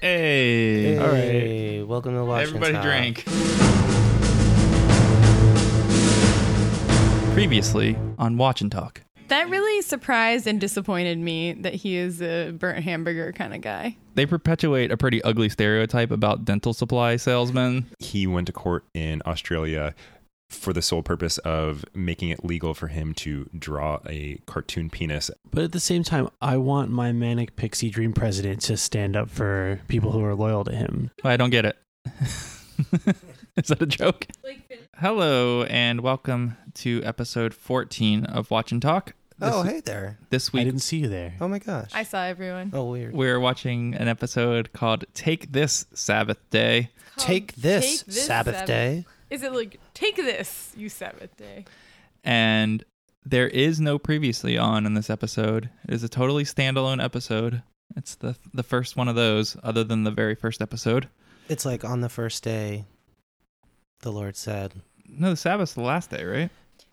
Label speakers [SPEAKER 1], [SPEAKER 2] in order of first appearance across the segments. [SPEAKER 1] Hey.
[SPEAKER 2] All
[SPEAKER 3] Hey, welcome to the Watch and
[SPEAKER 1] Everybody
[SPEAKER 3] Talk.
[SPEAKER 1] drank. Previously on Watch and Talk.
[SPEAKER 4] That really surprised and disappointed me that he is a burnt hamburger kind of guy.
[SPEAKER 1] They perpetuate a pretty ugly stereotype about dental supply salesmen.
[SPEAKER 2] He went to court in Australia for the sole purpose of making it legal for him to draw a cartoon penis.
[SPEAKER 5] But at the same time, I want my manic pixie dream president to stand up for people who are loyal to him.
[SPEAKER 1] I don't get it. Is that a joke? Hello and welcome to episode 14 of Watch and Talk. This,
[SPEAKER 3] Oh, hey there.
[SPEAKER 1] this
[SPEAKER 5] I
[SPEAKER 1] week
[SPEAKER 5] didn't see you there.
[SPEAKER 3] Oh my gosh.
[SPEAKER 4] I saw everyone.
[SPEAKER 3] oh weird.
[SPEAKER 1] we're watching an episode called Take This Sabbath Day.
[SPEAKER 3] Take this,
[SPEAKER 4] Take this
[SPEAKER 3] Sabbath,
[SPEAKER 4] Sabbath.
[SPEAKER 3] day.
[SPEAKER 4] Is it like, take this, you Sabbath day?
[SPEAKER 1] and there is no previously on in this episode. It is a totally standalone episode. It's the the first one of those, other than the very first episode.
[SPEAKER 3] It's like on the first day, the Lord said. but
[SPEAKER 1] No, the Sabbath's the last day, right?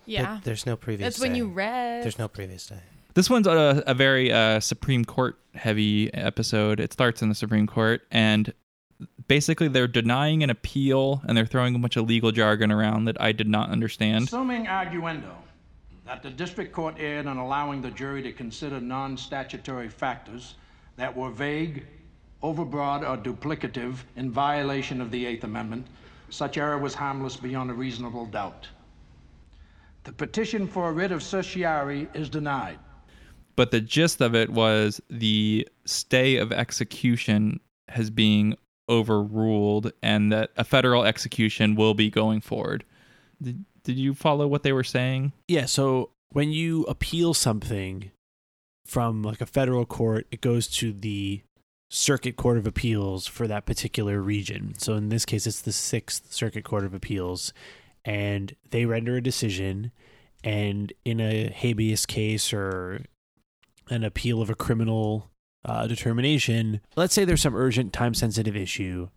[SPEAKER 4] Yeah.
[SPEAKER 3] there's no previous.
[SPEAKER 4] That's when
[SPEAKER 3] day.
[SPEAKER 4] you read.
[SPEAKER 3] There's no previous day.
[SPEAKER 1] This one's a, a very uh, Supreme Court heavy episode. It starts in the Supreme Court, and basically they're denying an appeal and they're throwing a bunch of legal jargon around that I did not understand.
[SPEAKER 6] Assuming arguendo that the district court erred in allowing the jury to consider non-statutory factors that were vague, overbroad, or duplicative in violation of the Eighth Amendment, such error was harmless beyond a reasonable doubt. The petition for a writ of certiorari is denied.
[SPEAKER 1] But the gist of it was the stay of execution has being overruled and that a federal execution will be going forward. Did, did you follow what they were saying?
[SPEAKER 5] Yeah, so when you appeal something from like a federal court, it goes to the Circuit Court of Appeals for that particular region. So in this case, it's the Sixth Circuit Court of Appeals, and they render a decision. And in a habeas case or an appeal of a criminal uh, determination, let's say there's some urgent, time sensitive issue,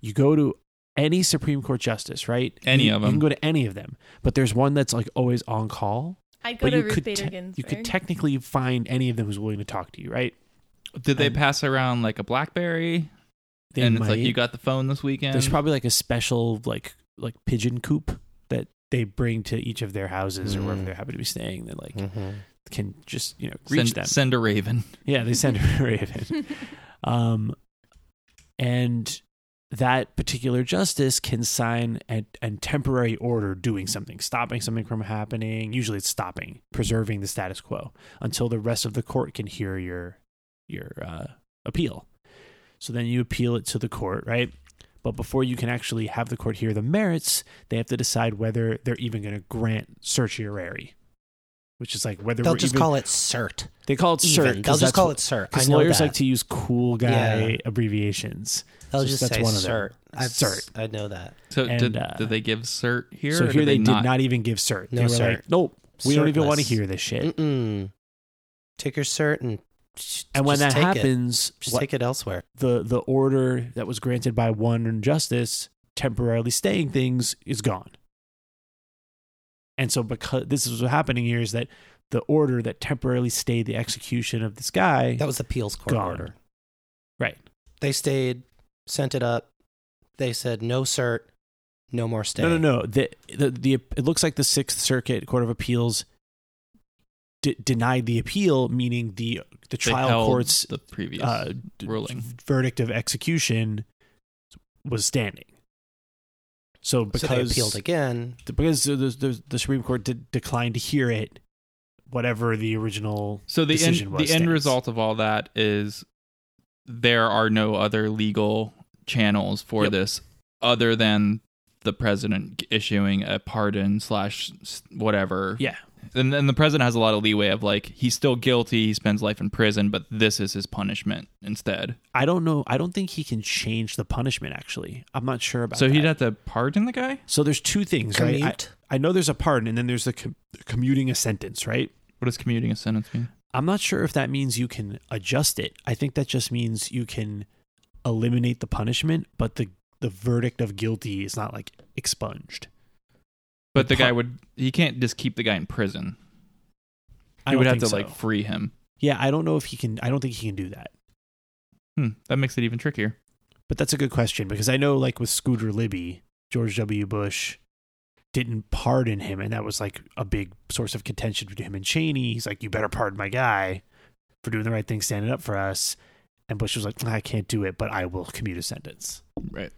[SPEAKER 5] you go to any Supreme Court justice, right?
[SPEAKER 1] Any
[SPEAKER 5] You-
[SPEAKER 1] of
[SPEAKER 5] You
[SPEAKER 1] them.
[SPEAKER 5] can go to any of them, but there's one that's like always on call.
[SPEAKER 4] I'd go
[SPEAKER 5] But
[SPEAKER 4] to
[SPEAKER 5] you
[SPEAKER 4] Ruth
[SPEAKER 5] could,
[SPEAKER 4] Bader
[SPEAKER 5] te-
[SPEAKER 4] Ginsburg.
[SPEAKER 5] you could technically find any of them who's willing to talk to you, right?
[SPEAKER 1] Did they
[SPEAKER 5] Um,
[SPEAKER 1] pass around like a Blackberry?
[SPEAKER 5] They
[SPEAKER 1] and it's like
[SPEAKER 5] might.
[SPEAKER 1] you got the phone this weekend.
[SPEAKER 5] There's probably like a special like like pigeon coop that they bring to each of their houses or wherever
[SPEAKER 3] Mm.
[SPEAKER 5] they happen to be staying that like
[SPEAKER 3] Mm-hmm.
[SPEAKER 5] can just you know
[SPEAKER 1] Mm. send,
[SPEAKER 5] reach them.
[SPEAKER 1] send a raven.
[SPEAKER 5] Yeah, they send a raven. Um, and that particular justice can sign a, a temporary order doing something, stopping something from happening. Usually, it's stopping, preserving the status quo until the rest of the court can hear your your uh, appeal. So then you appeal it to the court, right? But before you can actually have the court hear the merits, they have to decide whether they're even going to grant certiorari, which is like whether
[SPEAKER 3] They'll
[SPEAKER 5] we're
[SPEAKER 3] just
[SPEAKER 5] even-
[SPEAKER 3] call it cert.
[SPEAKER 5] they call it
[SPEAKER 3] Even.
[SPEAKER 5] cert. 'cause
[SPEAKER 3] They'll just
[SPEAKER 5] that's
[SPEAKER 3] call
[SPEAKER 5] what-
[SPEAKER 3] it cert. I
[SPEAKER 5] Because
[SPEAKER 3] know
[SPEAKER 5] lawyers
[SPEAKER 3] that.
[SPEAKER 5] like to use cool guy
[SPEAKER 3] Yeah.
[SPEAKER 5] abbreviations.
[SPEAKER 3] They'll
[SPEAKER 5] so
[SPEAKER 3] just
[SPEAKER 5] that's
[SPEAKER 3] say
[SPEAKER 5] one of
[SPEAKER 3] cert.
[SPEAKER 5] them.
[SPEAKER 3] I've,
[SPEAKER 5] Cert.
[SPEAKER 3] I know that.
[SPEAKER 1] So did,
[SPEAKER 5] And, uh,
[SPEAKER 1] did they give cert here?
[SPEAKER 5] so
[SPEAKER 1] or
[SPEAKER 5] here
[SPEAKER 1] did
[SPEAKER 5] they, did not, even give cert.
[SPEAKER 3] No
[SPEAKER 5] they were
[SPEAKER 3] cert.
[SPEAKER 5] like, nope, we don't even
[SPEAKER 3] Certless.
[SPEAKER 5] want to hear this shit.
[SPEAKER 3] Mm-mm. Take your cert and. just-
[SPEAKER 5] And when
[SPEAKER 3] just
[SPEAKER 5] that
[SPEAKER 3] take it.
[SPEAKER 5] happens,
[SPEAKER 3] just
[SPEAKER 5] what-
[SPEAKER 3] take it elsewhere.
[SPEAKER 5] the the order that was granted by one justice temporarily staying things is gone. And so because this is what's happening here is that the order that temporarily stayed the execution of this guy,
[SPEAKER 3] That was the appeals court
[SPEAKER 5] Gone.
[SPEAKER 3] order.
[SPEAKER 5] right?
[SPEAKER 3] They stayed, sent it up. They said no cert, no more stay.
[SPEAKER 5] No, no, no. The, the the it looks like the Sixth Circuit Court of Appeals de- denied the appeal, meaning the
[SPEAKER 1] They
[SPEAKER 5] the trial
[SPEAKER 1] held
[SPEAKER 5] court's
[SPEAKER 1] the previous
[SPEAKER 5] uh, d-
[SPEAKER 1] ruling.
[SPEAKER 5] verdict of execution was standing. So
[SPEAKER 3] So
[SPEAKER 5] because
[SPEAKER 3] they appealed again.
[SPEAKER 5] because the, the, the, the Supreme Court did declined to hear it, whatever the original
[SPEAKER 1] So the end,
[SPEAKER 5] decision
[SPEAKER 1] the
[SPEAKER 5] was
[SPEAKER 1] end
[SPEAKER 5] stands.
[SPEAKER 1] result of all that is there are no other legal channels for
[SPEAKER 5] Yep.
[SPEAKER 1] this other than the president issuing a pardon slash s- whatever.
[SPEAKER 5] Yeah,
[SPEAKER 1] And then the president has a lot of leeway of like he's still guilty, he spends life in prison, but this is his punishment instead.
[SPEAKER 5] I don't know. I don't think he can change the punishment. Actually, I'm not sure about.
[SPEAKER 1] so
[SPEAKER 5] that.
[SPEAKER 1] he'd have to pardon the guy?
[SPEAKER 5] So there's two things, right? I-
[SPEAKER 3] Commute.
[SPEAKER 5] I, know there's a pardon, and then there's the com- commuting a sentence, right?
[SPEAKER 1] What does commuting a sentence mean?
[SPEAKER 5] I'm not sure if that means you can adjust it. I think that just means you can eliminate the punishment, but the the verdict of guilty is not like expunged.
[SPEAKER 1] But the
[SPEAKER 5] The pu-
[SPEAKER 1] guy would he can't just keep the guy in prison.
[SPEAKER 5] I
[SPEAKER 1] He would
[SPEAKER 5] don't
[SPEAKER 1] have to
[SPEAKER 5] think so.
[SPEAKER 1] like free him.
[SPEAKER 5] yeah. I don't know if he can. I don't think he can do that.
[SPEAKER 1] Hmm, that makes it even trickier.
[SPEAKER 5] But that's a good question because I know, like with Scooter Libby, George W. Bush didn't pardon him, and that was like a big source of contention between him and Cheney. He's like, "You better pardon my guy for doing the right thing, standing up for us." And Bush was like, "I can't do it, but I will commute a sentence."
[SPEAKER 1] Right.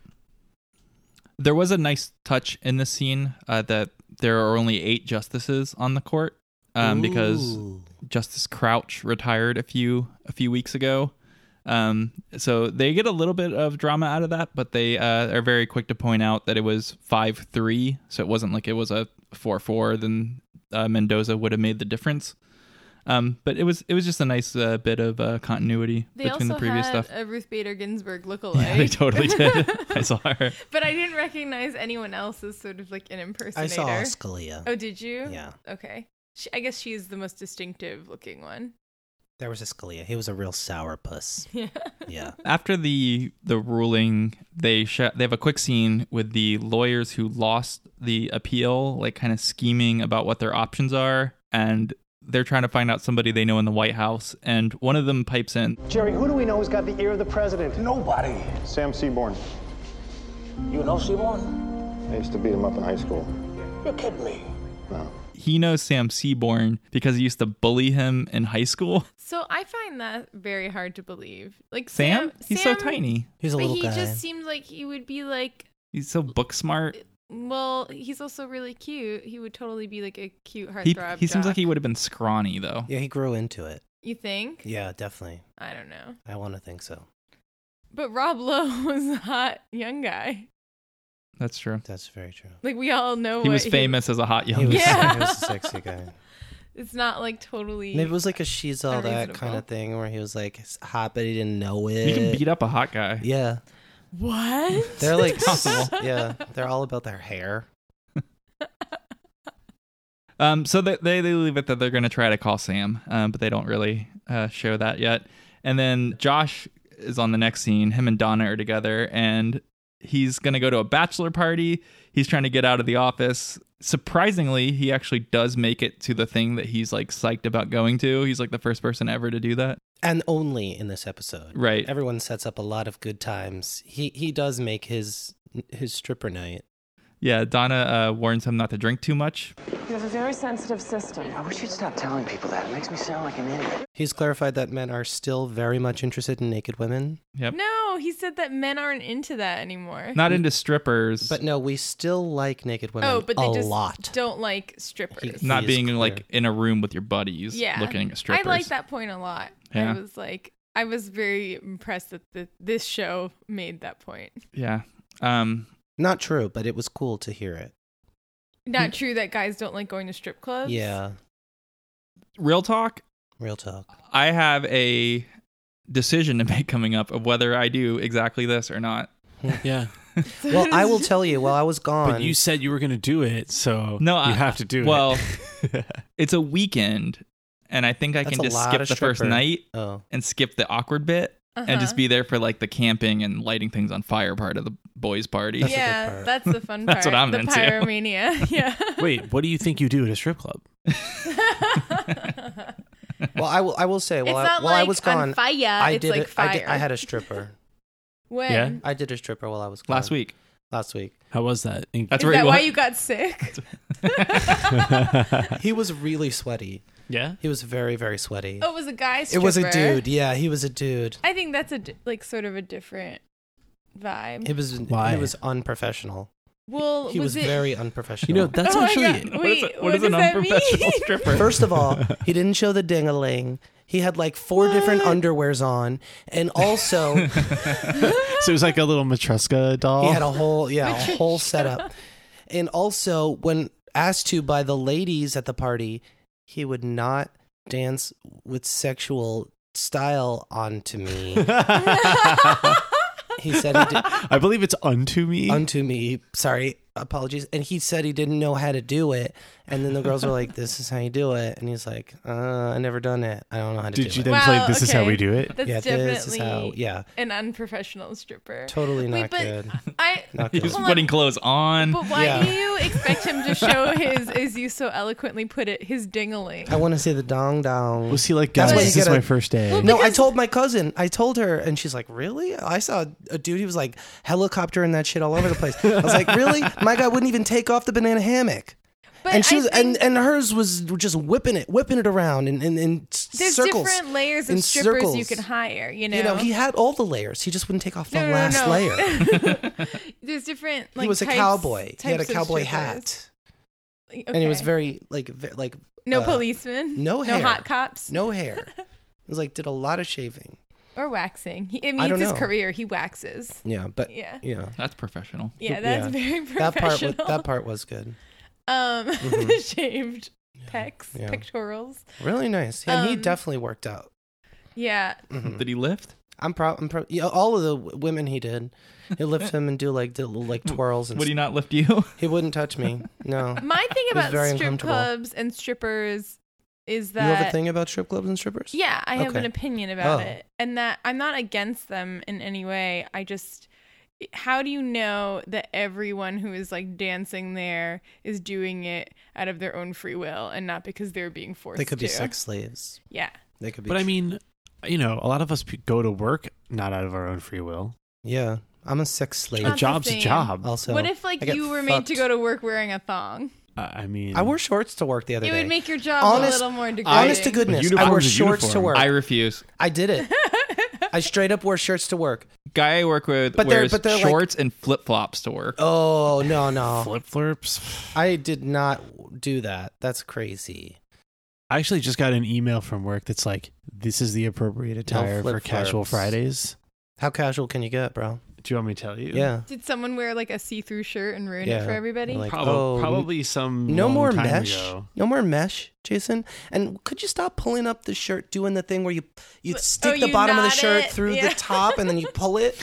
[SPEAKER 1] There was a nice touch in this scene uh, that there are only eight justices on the court um, because
[SPEAKER 3] Ooh.
[SPEAKER 1] Justice Crouch retired a few a few weeks ago. Um, so they get a little bit of drama out of that, but they uh, are very quick to point out that it was five three, so it wasn't like it was a four four. Then uh, Mendoza would have made the difference. Um, but it was it was just a nice uh, bit of uh, continuity
[SPEAKER 4] They
[SPEAKER 1] between
[SPEAKER 4] also
[SPEAKER 1] the previous
[SPEAKER 4] had
[SPEAKER 1] stuff.
[SPEAKER 4] a Ruth Bader Ginsburg lookalike.
[SPEAKER 1] yeah, they totally did. I saw her.
[SPEAKER 4] But I didn't recognize anyone else as sort of like an impersonator.
[SPEAKER 3] I saw Scalia.
[SPEAKER 4] Oh, did you?
[SPEAKER 3] Yeah,
[SPEAKER 4] Okay. She, I guess she's the most distinctive looking one.
[SPEAKER 3] there was a Scalia. He was a real sourpuss.
[SPEAKER 4] Yeah.
[SPEAKER 3] Yeah.
[SPEAKER 1] after the the ruling they sh- they have a quick scene with the lawyers who lost the appeal like kind of scheming about what their options are and they're trying to find out somebody they know in the white house and one of them pipes in
[SPEAKER 7] Jerry, who do we know has got the ear of the president?
[SPEAKER 8] Nobody.
[SPEAKER 9] Sam Seaborn.
[SPEAKER 8] You know Seaborn?
[SPEAKER 9] I used to beat him up in high school.
[SPEAKER 8] You're kidding me.
[SPEAKER 9] No.
[SPEAKER 1] he knows sam seaborn because he used to bully him in high school
[SPEAKER 4] So I find that very hard to believe. Like
[SPEAKER 1] sam,
[SPEAKER 4] Sam,
[SPEAKER 1] he's
[SPEAKER 4] Sam,
[SPEAKER 1] so tiny
[SPEAKER 3] He's a
[SPEAKER 4] But
[SPEAKER 3] little
[SPEAKER 4] he
[SPEAKER 3] guy.
[SPEAKER 4] just seemed like he would be like,
[SPEAKER 1] he's so book smart
[SPEAKER 4] well, he's also really cute. He would totally be like a cute
[SPEAKER 1] he,
[SPEAKER 4] heartthrob.
[SPEAKER 1] he seems
[SPEAKER 4] jock.
[SPEAKER 1] like he would have been scrawny though
[SPEAKER 3] yeah, he grew into it.
[SPEAKER 4] You think?
[SPEAKER 3] Yeah, definitely.
[SPEAKER 4] I don't know.
[SPEAKER 3] I want to think so.
[SPEAKER 4] But Rob Lowe was a hot young guy.
[SPEAKER 1] that's true
[SPEAKER 3] That's very true.
[SPEAKER 4] Like we all know
[SPEAKER 1] he
[SPEAKER 4] what
[SPEAKER 1] was famous as a hot
[SPEAKER 3] He
[SPEAKER 1] young
[SPEAKER 3] was,
[SPEAKER 1] man.
[SPEAKER 4] Yeah.
[SPEAKER 3] he was a sexy guy.
[SPEAKER 4] It's not like totally.
[SPEAKER 3] Maybe it was like a she's all that kind
[SPEAKER 4] Unreasonable.
[SPEAKER 3] of thing where he was like s- hot, but he didn't know it.
[SPEAKER 1] you can beat up a hot guy
[SPEAKER 3] Yeah,
[SPEAKER 4] what?
[SPEAKER 3] they're like
[SPEAKER 1] It's possible.
[SPEAKER 3] Yeah, they're all about their hair.
[SPEAKER 1] Um, so they, they they leave it that they're going to try to call Sam, um, but they don't really uh, show that yet. And then Josh is on the next scene. Him and Donna are together, and he's going to go to a bachelor party. He's trying to get out of the office. Surprisingly, he actually does make it to the thing that he's like psyched about going to. He's like the first person ever to do that.
[SPEAKER 3] and only in this episode.
[SPEAKER 1] Right.
[SPEAKER 3] Everyone sets up a lot of good times. He he does make his his stripper night.
[SPEAKER 1] Yeah, Donna uh, warns him not to drink too much.
[SPEAKER 10] You have a very sensitive system.
[SPEAKER 8] I wish you'd stop telling people that. It makes me sound like an idiot.
[SPEAKER 3] He's clarified that men are still very much interested in naked women,
[SPEAKER 1] Yep.
[SPEAKER 4] No, he said that men aren't into that anymore.
[SPEAKER 1] Not into strippers,
[SPEAKER 3] but
[SPEAKER 1] but
[SPEAKER 3] no, we still like naked women.
[SPEAKER 4] oh, but they
[SPEAKER 3] a
[SPEAKER 4] just
[SPEAKER 3] lot.
[SPEAKER 4] don't like strippers.
[SPEAKER 3] He-
[SPEAKER 1] not
[SPEAKER 3] is
[SPEAKER 1] being
[SPEAKER 3] clear.
[SPEAKER 1] like in a room with your buddies
[SPEAKER 4] yeah,
[SPEAKER 1] looking at strippers.
[SPEAKER 4] I like that point a lot.
[SPEAKER 1] Yeah.
[SPEAKER 4] I was like, I was very impressed that the, this show made that point.
[SPEAKER 1] Yeah. Um,
[SPEAKER 3] Not true, but it was cool to hear it.
[SPEAKER 1] Hmm.
[SPEAKER 4] Not true that guys don't like going to strip clubs.
[SPEAKER 3] Yeah,
[SPEAKER 1] real talk,
[SPEAKER 3] real talk.
[SPEAKER 1] I have a decision to make coming up of whether I do exactly this or not.
[SPEAKER 5] Yeah,
[SPEAKER 3] Well, I will tell you. While I was gone,
[SPEAKER 5] but you said you were going to do it, so
[SPEAKER 1] No,
[SPEAKER 5] you
[SPEAKER 1] I
[SPEAKER 5] have to do
[SPEAKER 1] well,
[SPEAKER 5] it.
[SPEAKER 1] it's a weekend, and I think I
[SPEAKER 3] That's
[SPEAKER 1] can
[SPEAKER 3] a
[SPEAKER 1] just
[SPEAKER 3] lot
[SPEAKER 1] skip the
[SPEAKER 3] of
[SPEAKER 1] first
[SPEAKER 3] stripper.
[SPEAKER 1] night
[SPEAKER 3] oh,
[SPEAKER 1] and skip the awkward bit and just
[SPEAKER 4] Uh-huh.
[SPEAKER 1] be there for like the camping and lighting things on fire part of the boys' party.
[SPEAKER 3] That's a good
[SPEAKER 4] yeah,
[SPEAKER 3] part.
[SPEAKER 4] that's the fun part.
[SPEAKER 1] That's what I'm
[SPEAKER 4] the
[SPEAKER 1] into.
[SPEAKER 4] Pyromania. Yeah.
[SPEAKER 5] Wait, what do you think you do at a strip club?
[SPEAKER 3] well, I will. I will say. While
[SPEAKER 4] it's
[SPEAKER 3] I,
[SPEAKER 4] not
[SPEAKER 3] while
[SPEAKER 4] like
[SPEAKER 3] I was gone,
[SPEAKER 4] on fire.
[SPEAKER 3] I
[SPEAKER 4] it's
[SPEAKER 3] did.
[SPEAKER 4] like
[SPEAKER 3] it-
[SPEAKER 4] fire.
[SPEAKER 3] I did. I had a stripper.
[SPEAKER 4] when
[SPEAKER 5] Yeah.
[SPEAKER 3] I did a stripper while I was gone
[SPEAKER 1] Last week.
[SPEAKER 3] Last week.
[SPEAKER 5] How was that? In-
[SPEAKER 1] That's
[SPEAKER 4] Is
[SPEAKER 1] where
[SPEAKER 4] that
[SPEAKER 1] he
[SPEAKER 4] why
[SPEAKER 1] was.
[SPEAKER 4] you got sick?
[SPEAKER 3] He was really sweaty.
[SPEAKER 5] yeah.
[SPEAKER 3] He was very very sweaty.
[SPEAKER 4] Oh, it was a guy.
[SPEAKER 3] it was a
[SPEAKER 4] stripper.
[SPEAKER 3] dude. Yeah, he was a dude.
[SPEAKER 4] I think that's a di- like sort of a different vibe.
[SPEAKER 3] It was
[SPEAKER 5] Why?
[SPEAKER 3] it was unprofessional.
[SPEAKER 4] well,
[SPEAKER 3] He was,
[SPEAKER 4] it?
[SPEAKER 3] very unprofessional.
[SPEAKER 5] You know, that's
[SPEAKER 4] Oh my
[SPEAKER 5] actually
[SPEAKER 1] What
[SPEAKER 4] God.
[SPEAKER 1] is,
[SPEAKER 4] Wait,
[SPEAKER 1] it-
[SPEAKER 4] what
[SPEAKER 1] is an
[SPEAKER 4] does that
[SPEAKER 1] unprofessional
[SPEAKER 4] mean?
[SPEAKER 1] stripper?
[SPEAKER 3] First of all, he didn't show the ding-a-ling. He had like four different underwears on, and also he
[SPEAKER 5] so. It was like a little Matryoshka doll.
[SPEAKER 3] had a whole yeah a whole setup. And also, when asked to by the ladies at the party, he would not dance with sexual style onto me. he said he did,
[SPEAKER 5] I believe it's unto me.
[SPEAKER 3] unto me. Sorry, apologies. And he said he didn't know how to do it. And then the girls are like, "This is how you do it," and he's like, uh, "I never done it. I don't know how to
[SPEAKER 5] Did
[SPEAKER 3] do
[SPEAKER 5] you
[SPEAKER 3] it."
[SPEAKER 5] then play This Is How We Do It?
[SPEAKER 4] That's
[SPEAKER 3] yeah,
[SPEAKER 4] definitely
[SPEAKER 3] this is how. Yeah,
[SPEAKER 4] an unprofessional stripper.
[SPEAKER 3] totally not
[SPEAKER 4] Wait, but
[SPEAKER 3] good.
[SPEAKER 4] I.
[SPEAKER 3] Not
[SPEAKER 1] He's
[SPEAKER 3] good.
[SPEAKER 1] just
[SPEAKER 4] Hold on.
[SPEAKER 1] putting clothes on.
[SPEAKER 4] But why
[SPEAKER 3] Yeah.
[SPEAKER 4] do you expect him to show his, as you so eloquently put it, his dingling?
[SPEAKER 3] I want to say the dong dong.
[SPEAKER 5] Was he like,
[SPEAKER 3] That's
[SPEAKER 5] guys,
[SPEAKER 4] why you
[SPEAKER 5] this is
[SPEAKER 3] gotta-
[SPEAKER 5] my first day?
[SPEAKER 4] Well,
[SPEAKER 3] No, I
[SPEAKER 4] Because-
[SPEAKER 3] told my cousin. I told her, and she's like, "Really?" I saw a dude. He was like helicopter and that shit all over the place. I was like, "Really?" My guy wouldn't even take off the banana hammock,
[SPEAKER 4] But
[SPEAKER 3] and she
[SPEAKER 4] I
[SPEAKER 3] was,
[SPEAKER 4] think
[SPEAKER 3] and, and hers was just whipping it, whipping it around, and in, in, in s-
[SPEAKER 4] there's
[SPEAKER 3] circles.
[SPEAKER 4] different layers of
[SPEAKER 3] in
[SPEAKER 4] strippers you
[SPEAKER 3] circles.
[SPEAKER 4] can hire. You know,
[SPEAKER 3] You know, he had all the layers. He just wouldn't take off the
[SPEAKER 4] No, no, no,
[SPEAKER 3] last
[SPEAKER 4] no.
[SPEAKER 3] layer.
[SPEAKER 4] there's different. Like,
[SPEAKER 3] he was a
[SPEAKER 4] types-
[SPEAKER 3] cowboy. He had a
[SPEAKER 4] types of
[SPEAKER 3] cowboy
[SPEAKER 4] strippers.
[SPEAKER 3] hat,
[SPEAKER 4] Like,
[SPEAKER 3] and he was
[SPEAKER 4] okay.
[SPEAKER 3] very like ve- like
[SPEAKER 4] no
[SPEAKER 3] uh,
[SPEAKER 4] policeman,
[SPEAKER 3] no
[SPEAKER 4] no
[SPEAKER 3] hair.
[SPEAKER 4] hot cops,
[SPEAKER 3] no hair. It was like did a lot of shaving.
[SPEAKER 4] or waxing. He, I mean,
[SPEAKER 3] I
[SPEAKER 4] it's
[SPEAKER 3] don't
[SPEAKER 4] his
[SPEAKER 3] know.
[SPEAKER 4] career. He waxes.
[SPEAKER 3] Yeah, but yeah,
[SPEAKER 4] Yeah,
[SPEAKER 1] That's professional.
[SPEAKER 4] yeah, that's
[SPEAKER 3] yeah.
[SPEAKER 4] very
[SPEAKER 3] that part
[SPEAKER 4] professional.
[SPEAKER 3] was, that part was good.
[SPEAKER 4] Um, the
[SPEAKER 3] Mhm.
[SPEAKER 4] shaved pecs,
[SPEAKER 3] Yeah.
[SPEAKER 4] pectorals.
[SPEAKER 3] Really nice. Yeah, he
[SPEAKER 4] Um,
[SPEAKER 3] definitely worked out.
[SPEAKER 4] Yeah,
[SPEAKER 3] Mhm.
[SPEAKER 1] Did he lift?
[SPEAKER 3] I'm proud. I'm proud. Yeah, all of the w- women he did, he lift him and do like did little like twirls and
[SPEAKER 1] Would he
[SPEAKER 3] he,
[SPEAKER 1] not lift you?
[SPEAKER 3] he wouldn't touch me. No.
[SPEAKER 4] my thing
[SPEAKER 3] It was very
[SPEAKER 4] about strip
[SPEAKER 3] uncomfortable.
[SPEAKER 4] clubs and strippers is
[SPEAKER 3] you have
[SPEAKER 4] that
[SPEAKER 3] a thing about strip clubs and strippers?
[SPEAKER 4] Yeah, I have
[SPEAKER 3] Okay.
[SPEAKER 4] an opinion about
[SPEAKER 3] Oh.
[SPEAKER 4] it. And that I'm not against them in any way. I just how do you know that everyone who is like dancing there is doing it out of their own free will and not because they're being forced
[SPEAKER 3] They could be
[SPEAKER 4] to?
[SPEAKER 3] sex slaves.
[SPEAKER 4] Yeah.
[SPEAKER 3] They could be.
[SPEAKER 5] but I mean, you know, a lot of us p- go to work not out of our own free will.
[SPEAKER 3] yeah, I'm a sex slave.
[SPEAKER 4] Not
[SPEAKER 5] a
[SPEAKER 4] the
[SPEAKER 5] job's a
[SPEAKER 4] same.
[SPEAKER 5] job.
[SPEAKER 3] also,
[SPEAKER 4] Uh, what if like
[SPEAKER 3] I get
[SPEAKER 4] you were made
[SPEAKER 3] fucked.
[SPEAKER 4] to go to work wearing a thong?
[SPEAKER 5] I I mean,
[SPEAKER 3] I wore shorts to work the other
[SPEAKER 4] It
[SPEAKER 3] day.
[SPEAKER 4] would make your job
[SPEAKER 3] Honest-
[SPEAKER 4] a little more degrading.
[SPEAKER 3] Honest to goodness, I
[SPEAKER 5] Uniform's
[SPEAKER 3] wore
[SPEAKER 5] a
[SPEAKER 3] shorts to
[SPEAKER 5] uniform.
[SPEAKER 3] work.
[SPEAKER 1] I
[SPEAKER 3] I,
[SPEAKER 1] refuse.
[SPEAKER 3] did it. I straight up wore shirts to work.
[SPEAKER 1] Guy I work with
[SPEAKER 3] But they're-
[SPEAKER 1] wears
[SPEAKER 3] but they're like-
[SPEAKER 1] shorts and flip flops to work.
[SPEAKER 3] Oh no no,
[SPEAKER 5] flip flurps.
[SPEAKER 3] I did not do that. That's crazy.
[SPEAKER 5] I actually just got an email from work that's like, this is the appropriate attire for
[SPEAKER 3] flip-flops.
[SPEAKER 5] casual Fridays.
[SPEAKER 3] How casual can you get, bro?
[SPEAKER 5] Do you want me to tell you?
[SPEAKER 3] Yeah.
[SPEAKER 4] Did someone wear like a see-through shirt and ruin it
[SPEAKER 3] Yeah.
[SPEAKER 4] for everybody?
[SPEAKER 3] Like,
[SPEAKER 5] Probably,
[SPEAKER 3] oh,
[SPEAKER 5] probably some
[SPEAKER 3] No
[SPEAKER 5] long
[SPEAKER 3] more
[SPEAKER 5] time
[SPEAKER 3] mesh.
[SPEAKER 5] ago.
[SPEAKER 3] No more mesh, Jason. And could you stop pulling up the shirt, doing the thing where you you
[SPEAKER 4] Oh,
[SPEAKER 3] stick the
[SPEAKER 4] you
[SPEAKER 3] bottom of the
[SPEAKER 4] knot
[SPEAKER 3] shirt
[SPEAKER 4] it?
[SPEAKER 3] through
[SPEAKER 4] Yeah.
[SPEAKER 3] the top and then you pull it?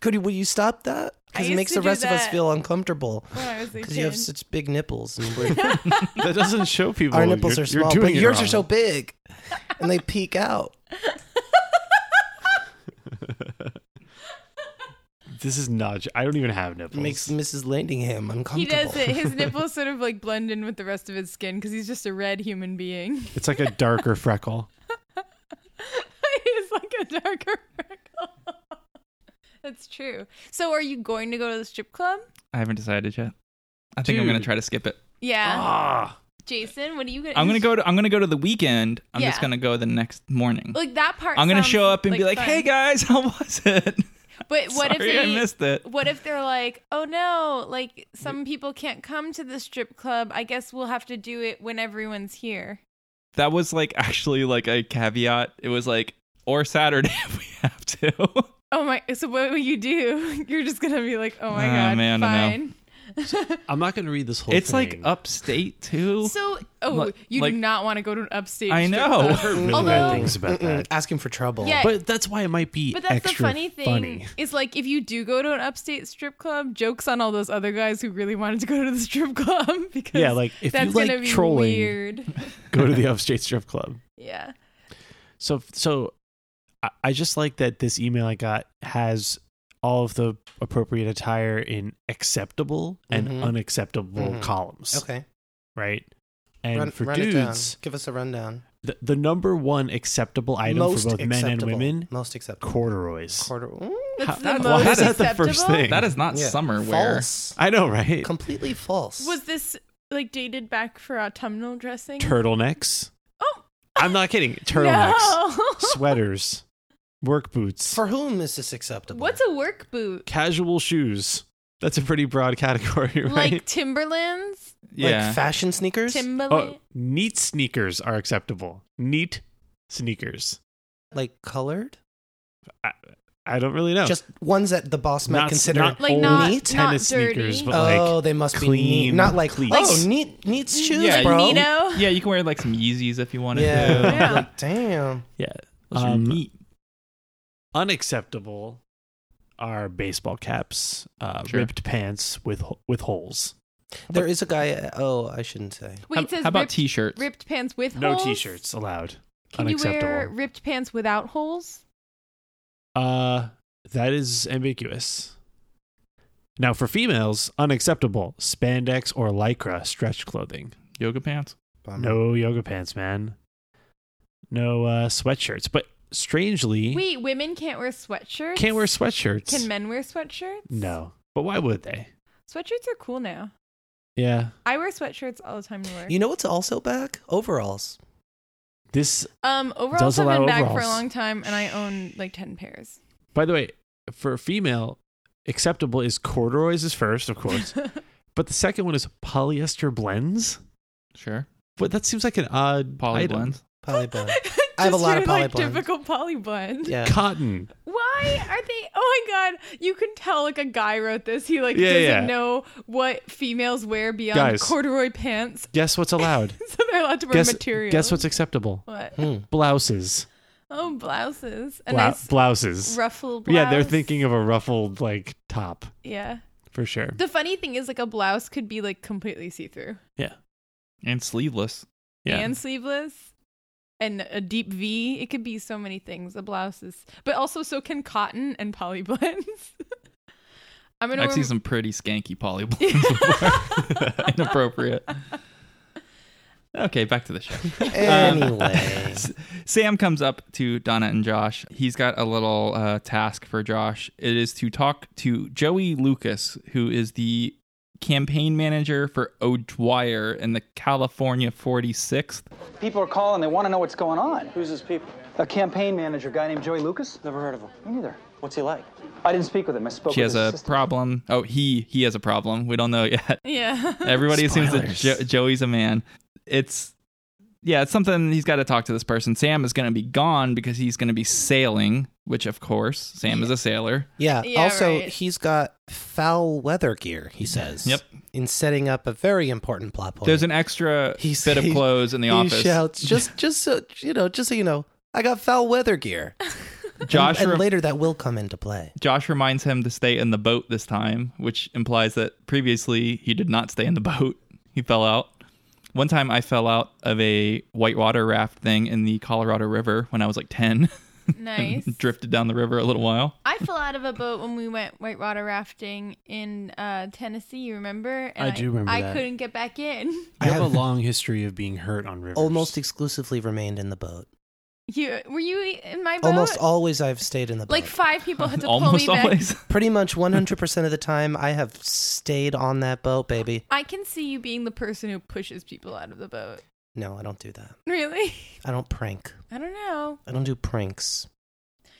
[SPEAKER 3] Could you? Will you stop that?
[SPEAKER 4] I
[SPEAKER 3] Because it
[SPEAKER 4] used
[SPEAKER 3] makes
[SPEAKER 4] to
[SPEAKER 3] the
[SPEAKER 4] do
[SPEAKER 3] rest of us
[SPEAKER 4] that.
[SPEAKER 3] feel uncomfortable
[SPEAKER 4] when I was a
[SPEAKER 3] because you have
[SPEAKER 4] kid.
[SPEAKER 3] such big nipples. And we're-
[SPEAKER 5] That doesn't show people.
[SPEAKER 3] our nipples
[SPEAKER 5] you're-
[SPEAKER 3] are
[SPEAKER 5] you're
[SPEAKER 3] small,
[SPEAKER 5] doing
[SPEAKER 3] but
[SPEAKER 5] it
[SPEAKER 3] yours are
[SPEAKER 5] wrong.
[SPEAKER 3] so big, and they peek out.
[SPEAKER 5] This is not. I don't even have
[SPEAKER 3] It
[SPEAKER 5] nipples.
[SPEAKER 3] makes Mrs. Landingham
[SPEAKER 4] He
[SPEAKER 3] uncomfortable.
[SPEAKER 4] does it. His nipples sort of like blend in with the rest of his skin because he's just a red human being.
[SPEAKER 5] It's like a darker freckle.
[SPEAKER 4] He's like a darker freckle. That's true. So, are you going to go to the strip club?
[SPEAKER 1] I haven't decided yet. I think I'm gonna
[SPEAKER 5] Dude.
[SPEAKER 1] try to skip it.
[SPEAKER 4] Yeah.
[SPEAKER 5] Ah,
[SPEAKER 4] Jason, what are you gonna?
[SPEAKER 1] I'm gonna go to I'm gonna go to the weekend. I'm
[SPEAKER 4] Yeah.
[SPEAKER 1] just gonna go the next morning.
[SPEAKER 4] Like that part.
[SPEAKER 1] I'm gonna
[SPEAKER 4] sounds
[SPEAKER 1] show up and be like,
[SPEAKER 4] fun.
[SPEAKER 1] "Hey guys, how was it?"
[SPEAKER 4] But what if
[SPEAKER 1] Sorry,
[SPEAKER 4] they,
[SPEAKER 1] I missed it.
[SPEAKER 4] What if they're like, "Oh no, like some people can't come to the strip club. I guess we'll have to do it when everyone's here."
[SPEAKER 1] That was like actually like a caveat. It was like or Saturday if we have to.
[SPEAKER 4] Oh my! So what will you do? You're just gonna be like, "Oh my
[SPEAKER 1] Ah,
[SPEAKER 4] god,
[SPEAKER 1] man, I know.
[SPEAKER 4] fine."
[SPEAKER 5] I'm not going to read this whole.
[SPEAKER 1] it's like
[SPEAKER 5] thing.
[SPEAKER 1] upstate too.
[SPEAKER 4] So, oh,
[SPEAKER 1] Like-
[SPEAKER 4] you
[SPEAKER 1] like-
[SPEAKER 4] do not want to go to an upstate.
[SPEAKER 1] I
[SPEAKER 4] strip
[SPEAKER 1] know.
[SPEAKER 4] club.
[SPEAKER 5] I've heard really
[SPEAKER 4] Although-
[SPEAKER 5] bad things about
[SPEAKER 3] Mm-mm,
[SPEAKER 5] that.
[SPEAKER 3] Asking for trouble.
[SPEAKER 4] Yeah,
[SPEAKER 5] But that's why it might be.
[SPEAKER 4] But that's the
[SPEAKER 5] extra
[SPEAKER 4] funny thing
[SPEAKER 5] funny.
[SPEAKER 4] is like if you do go to an upstate strip club, jokes on all those other guys who really wanted to go to the strip club because
[SPEAKER 5] Yeah, like, if you
[SPEAKER 4] that's
[SPEAKER 5] like
[SPEAKER 4] gonna be
[SPEAKER 5] trolling-
[SPEAKER 4] weird.
[SPEAKER 5] Go to the upstate strip club.
[SPEAKER 4] Yeah,
[SPEAKER 5] So so, I, I just like that this email I got has all of the appropriate attire in acceptable and
[SPEAKER 3] Mhm.
[SPEAKER 5] unacceptable
[SPEAKER 3] Mhm.
[SPEAKER 5] columns.
[SPEAKER 3] Okay.
[SPEAKER 5] Right. And
[SPEAKER 3] run
[SPEAKER 5] for
[SPEAKER 3] run it down.
[SPEAKER 5] dudes,
[SPEAKER 3] Give us a rundown.
[SPEAKER 5] the, the number one acceptable item
[SPEAKER 3] Most
[SPEAKER 5] for both men and
[SPEAKER 3] acceptable.
[SPEAKER 5] women
[SPEAKER 3] Most acceptable.
[SPEAKER 5] corduroys.
[SPEAKER 3] Quarter.
[SPEAKER 4] that's
[SPEAKER 5] How-
[SPEAKER 4] the
[SPEAKER 1] that's-
[SPEAKER 4] most
[SPEAKER 1] why is
[SPEAKER 5] that
[SPEAKER 4] acceptable.
[SPEAKER 5] the first thing?
[SPEAKER 1] that is not
[SPEAKER 3] Yeah.
[SPEAKER 1] summer wear.
[SPEAKER 3] False.
[SPEAKER 5] I know, right?
[SPEAKER 3] Completely false.
[SPEAKER 4] Was this like dated back for autumnal dressing?
[SPEAKER 5] Turtlenecks.
[SPEAKER 4] oh,
[SPEAKER 5] I'm not kidding. Turtlenecks,
[SPEAKER 4] no.
[SPEAKER 5] sweaters, work boots,
[SPEAKER 3] For whom is this acceptable?
[SPEAKER 4] What's a work boot?
[SPEAKER 5] casual shoes. That's a pretty broad category, right?
[SPEAKER 4] Like Timberlands,
[SPEAKER 1] Yeah.
[SPEAKER 3] Like fashion sneakers?
[SPEAKER 4] Timberland.
[SPEAKER 5] oh, neat sneakers are acceptable. Neat sneakers.
[SPEAKER 3] like colored?
[SPEAKER 5] I don't really know.
[SPEAKER 3] Just ones that the boss might
[SPEAKER 5] Not-
[SPEAKER 3] consider.
[SPEAKER 5] not
[SPEAKER 4] Like
[SPEAKER 5] old
[SPEAKER 4] not-
[SPEAKER 3] neat
[SPEAKER 4] not
[SPEAKER 5] tennis
[SPEAKER 4] dirty.
[SPEAKER 5] sneakers, but
[SPEAKER 3] oh,
[SPEAKER 5] like
[SPEAKER 3] they must be neat.
[SPEAKER 5] clean
[SPEAKER 3] Not like
[SPEAKER 5] cleats.
[SPEAKER 3] oh, neat neat shoes,
[SPEAKER 1] Yeah,
[SPEAKER 3] bro.
[SPEAKER 1] you-
[SPEAKER 4] Neato.
[SPEAKER 1] Yeah, you can wear like some Yeezys if you
[SPEAKER 3] Yeah.
[SPEAKER 1] wanted to.
[SPEAKER 4] Yeah.
[SPEAKER 3] Like, damn.
[SPEAKER 5] yeah.
[SPEAKER 1] Those are
[SPEAKER 5] Um,
[SPEAKER 1] neat.
[SPEAKER 5] Unacceptable are baseball caps, uh,
[SPEAKER 1] Sure.
[SPEAKER 5] ripped pants with ho- with holes.
[SPEAKER 3] There is a guy. Oh, I shouldn't say.
[SPEAKER 4] Wait,
[SPEAKER 1] How-
[SPEAKER 4] it says
[SPEAKER 1] how about
[SPEAKER 4] ripped,
[SPEAKER 1] t-shirts?
[SPEAKER 4] Ripped pants with
[SPEAKER 5] No
[SPEAKER 4] holes?
[SPEAKER 5] t-shirts allowed.
[SPEAKER 4] Can you
[SPEAKER 5] Unacceptable.
[SPEAKER 4] wear ripped pants without holes?
[SPEAKER 5] Uh, that is ambiguous. Now, for females, unacceptable spandex or lycra stretch clothing.
[SPEAKER 1] Yoga pants.
[SPEAKER 4] Um,
[SPEAKER 3] Bummer.
[SPEAKER 5] No yoga pants, man. No uh, sweatshirts. But strangely,
[SPEAKER 4] Wait, women can't wear sweatshirts?
[SPEAKER 5] can't wear sweatshirts.
[SPEAKER 4] Can men wear sweatshirts?
[SPEAKER 5] No. But why would they?
[SPEAKER 4] Sweatshirts are cool now.
[SPEAKER 5] Yeah.
[SPEAKER 4] I wear sweatshirts all the time to work.
[SPEAKER 3] You know what's also back? Overalls.
[SPEAKER 5] This,
[SPEAKER 4] um,
[SPEAKER 5] Does
[SPEAKER 4] overalls have
[SPEAKER 5] allow
[SPEAKER 4] been back for a
[SPEAKER 5] overalls.
[SPEAKER 4] long time, and I own like ten pairs.
[SPEAKER 5] by the way, for a female, acceptable is corduroys is first, of course. but the second one is polyester blends.
[SPEAKER 1] Sure.
[SPEAKER 5] But that seems like an odd
[SPEAKER 1] Poly
[SPEAKER 5] item.
[SPEAKER 1] blends.
[SPEAKER 3] Polybond.
[SPEAKER 4] Just
[SPEAKER 3] I have a lot of
[SPEAKER 4] your, like,
[SPEAKER 3] polyblends.
[SPEAKER 4] typical polyblend.
[SPEAKER 3] Yeah.
[SPEAKER 5] Cotton.
[SPEAKER 4] Why are they? Oh my god! You can tell like a guy wrote this. He like
[SPEAKER 5] Yeah,
[SPEAKER 4] doesn't
[SPEAKER 5] yeah.
[SPEAKER 4] know what females wear beyond
[SPEAKER 5] Guys.
[SPEAKER 4] corduroy pants,
[SPEAKER 5] Guess what's allowed?
[SPEAKER 4] so they're allowed to wear
[SPEAKER 5] guess,
[SPEAKER 4] material.
[SPEAKER 5] guess what's acceptable?
[SPEAKER 4] what?
[SPEAKER 5] Blouses.
[SPEAKER 4] Oh, blouses. A
[SPEAKER 5] Blou-
[SPEAKER 4] nice
[SPEAKER 5] blouses.
[SPEAKER 4] ruffle. Blouse.
[SPEAKER 5] Yeah, they're thinking of a ruffled like top
[SPEAKER 4] Yeah.
[SPEAKER 5] for sure.
[SPEAKER 4] The funny thing is, like a blouse could be like completely see through
[SPEAKER 5] yeah.
[SPEAKER 1] And sleeveless.
[SPEAKER 5] Yeah.
[SPEAKER 4] and sleeveless, and a deep V. It could be so many things. A blouse is, but also so can cotton and poly blends. I'm gonna.
[SPEAKER 1] I've
[SPEAKER 4] wear-
[SPEAKER 1] seen some pretty skanky poly blends. Inappropriate. Okay, back to the show.
[SPEAKER 3] Anyway.
[SPEAKER 1] Sam comes up to Donna and Josh. He's got a little uh, task for Josh. It is to talk to Joey Lucas, who is the campaign manager for O'Dwyer in the California 46th.
[SPEAKER 7] People are calling. They want to know what's going on. Who's this people? A campaign manager, a guy named Joey Lucas. Never heard of him. Me neither. What's he like? I didn't speak with him. I spoke
[SPEAKER 1] She
[SPEAKER 7] with
[SPEAKER 1] has
[SPEAKER 7] his
[SPEAKER 1] a
[SPEAKER 7] assistant.
[SPEAKER 1] problem. Oh, he he has a problem. We don't know yet.
[SPEAKER 4] yeah.
[SPEAKER 1] Everybody assumes
[SPEAKER 5] Spoilers.
[SPEAKER 1] that jo- Joey's a man. It's yeah, it's something he's got to talk to this person. Sam is going to be gone because he's going to be sailing, which of course Sam is a sailor.
[SPEAKER 3] Yeah.
[SPEAKER 4] Yeah,
[SPEAKER 3] also,
[SPEAKER 4] right.
[SPEAKER 3] he's got foul weather gear. He says.
[SPEAKER 1] Yep.
[SPEAKER 3] In setting up a very important plot point.
[SPEAKER 1] There's an extra
[SPEAKER 3] He's-
[SPEAKER 1] bit of
[SPEAKER 3] he-
[SPEAKER 1] clothes in the office.
[SPEAKER 3] He shouts, just, just so you know, just so you know, I got foul weather gear.
[SPEAKER 1] Josh,
[SPEAKER 3] and,
[SPEAKER 1] rem-
[SPEAKER 3] and later that will come into play.
[SPEAKER 1] Josh reminds him to stay in the boat this time, which implies that previously he did not stay in the boat. He fell out. One time I fell out of a whitewater raft thing in the Colorado River when I was like 10
[SPEAKER 4] Nice.
[SPEAKER 1] and drifted down the river a little while.
[SPEAKER 4] I fell out of a boat when we went whitewater rafting in uh, Tennessee. You remember? And
[SPEAKER 5] I do remember
[SPEAKER 4] I
[SPEAKER 5] that.
[SPEAKER 4] couldn't get back in.
[SPEAKER 5] I have a long history of being hurt on rivers.
[SPEAKER 3] Almost exclusively remained in the boat.
[SPEAKER 4] You were you in my boat?
[SPEAKER 3] Almost always, I've stayed in the boat.
[SPEAKER 4] like five people had to pull me
[SPEAKER 1] Almost
[SPEAKER 4] back.
[SPEAKER 1] always.
[SPEAKER 3] pretty much 100% of the time, I have stayed on that boat, baby.
[SPEAKER 4] I can see you being the person who pushes people out of the boat.
[SPEAKER 3] No, I don't do that.
[SPEAKER 4] Really?
[SPEAKER 3] I don't prank.
[SPEAKER 4] I don't know.
[SPEAKER 3] I don't do pranks.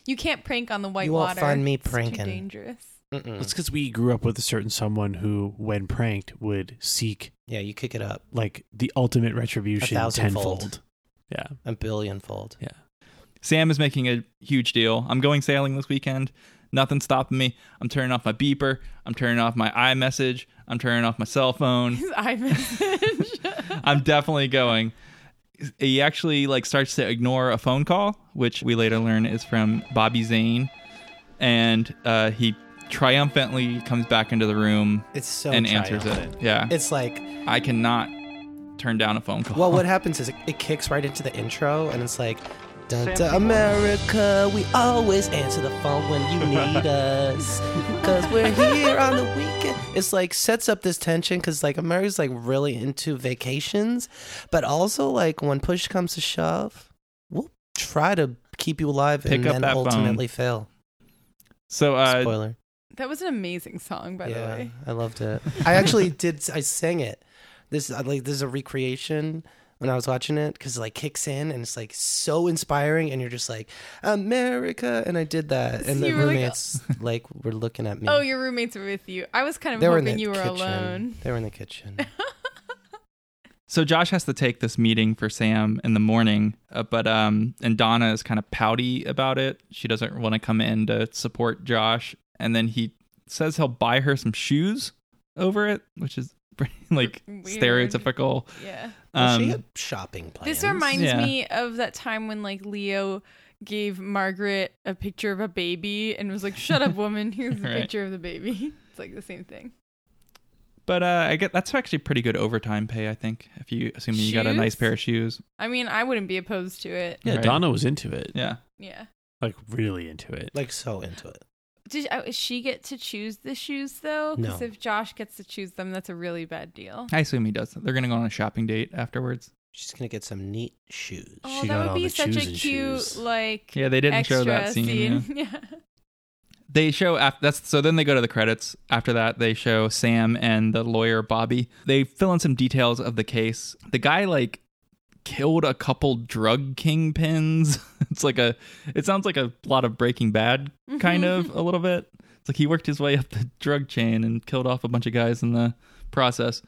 [SPEAKER 4] You can't prank on the white
[SPEAKER 3] You won't
[SPEAKER 4] water.
[SPEAKER 3] find me
[SPEAKER 4] It's too
[SPEAKER 3] pranking.
[SPEAKER 4] dangerous.
[SPEAKER 5] It's
[SPEAKER 3] Mm-mm.
[SPEAKER 5] because we grew up with a certain someone who, when pranked, would seek
[SPEAKER 3] Yeah, you kick it up
[SPEAKER 5] like the ultimate retribution
[SPEAKER 3] A thousandfold.
[SPEAKER 5] tenfold. Yeah.
[SPEAKER 3] a billionfold.
[SPEAKER 5] Yeah.
[SPEAKER 1] Sam is making a huge deal. I'm going sailing this weekend. Nothing stopping me. I'm turning off my beeper. I'm turning off my iMessage. I'm turning off my cell phone.
[SPEAKER 4] His eye message.
[SPEAKER 1] I'm definitely going. He actually like starts to ignore a phone call, which we later learn is from Bobby Zane, and uh, he triumphantly comes back into the room
[SPEAKER 3] It's so
[SPEAKER 1] and answers it.
[SPEAKER 3] triumphant.
[SPEAKER 1] Yeah,
[SPEAKER 3] It's like,
[SPEAKER 1] I cannot turn down a phone call.
[SPEAKER 3] well, what happens is it, it kicks right into the intro, and it's like, dun, dun, America, we always answer the phone when you need us, because we're here on the weekend. It's like, sets up this tension, because like America's like really into vacations, but also like when push comes to shove, we'll try to keep you alive and
[SPEAKER 1] Pick up
[SPEAKER 3] then
[SPEAKER 1] that phone.
[SPEAKER 3] ultimately fail.
[SPEAKER 1] so uh,
[SPEAKER 3] Spoiler.
[SPEAKER 4] that was an amazing song, by the way.
[SPEAKER 3] I loved it. I actually did. I sang it. This I, like this is a recreation when I was watching it because like kicks in and it's like so inspiring and you're just like America and I did that and the
[SPEAKER 4] You were like-
[SPEAKER 3] roommates like, were looking at me.
[SPEAKER 4] Oh, your roommates were with you. I was kind of
[SPEAKER 3] they were in
[SPEAKER 4] hoping
[SPEAKER 3] the
[SPEAKER 4] you were
[SPEAKER 3] kitchen.
[SPEAKER 4] alone.
[SPEAKER 3] They were in the kitchen.
[SPEAKER 1] so Josh has to take this meeting for Sam in the morning, uh, but um, and Donna is kind of pouty about it. She doesn't want to come in to support Josh, and then he says he'll buy her some shoes over it, which is pretty like
[SPEAKER 4] Weird.
[SPEAKER 1] stereotypical.
[SPEAKER 4] Yeah.
[SPEAKER 3] Well, she
[SPEAKER 1] Um,
[SPEAKER 3] had shopping plans.
[SPEAKER 4] This reminds
[SPEAKER 1] Yeah.
[SPEAKER 4] me of that time when like Leo gave Margaret a picture of a baby and was like, "Shut up, woman! Here's the
[SPEAKER 1] Right.
[SPEAKER 4] picture of the baby." It's like the same thing.
[SPEAKER 1] But uh, I get that's actually pretty good overtime pay. I think if you assuming you got a nice
[SPEAKER 4] Shoes?
[SPEAKER 1] pair of shoes.
[SPEAKER 4] I mean, I wouldn't be opposed to it.
[SPEAKER 5] Yeah,
[SPEAKER 1] Right.
[SPEAKER 5] Donna was into it.
[SPEAKER 1] Yeah,
[SPEAKER 4] Yeah.
[SPEAKER 5] Like really into it.
[SPEAKER 3] Like so into it.
[SPEAKER 4] Did uh, she get to choose the shoes though? Because
[SPEAKER 3] No.
[SPEAKER 4] if Josh gets to choose them, that's a really bad deal.
[SPEAKER 1] I assume he does. They're gonna go on a shopping date afterwards.
[SPEAKER 3] She's gonna get some neat shoes.
[SPEAKER 4] Oh,
[SPEAKER 5] She got
[SPEAKER 4] that
[SPEAKER 5] all
[SPEAKER 4] would be
[SPEAKER 5] the
[SPEAKER 4] such a
[SPEAKER 5] choosing
[SPEAKER 4] cute
[SPEAKER 5] shoes.
[SPEAKER 4] like.
[SPEAKER 1] Yeah, they didn't
[SPEAKER 4] extra
[SPEAKER 1] show that scene. yeah.
[SPEAKER 4] Yeah.
[SPEAKER 1] They show after that's so then they go to the credits. After that, they show Sam and the lawyer Bobby. They fill in some details of the case. The guy like killed a couple drug kingpins. It's like a it sounds like a lot of Breaking Bad kind of a little bit. It's like he worked his way up the drug chain and killed off a bunch of guys in the process.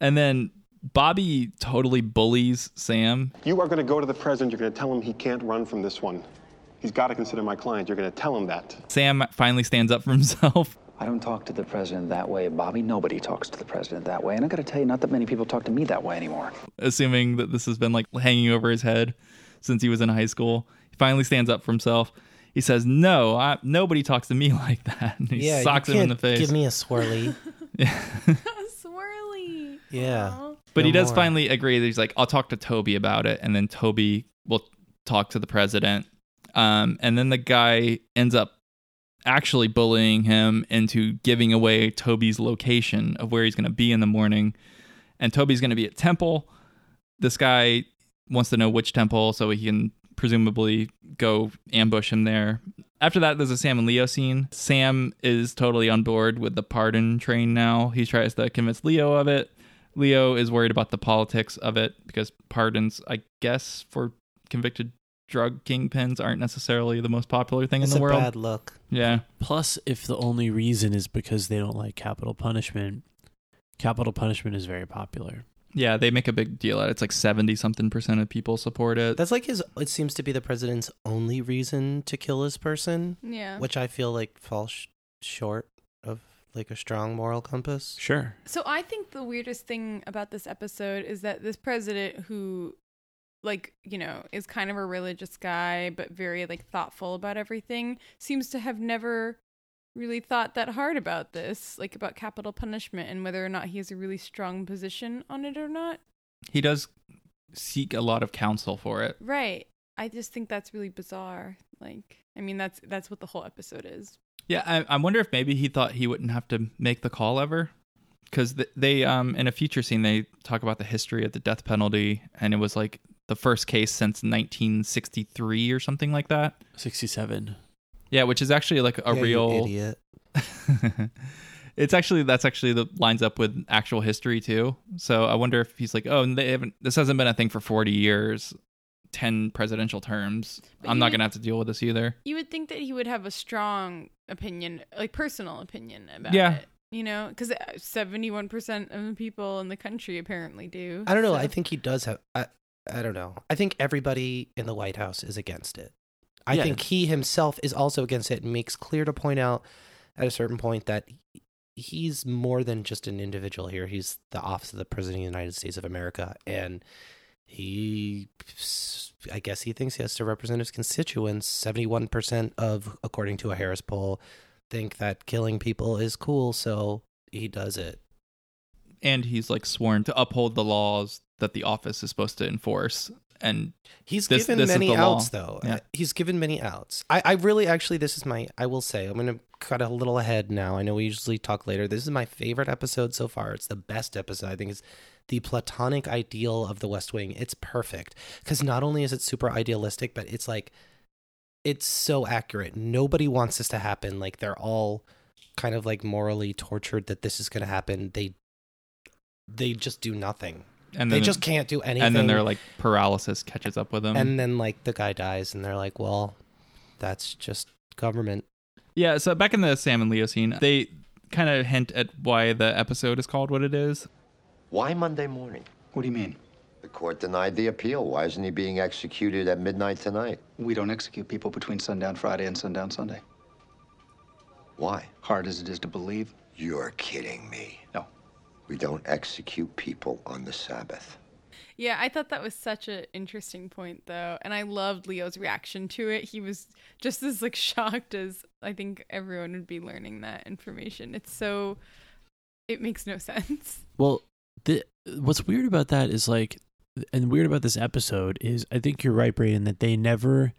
[SPEAKER 1] And then Bobby totally bullies Sam.
[SPEAKER 9] You are going to go to the president. You're going to tell him he can't run from this one. He's got to consider my client. You're going to tell him that.
[SPEAKER 1] Sam finally stands up for himself.
[SPEAKER 8] I don't talk to the president that way, Bobby. Nobody talks to the president that way. And I gotta tell you, not that many people talk to me that way anymore.
[SPEAKER 1] assuming that this has been like hanging over his head since he was in high school. He finally stands up for himself. He says, "No, I, nobody talks to me like that." And he
[SPEAKER 3] yeah, you
[SPEAKER 1] socks him in the
[SPEAKER 3] can't
[SPEAKER 1] face.
[SPEAKER 3] Give me a swirly.
[SPEAKER 4] Swirly.
[SPEAKER 3] yeah.
[SPEAKER 4] Aw.
[SPEAKER 1] but he
[SPEAKER 3] no
[SPEAKER 1] does
[SPEAKER 3] more.
[SPEAKER 1] finally agree that he's like, "I'll talk to Toby about it," and then Toby will talk to the president. Um, and then the guy ends up actually bullying him into giving away Toby's location of where he's going to be in the morning. And Toby's going to be at Temple. This guy wants to know which temple so he can presumably go ambush him there. After that, there's a Sam and Leo scene. Sam is totally on board with the pardon train now. He tries to convince Leo of it. Leo is worried about the politics of it because pardons, I guess, for convicted drug kingpins aren't necessarily the most popular thing
[SPEAKER 3] It's
[SPEAKER 1] in the
[SPEAKER 3] a
[SPEAKER 1] world.
[SPEAKER 3] bad look.
[SPEAKER 1] Yeah.
[SPEAKER 5] Plus, if the only reason is because they don't like capital punishment, capital punishment is very popular.
[SPEAKER 1] Yeah, they make a big deal out of it. It's like 70 something percent of people support it.
[SPEAKER 3] That's like his. It seems to be the president's only reason to kill this person,
[SPEAKER 4] Yeah.
[SPEAKER 3] which I feel like falls sh- short of like a strong moral compass.
[SPEAKER 5] Sure.
[SPEAKER 4] So I think the weirdest thing about this episode is that this president who like, you know, is kind of a religious guy but very like thoughtful about everything seems to have never really thought that hard about this, like about capital punishment and whether or not he has a really strong position on it or not.
[SPEAKER 1] he does seek a lot of counsel for it.
[SPEAKER 4] Right. I just think that's really bizarre. Like I mean that's that's what the whole episode is.
[SPEAKER 1] Yeah, I, I wonder if maybe he thought he wouldn't have to make the call ever, because th- they um in a future scene they talk about the history of the death penalty, and it was like the first case since 1963 or something like that.
[SPEAKER 5] 67.
[SPEAKER 1] Yeah, which is actually like a
[SPEAKER 3] Yeah, you
[SPEAKER 1] real.
[SPEAKER 3] idiot.
[SPEAKER 1] it's actually that's actually the lines up with actual history too. So I wonder if he's like, oh, and they haven't. This hasn't been a thing for 40 years, 10 presidential terms.
[SPEAKER 4] But
[SPEAKER 1] I'm
[SPEAKER 4] you
[SPEAKER 1] not
[SPEAKER 4] would-
[SPEAKER 1] gonna have to deal with this either.
[SPEAKER 4] You would think that he would have a strong opinion, like personal opinion about
[SPEAKER 1] Yeah.
[SPEAKER 4] it. You know, because seventy-one percent of the people in the country apparently do.
[SPEAKER 3] I don't know.
[SPEAKER 4] so-
[SPEAKER 3] I think he does have. I, I don't know. I think everybody in the White House is against it. I
[SPEAKER 5] Yeah.
[SPEAKER 3] think he himself is also against it and makes clear to point out at a certain point that he- he's more than just an individual here. He's the office of the President of the United States of America. And he, I guess he thinks he has to represent his constituents. 71% of, according to a Harris poll, think that killing people is cool. So he does it.
[SPEAKER 1] and he's like sworn to uphold the laws that the office is supposed to enforce and
[SPEAKER 3] He's
[SPEAKER 1] This-
[SPEAKER 3] given
[SPEAKER 1] this is
[SPEAKER 3] many
[SPEAKER 1] the law.
[SPEAKER 3] outs, though. Uh,
[SPEAKER 1] Yeah.
[SPEAKER 3] He's given many outs. I, I really, actually, this is my, I will say, I'm going to cut a little ahead now. I know we usually talk later. This is my favorite episode so far. It's the best episode. I think it's the platonic ideal of the West Wing. It's perfect because not only is it super idealistic, but it's like, it's so accurate. Nobody wants this to happen. Like, they're all kind of like morally tortured that this is going to happen. They, they just do nothing.
[SPEAKER 1] and
[SPEAKER 3] they
[SPEAKER 1] then
[SPEAKER 3] just can't do anything
[SPEAKER 1] and then their like paralysis catches up with them
[SPEAKER 3] and then like the guy dies and they're like well that's just government
[SPEAKER 1] yeah so back in the sam and leo scene they kind of hint at why the episode is called what it is
[SPEAKER 11] Why Monday morning?
[SPEAKER 7] What do you mean?
[SPEAKER 11] The court denied the appeal. Why isn't he being executed at midnight tonight?
[SPEAKER 7] We don't execute people between sundown Friday and sundown Sunday.
[SPEAKER 11] Why?
[SPEAKER 7] Hard as it is to believe,
[SPEAKER 11] You're kidding me.
[SPEAKER 7] no.
[SPEAKER 11] We don't execute people on the Sabbath.
[SPEAKER 4] Yeah, I thought that was such an interesting point, though, and I loved Leo's reaction to it. He was just as like shocked as I think everyone would be learning that information. It's so, it makes no sense.
[SPEAKER 5] Well, the, what's weird about that is like, and weird about this episode is I think you're right, Braden, that they never.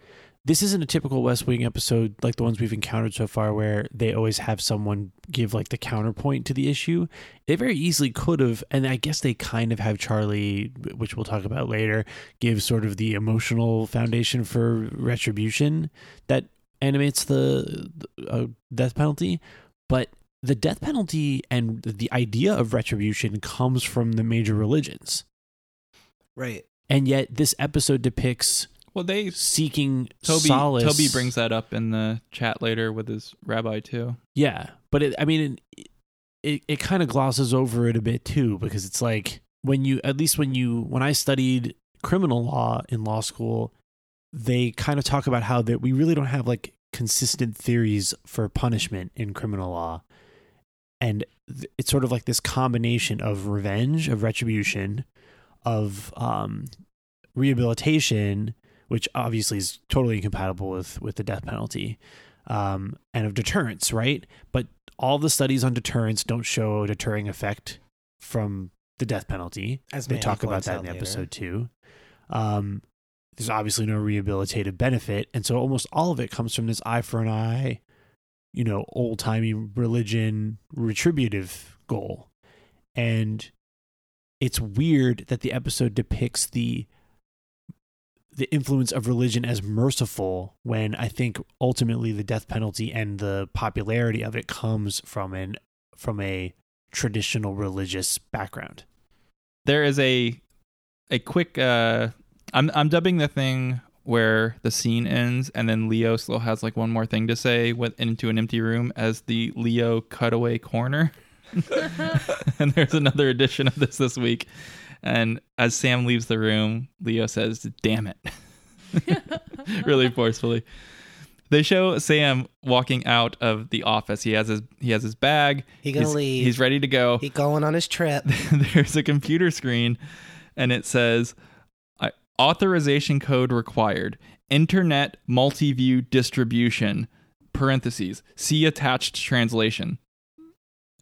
[SPEAKER 5] This isn't a typical West Wing episode like the ones we've encountered so far, where they always have someone give like the counterpoint to the issue. They very easily could have, and I guess they kind of have Charlie, which we'll talk about later, give sort of the emotional foundation for retribution that animates the, the uh, death penalty. But the death penalty and the idea of retribution comes from the major religions.
[SPEAKER 3] Right.
[SPEAKER 5] And yet this episode depicts
[SPEAKER 1] Well, they
[SPEAKER 5] seeking
[SPEAKER 1] Toby
[SPEAKER 5] solace.
[SPEAKER 1] Toby brings that up in the chat later with his rabbi too.
[SPEAKER 5] Yeah, but it, I mean, it it, it kind of glosses over it a bit too because it's like when you at least when you when I studied criminal law in law school, they kind of talk about how that we really don't have like consistent theories for punishment in criminal law, and th- it's sort of like this combination of revenge, of retribution, of um, rehabilitation, which obviously is totally incompatible with with the death penalty, um, and of deterrence, right? But all the studies on deterrence don't show a deterring effect from the death penalty.
[SPEAKER 3] As
[SPEAKER 5] they
[SPEAKER 3] Manny
[SPEAKER 5] talk about
[SPEAKER 3] points
[SPEAKER 5] that
[SPEAKER 3] out
[SPEAKER 5] in
[SPEAKER 3] later.
[SPEAKER 5] episode two. Um, there's obviously no rehabilitative benefit, and so almost all of it comes from this eye for an eye, you know, old timey religion retributive goal, and it's weird that the episode depicts the the influence of religion as merciful when I think ultimately the death penalty and the popularity of it comes from an from a traditional religious background.
[SPEAKER 1] There is a a quick uh I'm I'm dubbing the thing where the scene ends and then Leo still has like one more thing to say with into an empty room as the Leo cutaway corner. and there's another edition of this this week. And as Sam leaves the room, Leo says, "Damn it." really forcefully. They show Sam walking out of the office. He has his he has his bag.
[SPEAKER 3] He gonna
[SPEAKER 1] he's,
[SPEAKER 3] leave.
[SPEAKER 1] He's ready to go.
[SPEAKER 3] He going on his trip.
[SPEAKER 1] there's a computer screen and it says I- authorization code required internet multi-view distribution parentheses see attached translation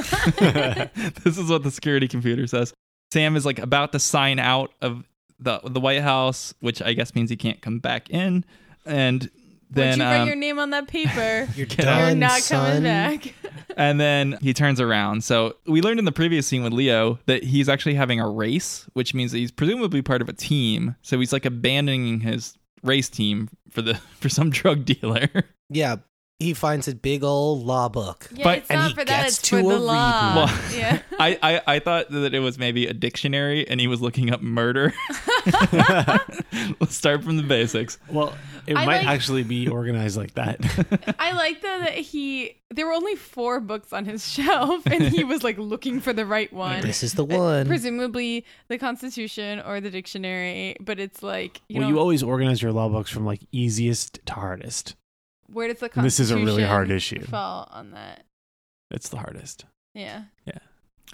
[SPEAKER 1] this is what the security computer says sam is like about to sign out of the the white house which i guess means he can't come back in and
[SPEAKER 4] Once
[SPEAKER 1] then
[SPEAKER 4] you write
[SPEAKER 1] um,
[SPEAKER 4] your name on that paper,
[SPEAKER 3] You're done,
[SPEAKER 4] you're not
[SPEAKER 3] son.
[SPEAKER 4] coming back.
[SPEAKER 1] and then he turns around. So we learned in the previous scene with Leo that he's actually having a race, which means that he's presumably part of a team. So he's like abandoning his race team for the for some drug dealer.
[SPEAKER 3] Yeah, he finds a big old law book.
[SPEAKER 4] Yeah,
[SPEAKER 1] But-
[SPEAKER 4] it's
[SPEAKER 3] and
[SPEAKER 4] not
[SPEAKER 3] he
[SPEAKER 4] for that.
[SPEAKER 3] gets
[SPEAKER 4] It's for
[SPEAKER 3] to a
[SPEAKER 4] the law.
[SPEAKER 1] Well,
[SPEAKER 4] Uh, yeah.
[SPEAKER 1] I, I I thought that it was maybe a dictionary, and he was looking up murder. Let's start from the basics.
[SPEAKER 5] Well, it
[SPEAKER 4] I
[SPEAKER 5] might
[SPEAKER 4] like-
[SPEAKER 5] actually be organized like that.
[SPEAKER 4] I like though that he there were only four books on his shelf, and he was like looking for the right one.
[SPEAKER 3] This is the one.
[SPEAKER 4] Presumably the Constitution or the dictionary, but it's like you
[SPEAKER 5] well,
[SPEAKER 4] know
[SPEAKER 5] you always organize your law books from like easiest to hardest.
[SPEAKER 4] where does the Constitution?
[SPEAKER 5] This is a really hard issue.
[SPEAKER 4] Fall on that,
[SPEAKER 5] It's the hardest.
[SPEAKER 4] yeah.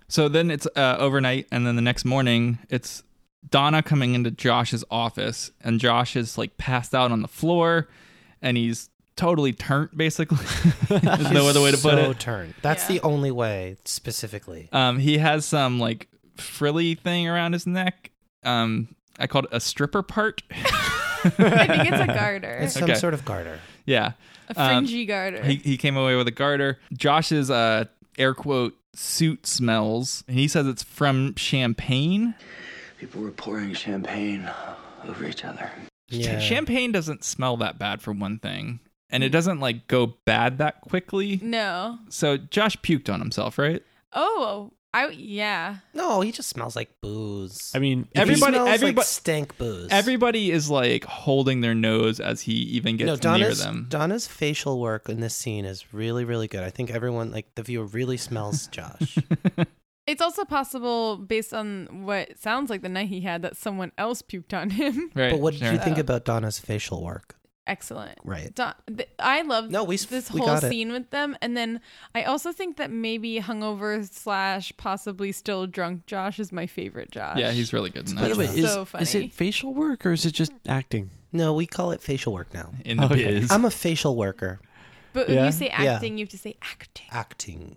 [SPEAKER 1] So then it's uh, overnight, and then the next morning, it's Donna coming into Josh's office, and Josh is like passed out on the floor, and he's totally turnt, basically. There's no other way to put
[SPEAKER 3] so
[SPEAKER 1] it.
[SPEAKER 3] turned. That's
[SPEAKER 4] Yeah.
[SPEAKER 3] the only way, specifically.
[SPEAKER 1] Um, he has some like frilly thing around his neck. Um, I called it a stripper part.
[SPEAKER 4] I think it's a garter,
[SPEAKER 3] It's some
[SPEAKER 1] Okay.
[SPEAKER 3] sort of garter.
[SPEAKER 1] yeah.
[SPEAKER 4] a
[SPEAKER 1] Um,
[SPEAKER 4] fringy garter.
[SPEAKER 1] He, he came away with a garter. Josh's uh, air quote suit smells, and he says it's from champagne.
[SPEAKER 8] People were pouring champagne over each other.
[SPEAKER 3] Yeah. Mm.
[SPEAKER 1] Champagne doesn't smell that bad for one thing, and it doesn't like go bad that
[SPEAKER 4] Mm.
[SPEAKER 1] quickly.
[SPEAKER 4] no,
[SPEAKER 1] So Josh puked on himself, right?
[SPEAKER 4] oh, I yeah.
[SPEAKER 3] No, he just smells like booze.
[SPEAKER 5] I mean,
[SPEAKER 3] He
[SPEAKER 5] if you-
[SPEAKER 1] Everybody-
[SPEAKER 3] smells
[SPEAKER 1] everybody-
[SPEAKER 3] like stank booze.
[SPEAKER 1] Everybody is like holding their nose as he even gets
[SPEAKER 3] no,
[SPEAKER 1] near
[SPEAKER 3] Donna's
[SPEAKER 1] them.
[SPEAKER 3] Donna's facial work in this scene is really, really good. I think everyone, like the viewer, really smells Josh.
[SPEAKER 4] It's also possible, based on what sounds like the night he had, that someone else puked on him.
[SPEAKER 1] right.
[SPEAKER 3] but what did you
[SPEAKER 1] sure.
[SPEAKER 3] think about Donna's facial work?
[SPEAKER 4] Excellent.
[SPEAKER 3] Right.
[SPEAKER 4] Don, th- I love
[SPEAKER 3] No, we s-
[SPEAKER 4] this
[SPEAKER 3] we
[SPEAKER 4] whole
[SPEAKER 3] got it.
[SPEAKER 4] scene with them, and then I also think that maybe hungover slash possibly still drunk Josh is my favorite Josh.
[SPEAKER 1] Yeah, he's really good in
[SPEAKER 5] by
[SPEAKER 1] that.
[SPEAKER 5] the way,
[SPEAKER 1] job.
[SPEAKER 5] is,
[SPEAKER 4] so
[SPEAKER 5] is
[SPEAKER 4] funny.
[SPEAKER 5] it facial work or is it just acting?
[SPEAKER 3] No, we call it facial work now.
[SPEAKER 1] in the
[SPEAKER 5] okay.
[SPEAKER 1] biz.
[SPEAKER 3] I'm a facial worker.
[SPEAKER 4] But
[SPEAKER 5] Yeah?
[SPEAKER 4] when you say acting, you have to say acting.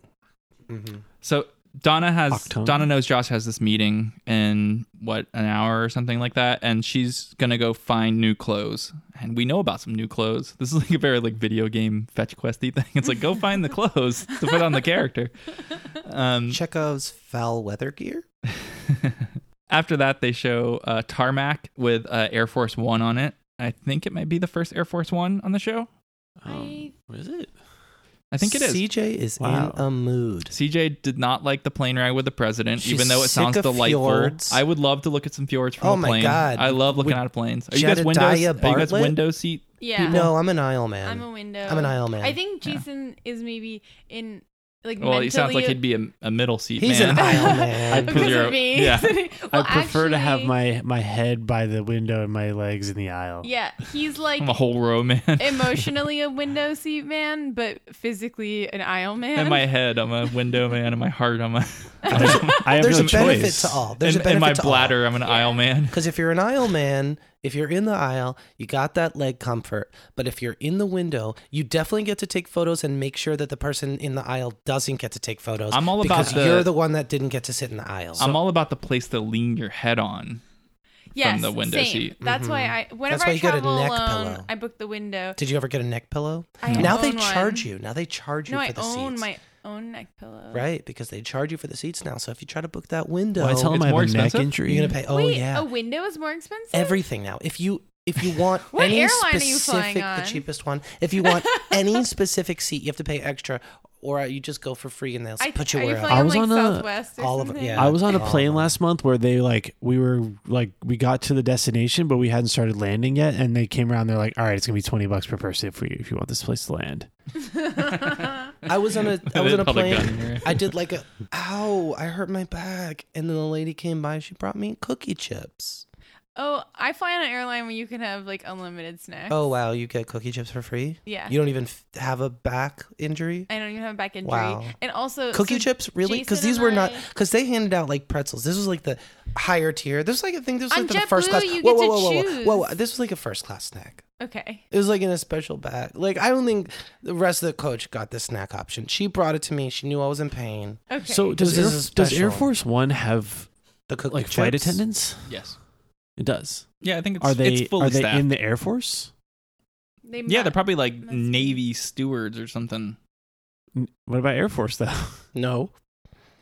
[SPEAKER 3] Mm-hmm. Acting.
[SPEAKER 1] So Donna has
[SPEAKER 5] Octone.
[SPEAKER 1] Donna knows Josh has this meeting in what an hour or something like that, and she's gonna go find new clothes. And we know about some new clothes. This is like a very like video game fetch questy thing. It's like go find the clothes to put on the character. Um,
[SPEAKER 3] Chekhov's foul weather gear.
[SPEAKER 1] after that, they show uh, tarmac with uh, Air Force One on it. I think it might be the first Air Force One on the show.
[SPEAKER 5] Um, what is it?
[SPEAKER 1] I think it is.
[SPEAKER 3] CJ is
[SPEAKER 5] Wow.
[SPEAKER 3] in a mood.
[SPEAKER 1] CJ did not like the plane ride with the president,
[SPEAKER 3] She's
[SPEAKER 1] even though it
[SPEAKER 3] sick
[SPEAKER 1] sounds
[SPEAKER 3] of
[SPEAKER 1] delightful.
[SPEAKER 3] fjords.
[SPEAKER 1] I would love to look at some fjords from
[SPEAKER 3] Oh
[SPEAKER 1] a
[SPEAKER 3] my
[SPEAKER 1] plane.
[SPEAKER 3] God.
[SPEAKER 1] I love looking
[SPEAKER 3] With
[SPEAKER 1] out of planes. Are you guys window? Are
[SPEAKER 3] Jedediah
[SPEAKER 1] you guys
[SPEAKER 3] Bartlett?
[SPEAKER 1] window seat?
[SPEAKER 4] Yeah.
[SPEAKER 3] No, I'm an aisle man.
[SPEAKER 4] I'm a window.
[SPEAKER 3] I'm an aisle man.
[SPEAKER 4] I think Jason is maybe in like
[SPEAKER 1] Well,
[SPEAKER 4] mentally.
[SPEAKER 1] he sounds like he'd be a, a middle seat
[SPEAKER 3] He's
[SPEAKER 1] man.
[SPEAKER 3] an aisle man.
[SPEAKER 5] I-
[SPEAKER 4] because
[SPEAKER 1] you're-
[SPEAKER 4] of me.
[SPEAKER 1] yeah.
[SPEAKER 4] Well,
[SPEAKER 5] I prefer to have
[SPEAKER 4] actually,
[SPEAKER 5] my my head by the window and my legs in the aisle.
[SPEAKER 4] Yeah, he's like
[SPEAKER 1] I'm a whole row man.
[SPEAKER 4] emotionally a window seat man, but physically an aisle man.
[SPEAKER 1] in my head, I'm a window man. In my heart, I'm a.
[SPEAKER 5] I have, I have
[SPEAKER 3] There's
[SPEAKER 5] no
[SPEAKER 3] a benefit
[SPEAKER 5] choice.
[SPEAKER 3] to all. Oh, There's
[SPEAKER 1] in,
[SPEAKER 3] a benefit
[SPEAKER 1] in my
[SPEAKER 3] to
[SPEAKER 1] bladder, I'm an aisle man.
[SPEAKER 3] Because if you're an aisle man, if you're in the aisle, you got that leg comfort. But if you're in the window, you definitely get to take photos and make sure that the person in the aisle doesn't get to take photos.
[SPEAKER 1] I'm all about
[SPEAKER 3] because
[SPEAKER 1] the-
[SPEAKER 3] you're the one that didn't get to sit in the aisle.
[SPEAKER 1] I'm all about the place to lean your head on.
[SPEAKER 4] yes,
[SPEAKER 1] the window
[SPEAKER 4] same.
[SPEAKER 1] seat.
[SPEAKER 4] That's why I whenever
[SPEAKER 3] Mm-hmm. That's why
[SPEAKER 4] I
[SPEAKER 3] you get a
[SPEAKER 4] travel
[SPEAKER 3] neck
[SPEAKER 4] alone,
[SPEAKER 3] pillow.
[SPEAKER 4] I book the window.
[SPEAKER 3] Did you ever get a neck pillow?
[SPEAKER 4] I
[SPEAKER 3] now they
[SPEAKER 4] own one.
[SPEAKER 3] charge you. Now they charge you
[SPEAKER 4] No,
[SPEAKER 3] for
[SPEAKER 4] I
[SPEAKER 3] the
[SPEAKER 4] own
[SPEAKER 3] seats.
[SPEAKER 4] my own neck pillow.
[SPEAKER 3] Right, because they charge you for the seats now. So if you try to book that window,
[SPEAKER 5] Well, I tell
[SPEAKER 1] It's
[SPEAKER 5] him I have
[SPEAKER 1] more
[SPEAKER 5] a neck
[SPEAKER 1] expensive?
[SPEAKER 5] injury.
[SPEAKER 3] you're gonna pay. Oh
[SPEAKER 4] Wait,
[SPEAKER 3] yeah,
[SPEAKER 4] a window is more expensive.
[SPEAKER 3] everything now. If you if you want
[SPEAKER 4] What
[SPEAKER 3] any
[SPEAKER 4] airline are you flying
[SPEAKER 3] specific, the
[SPEAKER 4] on?
[SPEAKER 3] cheapest one. If you want any specific seat, you have to pay extra, or you just go for free and they'll
[SPEAKER 4] I,
[SPEAKER 3] put you
[SPEAKER 4] are you
[SPEAKER 3] wherever.
[SPEAKER 4] flying
[SPEAKER 5] I
[SPEAKER 4] on,
[SPEAKER 5] was
[SPEAKER 4] like
[SPEAKER 5] on a-
[SPEAKER 4] Southwest or
[SPEAKER 3] all of it,
[SPEAKER 4] something?
[SPEAKER 3] yeah.
[SPEAKER 5] I was on a
[SPEAKER 3] Oh.
[SPEAKER 5] plane last month where they like we were like we got to the destination but we hadn't started landing yet and they came around they're like all right it's gonna be twenty bucks per person if we if you want this place to land
[SPEAKER 3] I was on a I was on a
[SPEAKER 1] Public gun,
[SPEAKER 3] plane.
[SPEAKER 1] right?
[SPEAKER 3] I did like a ow, I hurt my back. And then the lady came by, she brought me cookie chips.
[SPEAKER 4] Oh, I fly on an airline where you can have like unlimited snacks.
[SPEAKER 3] Oh wow, you get cookie chips for free?
[SPEAKER 4] Yeah.
[SPEAKER 3] You don't even f- have a back injury?
[SPEAKER 4] I don't even have a back injury.
[SPEAKER 3] Wow.
[SPEAKER 4] And also
[SPEAKER 3] Cookie
[SPEAKER 4] Uh, so
[SPEAKER 3] chips, really? Because
[SPEAKER 4] Jason
[SPEAKER 3] these were
[SPEAKER 4] and
[SPEAKER 3] not
[SPEAKER 4] I-
[SPEAKER 3] because they handed out like pretzels. This was like the higher tier. This was like I think this was
[SPEAKER 4] On
[SPEAKER 3] like the first
[SPEAKER 4] JetBlue,
[SPEAKER 3] class.
[SPEAKER 4] you
[SPEAKER 3] whoa, whoa,
[SPEAKER 4] get to
[SPEAKER 3] whoa, whoa, whoa,
[SPEAKER 4] choose.
[SPEAKER 3] whoa, This was like a first class snack.
[SPEAKER 4] Okay.
[SPEAKER 3] It was like in a special bag. Like I don't think the rest of the coach got the snack option. She brought it to me. She knew I was in pain.
[SPEAKER 4] Okay.
[SPEAKER 5] so does
[SPEAKER 3] This
[SPEAKER 5] Air,
[SPEAKER 3] is
[SPEAKER 5] does Air
[SPEAKER 3] special.
[SPEAKER 5] Force One have
[SPEAKER 3] The cookie
[SPEAKER 5] like
[SPEAKER 3] chips.
[SPEAKER 5] flight attendants
[SPEAKER 1] Yes.
[SPEAKER 5] it does
[SPEAKER 1] Yeah, I think it's,
[SPEAKER 5] are they
[SPEAKER 1] it's fully
[SPEAKER 5] are they
[SPEAKER 1] staffed.
[SPEAKER 5] in the Air Force
[SPEAKER 4] they
[SPEAKER 1] yeah,
[SPEAKER 4] mu-
[SPEAKER 1] they're probably like
[SPEAKER 4] must be.
[SPEAKER 1] Navy stewards or something.
[SPEAKER 5] N- what about Air Force though
[SPEAKER 3] No,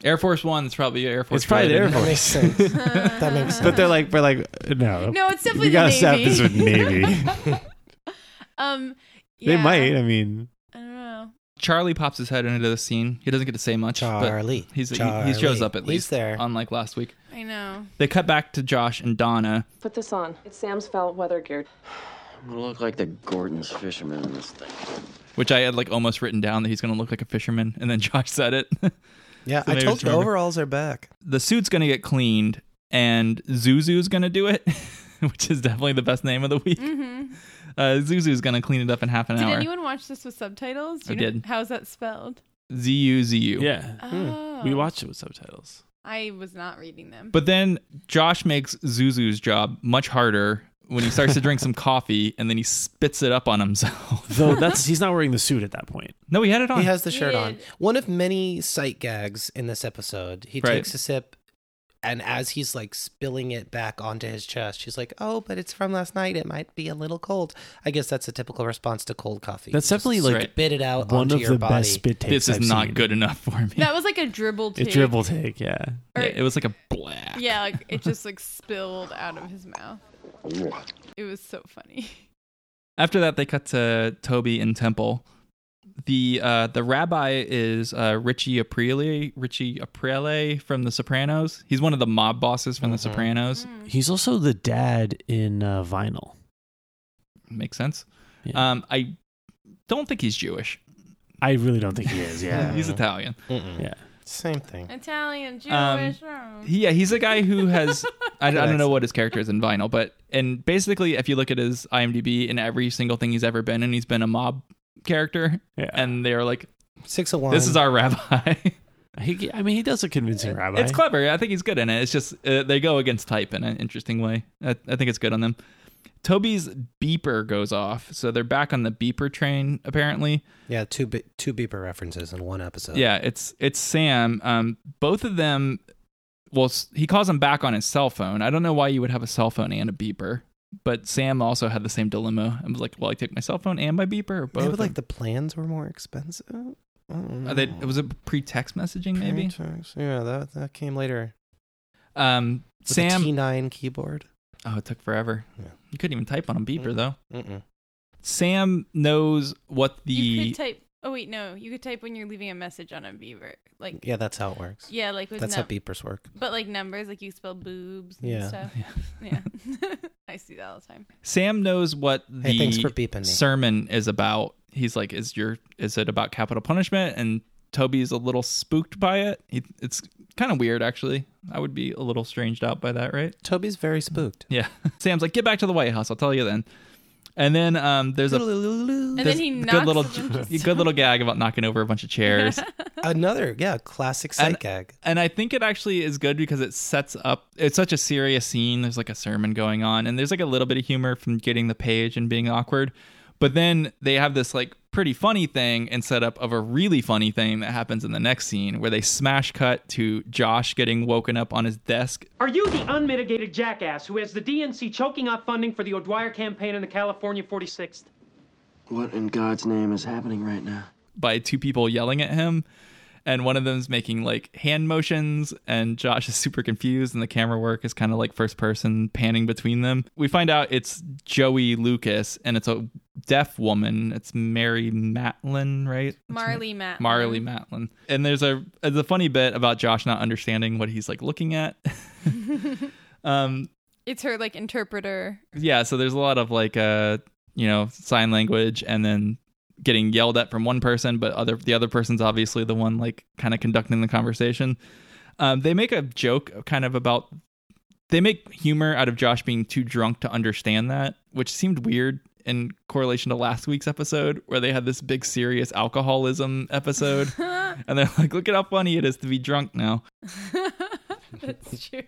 [SPEAKER 1] Air Force One's probably Air Force.
[SPEAKER 5] it's probably the Air
[SPEAKER 1] related.
[SPEAKER 3] That makes
[SPEAKER 5] Force
[SPEAKER 3] sense. that makes sense.
[SPEAKER 5] but they're like we're like no
[SPEAKER 4] No, it's definitely
[SPEAKER 5] we gotta
[SPEAKER 4] the
[SPEAKER 5] stop
[SPEAKER 4] Navy.
[SPEAKER 5] this with Navy
[SPEAKER 4] um
[SPEAKER 5] they
[SPEAKER 4] yeah.
[SPEAKER 5] might I mean
[SPEAKER 4] I don't know.
[SPEAKER 1] Charlie pops his head into the scene. He doesn't get to say much. but
[SPEAKER 3] Charlie.
[SPEAKER 1] he's he-
[SPEAKER 3] Charlie.
[SPEAKER 1] He, shows up at
[SPEAKER 3] He's
[SPEAKER 1] least. Uh,
[SPEAKER 3] there.
[SPEAKER 1] Unlike last week.
[SPEAKER 4] I know.
[SPEAKER 1] They cut back to Josh and Donna.
[SPEAKER 10] Put this on. It's Sam's foul weather gear.
[SPEAKER 8] I'm gonna look like the Gordon's fisherman in this thing.
[SPEAKER 1] Which I had like almost written down that he's gonna look like a fisherman, and then Josh said it.
[SPEAKER 3] yeah,
[SPEAKER 1] So
[SPEAKER 3] I
[SPEAKER 1] they
[SPEAKER 3] told
[SPEAKER 1] just
[SPEAKER 3] you
[SPEAKER 1] remember-
[SPEAKER 3] overalls are back.
[SPEAKER 1] the suit's gonna get cleaned, and Zuzu's gonna do it, which is definitely the best name of the week. Uh, Zuzu's gonna clean it up in half an
[SPEAKER 4] Mm-hmm. Did
[SPEAKER 1] hour.
[SPEAKER 4] anyone watch this with subtitles? Do
[SPEAKER 1] I
[SPEAKER 4] you know-
[SPEAKER 1] did.
[SPEAKER 4] How's that spelled?
[SPEAKER 1] Z U Z U.
[SPEAKER 5] yeah
[SPEAKER 4] Oh.
[SPEAKER 5] we watched it with subtitles
[SPEAKER 4] I was not reading them.
[SPEAKER 1] Hmm. But then Josh makes Zuzu's job much harder when he starts to drink some coffee, and then he spits it up on himself.
[SPEAKER 5] though that's he's not wearing the suit at that point
[SPEAKER 1] no, he had it on.
[SPEAKER 3] He has the shirt on.
[SPEAKER 4] Yeah.
[SPEAKER 3] One of many sight gags in this episode. He
[SPEAKER 1] Right.
[SPEAKER 3] takes a sip, and as he's like spilling it back onto his chest, she's like, "Oh, but it's from last night. It might be a little cold." I guess that's a typical response to cold coffee.
[SPEAKER 5] That's definitely
[SPEAKER 3] Just
[SPEAKER 5] like
[SPEAKER 1] Right.
[SPEAKER 3] spit it out
[SPEAKER 5] one
[SPEAKER 3] onto
[SPEAKER 5] of
[SPEAKER 3] your
[SPEAKER 5] the
[SPEAKER 3] body.
[SPEAKER 5] best spit takes.
[SPEAKER 1] this is
[SPEAKER 5] I've
[SPEAKER 1] not
[SPEAKER 5] seen.
[SPEAKER 1] good enough for me.
[SPEAKER 4] that was like a dribble
[SPEAKER 5] It
[SPEAKER 4] take.
[SPEAKER 5] dribble take, yeah.
[SPEAKER 1] Yeah,
[SPEAKER 4] or-
[SPEAKER 1] it was like a black.
[SPEAKER 4] Yeah, like it just like spilled out of his mouth. It was so funny.
[SPEAKER 1] After that, they cut to Toby and Temple. The uh, the rabbi is uh, Richie Aprile, Richie Aprile from The Sopranos. He's one of the mob bosses from The
[SPEAKER 3] Mhm.
[SPEAKER 5] Mm-hmm.
[SPEAKER 1] Sopranos.
[SPEAKER 4] Mm.
[SPEAKER 5] He's also the dad in uh, Vinyl.
[SPEAKER 4] Mm-hmm.
[SPEAKER 1] Makes sense.
[SPEAKER 5] Yeah.
[SPEAKER 1] Um, I don't think he's Jewish.
[SPEAKER 5] I really don't think he is. Yeah,
[SPEAKER 1] he's Italian.
[SPEAKER 3] Mm-mm.
[SPEAKER 5] yeah.
[SPEAKER 3] Same thing.
[SPEAKER 4] Italian, Jewish.
[SPEAKER 1] Um,
[SPEAKER 4] oh.
[SPEAKER 1] He- Yeah, he's a guy who has I, I don't know
[SPEAKER 3] accent.
[SPEAKER 1] what his character is in Vinyl, but and basically if you look at his IMDb in every single thing he's ever been in, he's been a mob character,
[SPEAKER 5] Yeah.
[SPEAKER 1] and they're like,
[SPEAKER 3] Six of one.
[SPEAKER 1] "This is our rabbi."
[SPEAKER 5] He, I mean, he does a convincing rabbi.
[SPEAKER 1] It's clever. I think he's good in it. It's just uh, they go against type in an interesting way. I, I think it's good on them. Toby's beeper goes off, so they're back on the beeper train apparently.
[SPEAKER 3] Yeah, two be- two beeper references in one episode.
[SPEAKER 1] Yeah, it's it's Sam. Um, both of them. Well, s- he calls him back on his cell phone. I don't know why you would have a cell phone and a beeper, but Sam also had the same dilemma and was like, "Well, I take my cell phone and my beeper, or
[SPEAKER 3] Maybe
[SPEAKER 1] both."
[SPEAKER 3] like the plans were more expensive. I don't know.
[SPEAKER 1] Are they, was it pre text messaging maybe?
[SPEAKER 3] Pre-text. Yeah, that that came later.
[SPEAKER 1] Um,
[SPEAKER 3] With
[SPEAKER 1] Sam.
[SPEAKER 3] a T9 keyboard.
[SPEAKER 1] oh, it took forever.
[SPEAKER 3] Yeah.
[SPEAKER 1] You couldn't even type on a beeper
[SPEAKER 3] Mm.
[SPEAKER 1] though.
[SPEAKER 3] Mm-mm.
[SPEAKER 1] Sam knows what the
[SPEAKER 4] you could type. Oh wait, no, you could type when you're leaving a message on a beaver. Like yeah,
[SPEAKER 3] Yeah, that's how it works.
[SPEAKER 4] like with
[SPEAKER 3] that's
[SPEAKER 4] num-
[SPEAKER 3] how beepers work.
[SPEAKER 4] but like numbers, like you spell boobs and
[SPEAKER 3] Yeah.
[SPEAKER 4] stuff.
[SPEAKER 1] Yeah.
[SPEAKER 4] Yeah, I see that all the time.
[SPEAKER 1] Sam knows what the
[SPEAKER 3] Hey, thanks for beeping me.
[SPEAKER 1] sermon is about. He's like, "Is your is it about capital punishment?" And Toby's a little spooked by it. He, it's kind of weird, actually. I would be a little stranged out by that, right?
[SPEAKER 3] Toby's very spooked.
[SPEAKER 1] Yeah. Sam's like, "Get back to the White House. I'll tell you then." And then um, there's a
[SPEAKER 4] And
[SPEAKER 1] there's
[SPEAKER 4] then he
[SPEAKER 1] a
[SPEAKER 4] knocks
[SPEAKER 1] good little
[SPEAKER 4] a bunch of
[SPEAKER 1] a good little gag about knocking over a bunch of chairs.
[SPEAKER 3] Another, yeah, classic sight
[SPEAKER 1] And-
[SPEAKER 3] gag.
[SPEAKER 1] and I think it actually is good because it sets up. It's such a serious scene. There's like a sermon going on, and there's like a little bit of humor from getting the page and being awkward. But then they have this like pretty funny thing and setup of a really funny thing that happens in the next scene where they smash cut to Josh getting woken up on his desk.
[SPEAKER 12] Are you the unmitigated jackass who has the DNC choking out funding for the O'Dwyer campaign in the California 46th?
[SPEAKER 13] What in God's name is happening right now?
[SPEAKER 1] by two people yelling at him and one of them's making like hand motions and Josh is super confused and the camera work is kind of like first person panning between them. We find out it's Joey Lucas and it's a deaf woman. It's Mary Matlin, right?
[SPEAKER 4] Marley Matt.
[SPEAKER 1] Marley Matlin. And there's a there's a funny bit about Josh not understanding what he's like looking at. um
[SPEAKER 4] It's her like interpreter.
[SPEAKER 1] yeah so there's a lot of like uh you know sign language and then getting yelled at from one person but other the other person's obviously the one like kind of conducting the conversation um, they make a joke kind of about they make humor out of josh being too drunk to understand that which seemed weird in correlation to last week's episode where they had this big serious alcoholism episode and they're like look at how funny it is to be drunk now
[SPEAKER 4] That's true.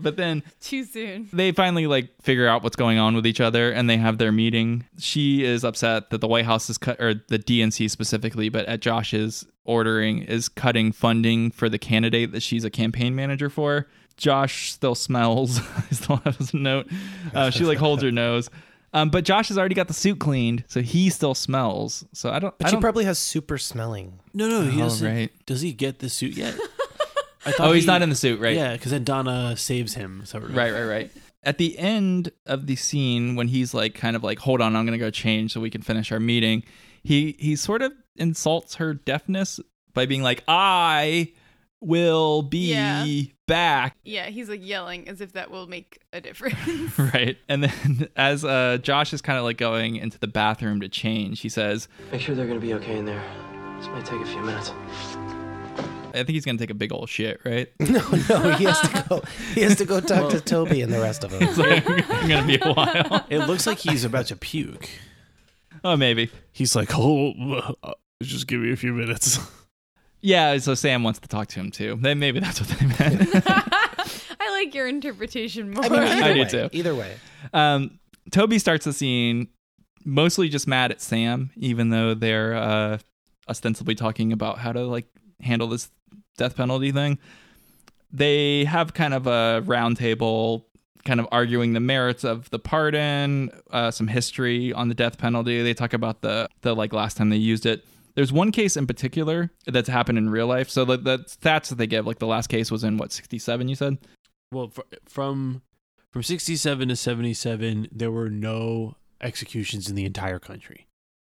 [SPEAKER 1] but then
[SPEAKER 4] Too soon.
[SPEAKER 1] they finally like figure out what's going on with each other and they have their meeting. She is upset that the White House is cut or the DNC specifically, but at Josh's ordering is cutting funding for the candidate that she's a campaign manager for. Josh still smells. I still have his note. Uh, she like holds her nose. Um, but Josh has already got the suit cleaned, so he still smells. So I don't.
[SPEAKER 3] But
[SPEAKER 1] I
[SPEAKER 3] she
[SPEAKER 1] don't
[SPEAKER 3] probably has super smelling.
[SPEAKER 5] No, no, he
[SPEAKER 1] Oh,
[SPEAKER 5] doesn't.
[SPEAKER 1] right.
[SPEAKER 5] Does he get the suit yet? I
[SPEAKER 1] oh,
[SPEAKER 5] thought
[SPEAKER 1] he's
[SPEAKER 5] he-
[SPEAKER 1] not in the suit, right?
[SPEAKER 5] Yeah, because then Donna saves him. Sort of.
[SPEAKER 1] Right, right, right. At the end of the scene, when he's like, kind of like, hold on, I'm gonna go change so we can finish our meeting. He he sort of insults her deafness by being like, I will be
[SPEAKER 4] Yeah.
[SPEAKER 1] back,
[SPEAKER 4] Yeah, he's like yelling as if that will make a difference.
[SPEAKER 1] right? And then as uh, Josh is kind of like going into the bathroom to change, he says,
[SPEAKER 13] Make sure they're gonna be okay in there. This may take a few minutes.
[SPEAKER 1] I think he's gonna take a big old shit, right?
[SPEAKER 3] No, no, he has to go. He has to go talk to Toby and the rest of them.
[SPEAKER 1] It's like, I'm gonna be a while.
[SPEAKER 5] It looks like he's about to puke.
[SPEAKER 1] Oh, maybe.
[SPEAKER 5] He's like, oh, uh, just give me a few minutes.
[SPEAKER 1] Yeah. So Sam wants to talk to him too. Then maybe that's what they meant.
[SPEAKER 4] I like your interpretation more.
[SPEAKER 3] I mean, either
[SPEAKER 1] I do
[SPEAKER 3] way,
[SPEAKER 1] too.
[SPEAKER 3] Either way,
[SPEAKER 1] Um, Toby starts the scene mostly just mad at Sam, even though they're uh, ostensibly talking about how to like handle this death penalty thing. They have kind of a roundtable, kind of arguing the merits of the pardon, uh, some history on the death penalty. They talk about the the like last time they used it. There's one case in particular that's happened in real life. So the, the stats that they give, like the last case was in what 67, you said?
[SPEAKER 5] well, fr- from from sixty seven to seventy seven, there were no executions in the entire country.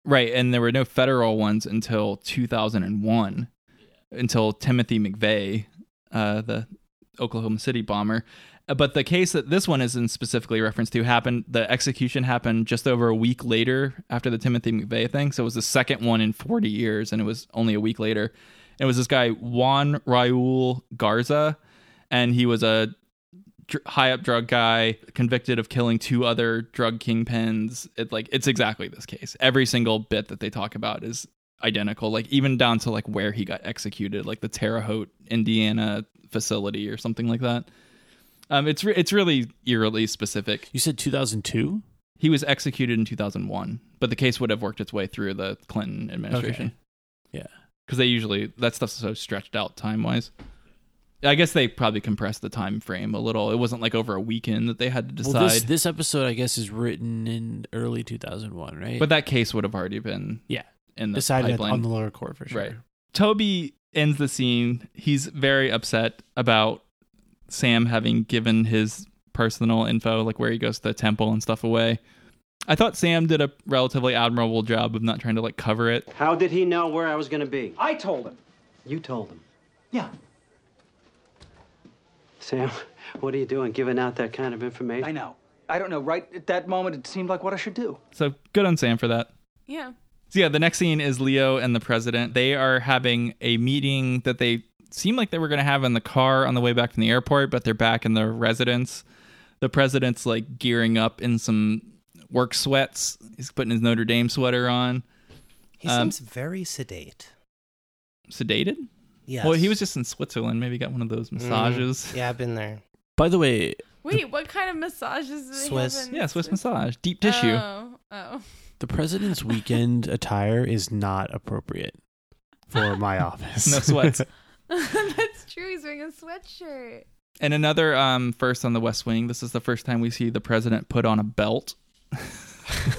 [SPEAKER 1] Right, and there were no federal ones until 2001, until Timothy McVeigh, uh, the Oklahoma City bomber. Uh, But the case that this one is in specifically reference to happened, the execution happened just over a week later after the Timothy McVeigh thing. So it was the second one in 40 years, and it was only a week later. It was this guy, Juan Raul Garza, and he was a dr- high up drug guy convicted of killing two other drug kingpins. It like it's exactly this case. Every single bit that they talk about is identical. Like even down to like where he got executed, like the Terre Haute, Indiana facility or something like that. Um, it's re- it's really eerily specific.
[SPEAKER 5] You said 2002.
[SPEAKER 1] He was executed in 2001, but the case would have worked its way through the Clinton administration.
[SPEAKER 5] Yeah.
[SPEAKER 1] because they usually that stuff's so stretched out time wise. I guess they probably compressed the time frame a little. It wasn't like over a weekend that they had to decide.
[SPEAKER 5] Well, this this episode, I guess, is written in early 2001, right?
[SPEAKER 1] but that case would have already been
[SPEAKER 5] yeah,
[SPEAKER 1] in the
[SPEAKER 5] decided at-
[SPEAKER 1] pipeline.
[SPEAKER 5] on the lower court for sure.
[SPEAKER 1] Right. Toby ends the scene. He's very upset about Sam having given his personal info, like where he goes to the temple and stuff away. I thought Sam did a relatively admirable job of not trying to like cover it.
[SPEAKER 13] How did he know where I was going to be?
[SPEAKER 12] I told him.
[SPEAKER 13] You told him.
[SPEAKER 12] Yeah.
[SPEAKER 13] Sam, what are you doing giving out that kind of information?
[SPEAKER 12] I know.
[SPEAKER 7] I don't know. Right at that moment, it seemed like what I should do.
[SPEAKER 1] So good on Sam for that.
[SPEAKER 4] Yeah.
[SPEAKER 1] So yeah, the next scene is Leo and the president. They are having a meeting that they seem like they were going to have in the car on the way back from the airport, but they're back in their residence. The president's like gearing up in some work sweats. He's putting his Notre Dame sweater on.
[SPEAKER 3] He
[SPEAKER 1] Um,
[SPEAKER 3] seems very sedate.
[SPEAKER 1] sedated.
[SPEAKER 3] Yes.
[SPEAKER 1] Well, he was just in Switzerland. Maybe he got one of those massages.
[SPEAKER 3] Mhm. Yeah, I've been there.
[SPEAKER 5] By the way,
[SPEAKER 4] Wait, what kind of massages do they
[SPEAKER 3] Swiss.
[SPEAKER 4] have? in
[SPEAKER 1] Yeah, Swiss massage, deep tissue.
[SPEAKER 4] Oh, oh.
[SPEAKER 5] the president's weekend attire is not appropriate for my office.
[SPEAKER 1] No sweats.
[SPEAKER 4] That's true. He's wearing a sweatshirt.
[SPEAKER 1] And another um, first on the West Wing. This is the first time we see the president put on a belt.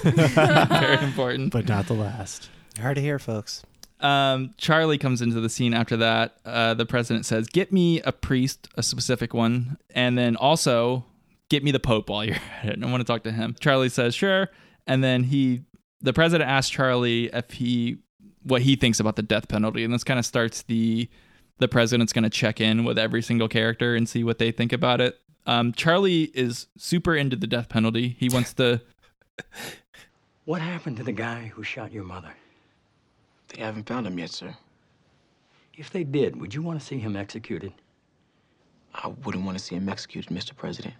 [SPEAKER 1] Very important.
[SPEAKER 5] but not the last.
[SPEAKER 3] Hard to hear, folks.
[SPEAKER 1] Um, Charlie comes into the scene after that. Uh, the president says, "Get me a priest, a specific one, and then also get me the Pope while you're at it. I want to talk to him." Charlie says, "Sure," and then he, the president, asks Charlie if he, what he thinks about the death penalty, and this kind of starts the, the president's going to check in with every single character and see what they think about it. Um, Charlie is super into the death penalty. He wants to.
[SPEAKER 13] What happened to the guy who shot your mother?
[SPEAKER 14] They haven't found him yet, sir.
[SPEAKER 13] If they did, would you want to see him executed?
[SPEAKER 14] I wouldn't want to see him executed, Mr. President.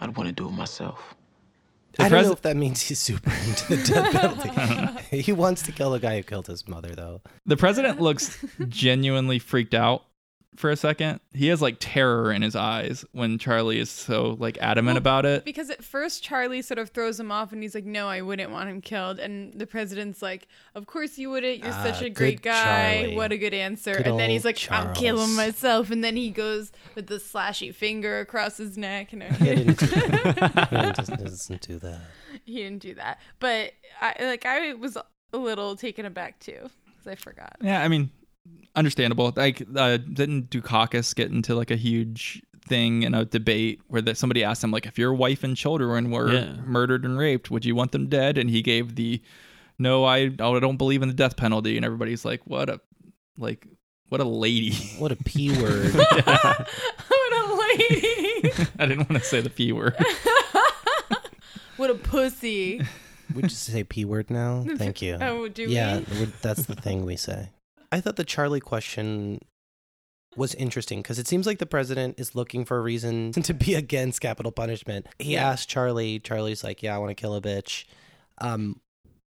[SPEAKER 14] I'd want to do it myself.
[SPEAKER 3] I don't know if that means he's super into the death penalty. he wants to kill the guy who killed his mother, though.
[SPEAKER 1] The president looks genuinely freaked out for a second. He has like terror in his eyes when Charlie is so like adamant
[SPEAKER 4] Well,
[SPEAKER 1] about it.
[SPEAKER 4] Because at first Charlie sort of throws him off and he's like, No, I wouldn't want him killed. And the president's like, Of course you wouldn't. You're
[SPEAKER 3] Ah,
[SPEAKER 4] such a
[SPEAKER 3] good
[SPEAKER 4] great guy.
[SPEAKER 3] Charlie.
[SPEAKER 4] What a good answer.
[SPEAKER 3] Good
[SPEAKER 4] and then
[SPEAKER 3] old
[SPEAKER 4] he's like, I'll kill him
[SPEAKER 3] Charles.
[SPEAKER 4] myself. And then he goes with the slashy finger across his neck. And
[SPEAKER 3] He didn't do that. He doesn't, doesn't do that.
[SPEAKER 4] he didn't do that. But I like I was a little taken aback too because I forgot.
[SPEAKER 1] Yeah, I mean, understandable. Like, uh, didn't Dukakis get into like a huge thing in a debate where that somebody asked him like, if your wife and children were
[SPEAKER 5] Yeah.
[SPEAKER 1] murdered and raped, would you want them dead? And he gave the, no, I, I don't believe in the death penalty. And everybody's like, what a, like, what a lady.
[SPEAKER 3] What a p word.
[SPEAKER 4] what a lady.
[SPEAKER 1] I didn't want to say the p word.
[SPEAKER 4] what a pussy.
[SPEAKER 3] We just say p word now. Thank you.
[SPEAKER 4] Oh, do
[SPEAKER 3] yeah,
[SPEAKER 4] we?
[SPEAKER 3] we're- that's the thing we say. I thought the Charlie question was interesting because it seems like the president is looking for a reason to be against capital punishment. He
[SPEAKER 4] Yeah.
[SPEAKER 3] asked Charlie. Charlie's like, "Yeah, I want to kill a bitch," um,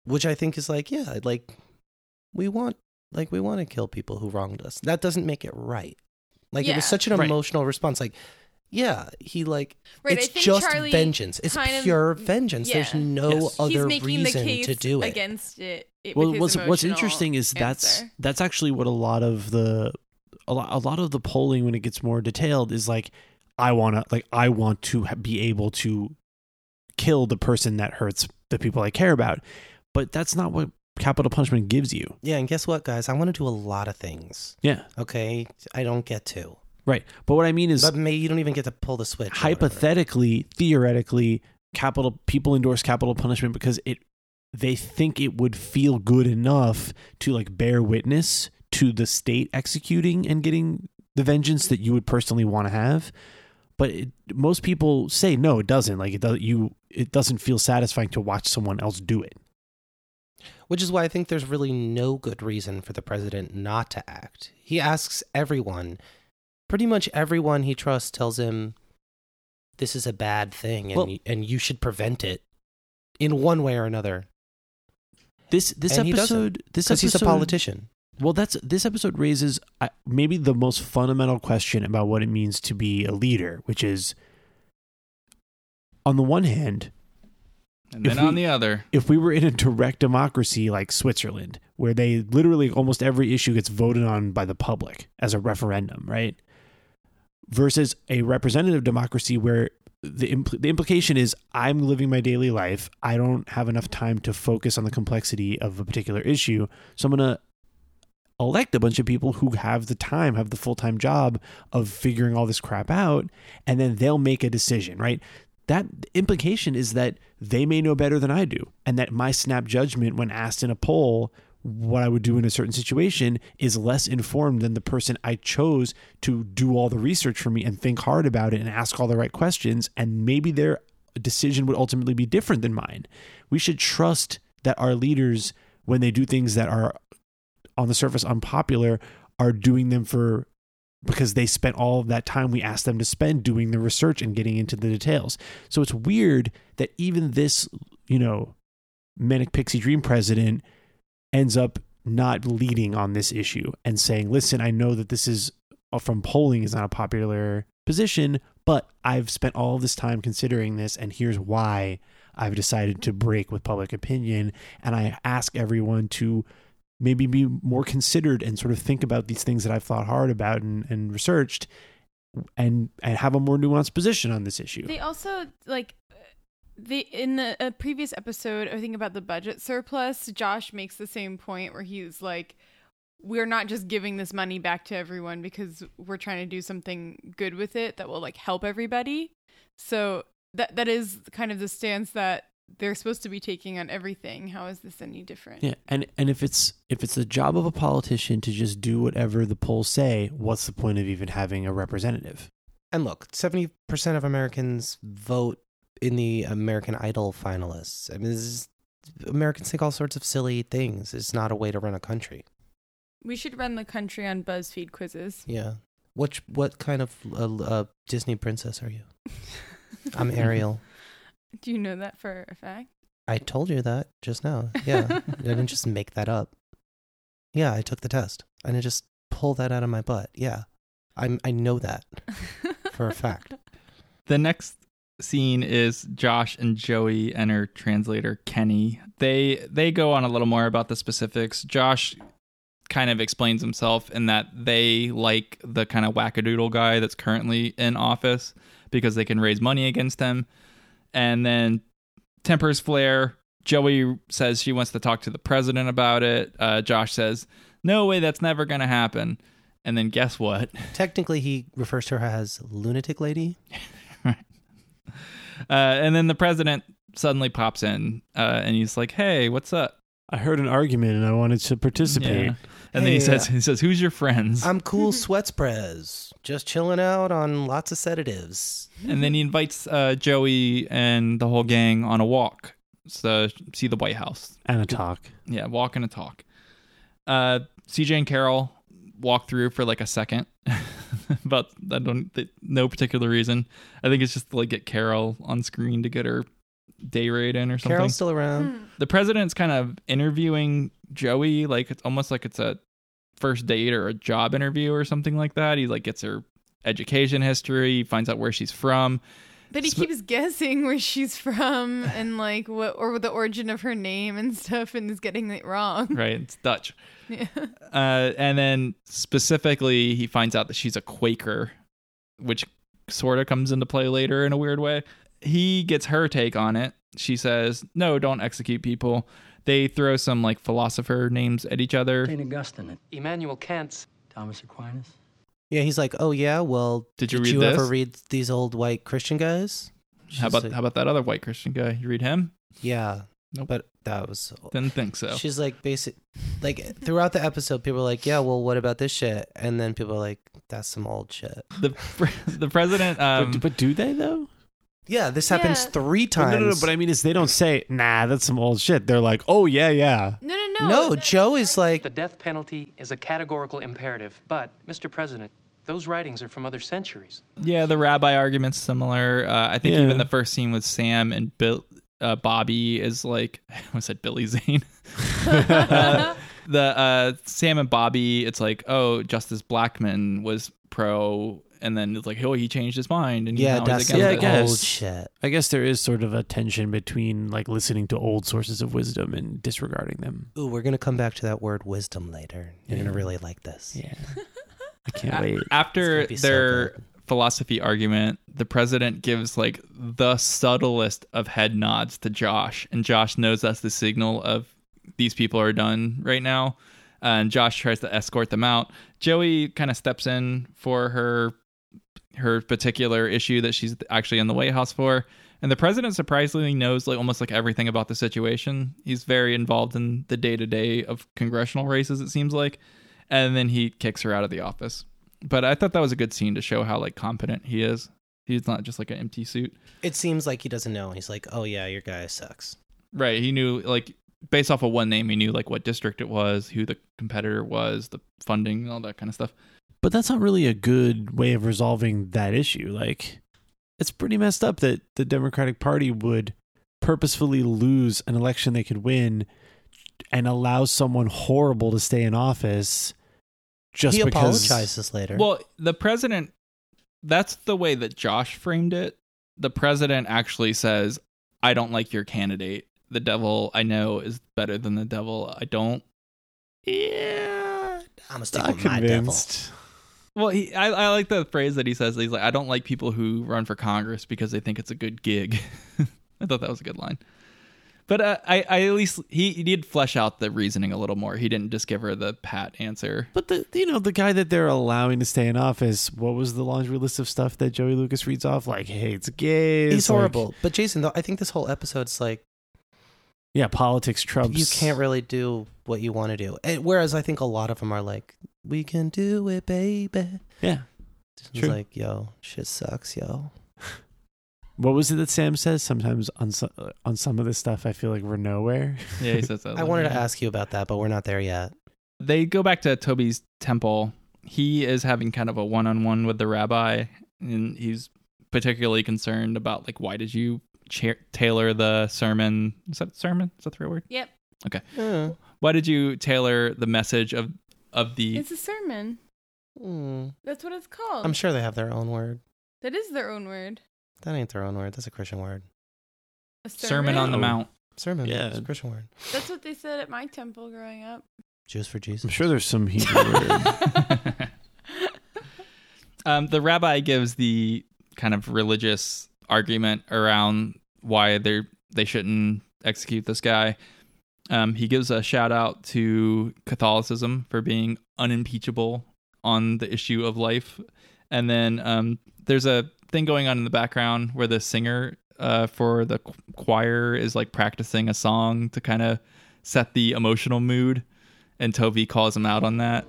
[SPEAKER 3] which I think is like, yeah, like we want, like we want to kill people who wronged us. That doesn't make it right. Like it was
[SPEAKER 4] Yeah.
[SPEAKER 3] such an
[SPEAKER 5] Right.
[SPEAKER 3] emotional response. Like, yeah, he like
[SPEAKER 4] Right, I
[SPEAKER 3] it's
[SPEAKER 4] think
[SPEAKER 3] just
[SPEAKER 4] Charlie
[SPEAKER 3] vengeance. It's
[SPEAKER 4] kind of-
[SPEAKER 3] pure vengeance. There's
[SPEAKER 4] yeah.
[SPEAKER 3] no
[SPEAKER 5] Yes.
[SPEAKER 3] other
[SPEAKER 4] He's making the
[SPEAKER 3] reason
[SPEAKER 4] case
[SPEAKER 3] to do it.
[SPEAKER 4] against it. it
[SPEAKER 5] well,
[SPEAKER 4] with his
[SPEAKER 5] what's what's
[SPEAKER 4] emotional
[SPEAKER 5] interesting is that's
[SPEAKER 4] answer.
[SPEAKER 5] that's actually what a lot of the a lot, a lot of the polling when it gets more detailed is like I want to like I want to ha- be able to kill the person that hurts the people I care about, but that's not what capital punishment gives you.
[SPEAKER 3] Yeah, and guess what, guys? I want to do a lot of things.
[SPEAKER 5] Yeah,
[SPEAKER 3] Okay, I don't get to.
[SPEAKER 5] right. But what I mean is
[SPEAKER 3] But maybe you don't even get to pull the switch. or whatever.
[SPEAKER 5] hypothetically, theoretically, capital people endorse capital punishment because it they think it would feel good enough to like bear witness to the state executing and getting the vengeance that you would personally want to have. But it, most people say no, it doesn't. Like it does you it doesn't feel satisfying to watch someone else do it.
[SPEAKER 3] Which is why I think there's really no good reason for the president not to act. He asks everyone, pretty much everyone he trusts tells him this is a bad thing and,
[SPEAKER 5] Well-
[SPEAKER 3] y- and you should prevent it in one way or another.
[SPEAKER 5] This this
[SPEAKER 3] And he doesn't,
[SPEAKER 5] episode this
[SPEAKER 3] 'cause
[SPEAKER 5] episode
[SPEAKER 3] he's a politician.
[SPEAKER 5] Well, that's this episode raises uh, maybe the most fundamental question about what it means to be a leader, which is on the one hand,
[SPEAKER 1] And then
[SPEAKER 5] if
[SPEAKER 1] on
[SPEAKER 5] we-
[SPEAKER 1] the other,
[SPEAKER 5] if we were in a direct democracy like Switzerland, where they literally almost every issue gets voted on by the public as a referendum, right? Versus a representative democracy where the impl- the implication is I'm living my daily life. I don't have enough time to focus on the complexity of a particular issue, so I'm gonna elect a bunch of people who have the time, have the full time job of figuring all this crap out, and then they'll make a decision, right? That implication is that they may know better than I do, and that my snap judgment when asked in a poll what I would do in a certain situation is less informed than the person I chose to do all the research for me and think hard about it and ask all the right questions. And maybe their decision would ultimately be different than mine. We should trust that our leaders, when they do things that are on the surface unpopular are doing them for because they spent all of that time we asked them to spend doing the research and getting into the details. So it's weird that even this, you know, manic pixie dream president ends up not leading on this issue and saying, "Listen, I know that this is uh, from polling is not a popular position, but I've spent all of this time considering this and here's why I've decided to break with public opinion and I ask everyone to maybe be more considered and sort of think about these things that I've thought hard about and, and researched and and have a more nuanced position on this issue.
[SPEAKER 4] They also like the in the a previous episode, I think about the budget surplus. Josh makes the same point where he's like, "We're not just giving this money back to everyone because we're trying to do something good with it that will like help everybody." So that that is kind of the stance that they're supposed to be taking on everything. How is this any different?
[SPEAKER 5] Yeah, and and if it's if it's the job of a politician to just do whatever the polls say, what's the point of even having a representative?
[SPEAKER 3] And look, 70% of Americans vote in the American Idol finalists. I mean, this is, Americans think all sorts of silly things. It's not a way to run a country.
[SPEAKER 4] We should run the country on BuzzFeed quizzes.
[SPEAKER 3] Yeah. What what kind of uh, uh, Disney princess are you? I'm Ariel.
[SPEAKER 4] Do you know that for a fact?
[SPEAKER 3] I told you that just now. Yeah. I didn't just make that up. Yeah, I took the test. I didn't just pull that out of my butt. Yeah. I'm I know that for a fact.
[SPEAKER 1] The next scene is Josh and Joey and her translator Kenny. They they go on a little more about the specifics. Josh kind of explains himself in that they like the kind of wackadoodle guy that's currently in office because they can raise money against him. And then tempers flare. Joey says she wants to talk to the president about it. Uh, Josh says, "No way, that's never going to happen." And then guess what?
[SPEAKER 3] Technically, he refers to her as lunatic lady.
[SPEAKER 1] Uh, and then the president suddenly pops in uh, and he's like, "Hey, what's up?"
[SPEAKER 5] I heard an argument and I wanted to participate.
[SPEAKER 1] Yeah. And then
[SPEAKER 3] Hey,
[SPEAKER 1] he says,
[SPEAKER 3] uh,
[SPEAKER 1] "He says, who's your friends?"
[SPEAKER 3] I'm cool sweats prez. Just chilling out on lots of sedatives.
[SPEAKER 1] and then he invites uh, Joey and the whole gang on a walk to see the White House.
[SPEAKER 5] And a talk.
[SPEAKER 1] Yeah, walk and a talk. Uh, CJ and Carol walk through for like a second, but I don't th- no particular reason. I think it's just to like get Carol on screen to get her day rate in or something.
[SPEAKER 3] Carol's still
[SPEAKER 4] Hmm.
[SPEAKER 3] around.
[SPEAKER 1] the president's kind of interviewing Joey, like it's almost like it's a first date or a job interview or something like that. He like gets her education history, finds out where she's from.
[SPEAKER 4] But he
[SPEAKER 1] Sp-
[SPEAKER 4] keeps guessing where she's from and like what or the origin of her name and stuff and is getting it wrong.
[SPEAKER 1] Right, it's Dutch.
[SPEAKER 4] Yeah.
[SPEAKER 1] Uh, and then specifically, he finds out that she's a Quaker, which sort of comes into play later in a weird way. He gets her take on it. She says, "No, don't execute people." They throw some like philosopher names at each other.
[SPEAKER 13] St. Augustine, Immanuel Kant, Thomas Aquinas.
[SPEAKER 3] Yeah, he's like, oh yeah, well,
[SPEAKER 1] Did you read
[SPEAKER 3] ever
[SPEAKER 1] this?"
[SPEAKER 3] read these old white Christian guys?
[SPEAKER 1] How
[SPEAKER 3] She's
[SPEAKER 1] about
[SPEAKER 3] like,
[SPEAKER 1] how about that other white Christian guy? You read him?
[SPEAKER 3] yeah?
[SPEAKER 1] Nope.
[SPEAKER 3] But that was
[SPEAKER 1] Didn't think so.
[SPEAKER 3] She's like basic, like throughout the episode, people are like, yeah, well, what about this shit? And then people are like, that's some old shit.
[SPEAKER 1] the pre- the president. Um,
[SPEAKER 5] but, but do they though?
[SPEAKER 3] Yeah, this happens
[SPEAKER 4] Yeah.
[SPEAKER 3] three
[SPEAKER 5] No,
[SPEAKER 3] times.
[SPEAKER 5] no, no. But I mean, is they don't say, "Nah, that's some old shit." They're like, "Oh yeah, yeah."
[SPEAKER 4] No, no, no.
[SPEAKER 3] no, Joe is like,
[SPEAKER 12] The death penalty is a categorical imperative, but, Mr. President, those writings are from other centuries.
[SPEAKER 1] yeah, the rabbi argument's similar. Uh, I think
[SPEAKER 5] Yeah.
[SPEAKER 1] even the first scene with Sam and Bill, uh, Bobby is like I almost said Billy Zane. the uh, Sam and Bobby, it's like, oh, Justice Blackman was pro, and then it's like, oh, he changed his mind, and
[SPEAKER 3] Yeah,
[SPEAKER 1] now
[SPEAKER 3] that's
[SPEAKER 1] he's against
[SPEAKER 5] yeah, I
[SPEAKER 1] it.
[SPEAKER 5] guess.
[SPEAKER 3] shit.
[SPEAKER 5] I guess there is sort of a tension between like listening to old sources of wisdom and disregarding them.
[SPEAKER 3] Ooh, we're gonna come back to that word wisdom later. You're gonna
[SPEAKER 5] Yeah.
[SPEAKER 3] really like this.
[SPEAKER 5] Yeah. I can't wait.
[SPEAKER 1] After their philosophy argument, the president gives like the subtlest of head nods to Josh, and Josh knows that's the signal of these people are done right now. And Josh tries to escort them out. Joey kind of steps in for her her particular issue that she's actually in the White House for. And the president surprisingly knows like almost like everything about the situation. He's very involved in the day to day of congressional races, it seems like. And then he kicks her out of the office. But I thought that was a good scene to show how like competent he is. He's not just like an empty suit.
[SPEAKER 3] It seems like he doesn't know. He's like, oh yeah, your guy sucks.
[SPEAKER 1] Right. He knew like based off of one name, he knew like what district it was, who the competitor was, the funding, all that kind of stuff.
[SPEAKER 5] But that's not really a good way of resolving that issue. Like, it's pretty messed up that the Democratic Party would purposefully lose an election they could win and allow someone horrible to stay in office just
[SPEAKER 3] he
[SPEAKER 5] because.
[SPEAKER 3] apologizes later.
[SPEAKER 1] Well, the president, that's the way that Josh framed it. The president actually says, I don't like your candidate. The devil I know is better than the devil I don't. Yeah.
[SPEAKER 3] I'm gonna stick
[SPEAKER 5] Not
[SPEAKER 3] with my devil.
[SPEAKER 5] convinced.
[SPEAKER 1] Well, he, I, I like the phrase that he says. He's like, I don't like people who run for Congress because they think it's a good gig. I thought that was a good line. But uh, I, I at least he, he did flesh out the reasoning a little more. He didn't just give her the pat answer.
[SPEAKER 5] But the you know the guy that they're allowing to stay in office, what was the laundry list of stuff that Joey Lucas reads off? Like, hey, it's gay.
[SPEAKER 3] He's horrible. but Jason, though, I think this whole episode's like
[SPEAKER 5] yeah, politics trumps.
[SPEAKER 3] you can't really do what you want to do. And whereas I think a lot of them are like, we can do it, baby.
[SPEAKER 5] Yeah.
[SPEAKER 3] It's
[SPEAKER 5] True.
[SPEAKER 3] like, yo, shit sucks, yo.
[SPEAKER 5] What was it that Sam says? Sometimes on so, on some of this stuff, I feel like we're nowhere.
[SPEAKER 1] Yeah, he says that.
[SPEAKER 3] I wanted to
[SPEAKER 1] later.
[SPEAKER 3] ask you about that, but we're not there yet.
[SPEAKER 1] they go back to Toby's temple. He is having kind of a one-on-one with the rabbi, and he's particularly concerned about like why did you cha- tailor the sermon? Is that sermon? Is that the real word?
[SPEAKER 4] Yep.
[SPEAKER 1] Okay.
[SPEAKER 3] Yeah.
[SPEAKER 1] Why did you tailor the message of of the?
[SPEAKER 4] It's a sermon.
[SPEAKER 3] Mm.
[SPEAKER 4] That's what it's called.
[SPEAKER 3] I'm sure they have their own word.
[SPEAKER 4] That is their own word.
[SPEAKER 3] That ain't their own word. That's a Christian word.
[SPEAKER 4] A
[SPEAKER 1] Sermon on the Mount.
[SPEAKER 3] Sermon.
[SPEAKER 5] Yeah.
[SPEAKER 3] It's a Christian word.
[SPEAKER 4] That's what they said at my temple growing up.
[SPEAKER 3] Jews for Jesus.
[SPEAKER 5] I'm sure there's some Hebrew word.
[SPEAKER 1] um, the rabbi gives the kind of religious argument around why they they shouldn't execute this guy. Um, he gives a shout out to Catholicism for being unimpeachable on the issue of life, and then um, there's a thing going on in the background where the singer uh, for the qu- choir is like practicing a song to kind of set the emotional mood, and Toby calls him out on that.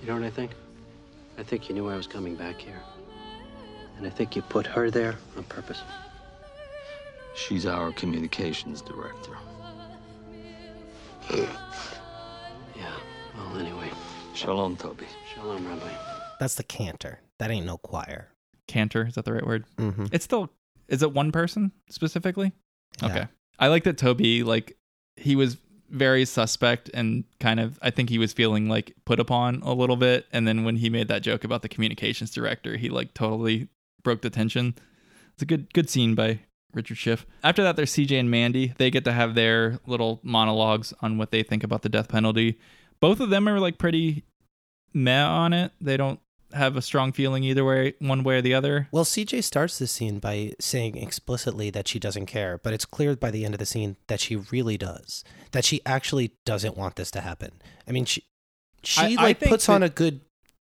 [SPEAKER 15] You know what I think? I think you knew I was coming back here. And I think you put her there on purpose.
[SPEAKER 14] She's our communications director.
[SPEAKER 15] Yeah. Well, anyway.
[SPEAKER 14] Shalom, Toby.
[SPEAKER 15] Shalom, Rabbi.
[SPEAKER 3] That's the cantor. That ain't no choir.
[SPEAKER 1] Cantor, is that the right word?
[SPEAKER 3] Mhm.
[SPEAKER 1] It's still is it one person specifically?
[SPEAKER 3] Yeah.
[SPEAKER 1] Okay. I like that Toby like he was very suspect and kind of I think he was feeling like put upon a little bit and then when he made that joke about the communications director, he like totally broke the tension. It's a good good scene by Richard Schiff. After that there's CJ and Mandy. They get to have their little monologues on what they think about the death penalty. Both of them are like pretty meh on it. They don't have a strong feeling either way one way or the other.
[SPEAKER 3] Well, CJ starts this scene by saying explicitly that she doesn't care, but it's clear by the end of the scene that she really does. That she actually doesn't want this to happen. I mean, she
[SPEAKER 1] I-
[SPEAKER 3] she
[SPEAKER 1] I
[SPEAKER 3] like
[SPEAKER 1] think
[SPEAKER 3] puts on
[SPEAKER 1] that-
[SPEAKER 3] a good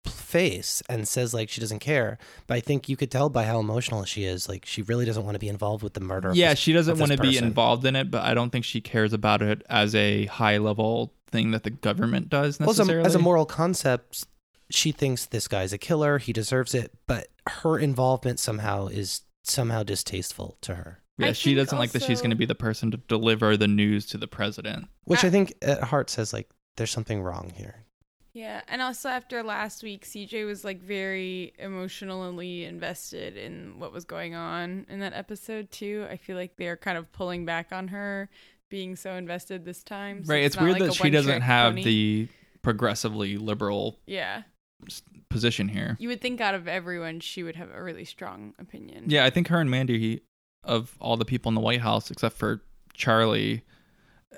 [SPEAKER 3] face and says like she doesn't care, but I think you could tell by how emotional she is. Like she really doesn't want to be involved with the murder. of
[SPEAKER 1] Yeah,
[SPEAKER 3] this-
[SPEAKER 1] she doesn't
[SPEAKER 3] of this
[SPEAKER 1] want to be
[SPEAKER 3] person.
[SPEAKER 1] involved in it, but I don't think she cares about it as a high level thing that the government does
[SPEAKER 3] Well, as a-
[SPEAKER 1] necessarily.
[SPEAKER 3] as a moral concept, she thinks this guy's a killer. He deserves it, but her involvement somehow is somehow distasteful to her.
[SPEAKER 1] yeah,
[SPEAKER 4] I
[SPEAKER 1] she
[SPEAKER 4] think
[SPEAKER 1] doesn't like that she's
[SPEAKER 4] also-
[SPEAKER 1] going to be the person to deliver the news to the president.
[SPEAKER 5] Uh,
[SPEAKER 3] which I, think at heart says like there's something wrong here.
[SPEAKER 4] Yeah, and also after last week, CJ was like very emotionally invested in what was going on in that episode too. I feel like they're kind of pulling back on her being so invested this time. so
[SPEAKER 1] right. It's,
[SPEAKER 4] not
[SPEAKER 1] weird
[SPEAKER 4] like
[SPEAKER 1] that
[SPEAKER 4] a
[SPEAKER 1] she doesn't
[SPEAKER 4] one-trick
[SPEAKER 1] have
[SPEAKER 4] pony.
[SPEAKER 1] the progressively liberal
[SPEAKER 4] Yeah.
[SPEAKER 1] s- position here.
[SPEAKER 4] You would think out of everyone, she would have a really strong opinion.
[SPEAKER 1] Yeah, I think her and Mandy, he, of all the people in the White House, except for Charlie,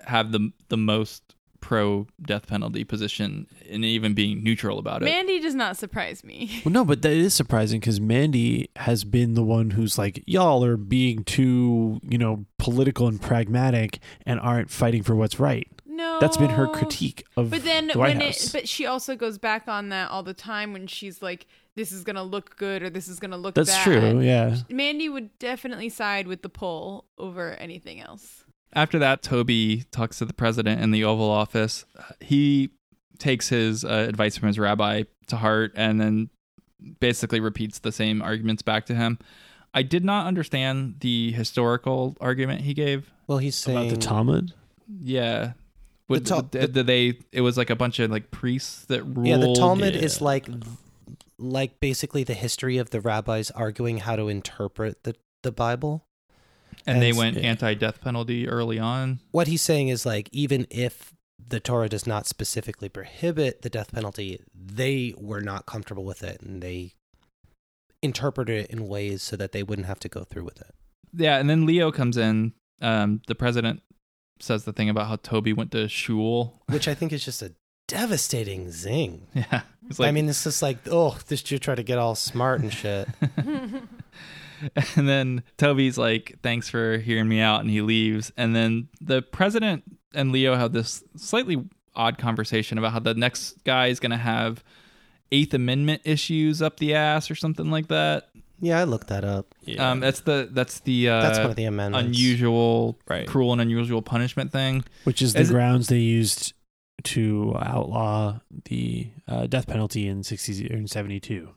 [SPEAKER 1] have the the most pro death penalty position, and even being neutral about it.
[SPEAKER 4] Mandy does not surprise me.
[SPEAKER 5] Well, no, but that is surprising because Mandy has been the one who's like, y'all are being too, you know, political and pragmatic and aren't fighting for what's right.
[SPEAKER 4] No,
[SPEAKER 5] That's been her critique of
[SPEAKER 4] But then
[SPEAKER 5] the White
[SPEAKER 4] when
[SPEAKER 5] House.
[SPEAKER 4] it, but she also goes back on that all the time when she's like, "This is gonna look good" or "This is gonna look."
[SPEAKER 5] That's
[SPEAKER 4] bad."
[SPEAKER 5] true, yeah.
[SPEAKER 4] Mandy would definitely side with the poll over anything else.
[SPEAKER 1] After that, Toby talks to the president in the Oval Office. He takes his uh, advice from his rabbi to heart and then basically repeats the same arguments back to him. I did not understand the historical argument he gave.
[SPEAKER 3] Well, he's
[SPEAKER 5] About
[SPEAKER 3] saying
[SPEAKER 5] the Talmud?
[SPEAKER 1] Yeah. Would,
[SPEAKER 3] Tal-
[SPEAKER 1] did- did they it was like a bunch of like priests that ruled
[SPEAKER 3] Yeah, the Talmud
[SPEAKER 1] Yeah.
[SPEAKER 3] is like like basically the history of the rabbis arguing how to interpret the the Bible.
[SPEAKER 1] and they
[SPEAKER 3] as-
[SPEAKER 1] went anti-death penalty early on.
[SPEAKER 3] What he's saying is like even if the Torah does not specifically prohibit the death penalty, they were not comfortable with it and they interpreted it in ways so that they wouldn't have to go through with it.
[SPEAKER 1] Yeah, and then Leo comes in. Um, the president says the thing about how Toby went to shul.
[SPEAKER 3] Which I think is just a devastating zing.
[SPEAKER 1] Yeah. It's
[SPEAKER 3] I
[SPEAKER 1] like-
[SPEAKER 3] mean, it's just like, oh, this Jew tried to get all smart and shit.
[SPEAKER 1] and then Toby's like, "Thanks for hearing me out," and he leaves. And then the president and Leo have this slightly odd conversation about how the next guy is going to have Eighth Amendment issues up the ass or something like that.
[SPEAKER 3] yeah, I looked that up.
[SPEAKER 1] Um, that's the that's the uh,
[SPEAKER 3] That's one of the amendments.
[SPEAKER 1] Unusual, cruel and unusual punishment thing,
[SPEAKER 5] which is the
[SPEAKER 1] As-
[SPEAKER 5] grounds they used to outlaw the uh, death penalty in 60 or in 72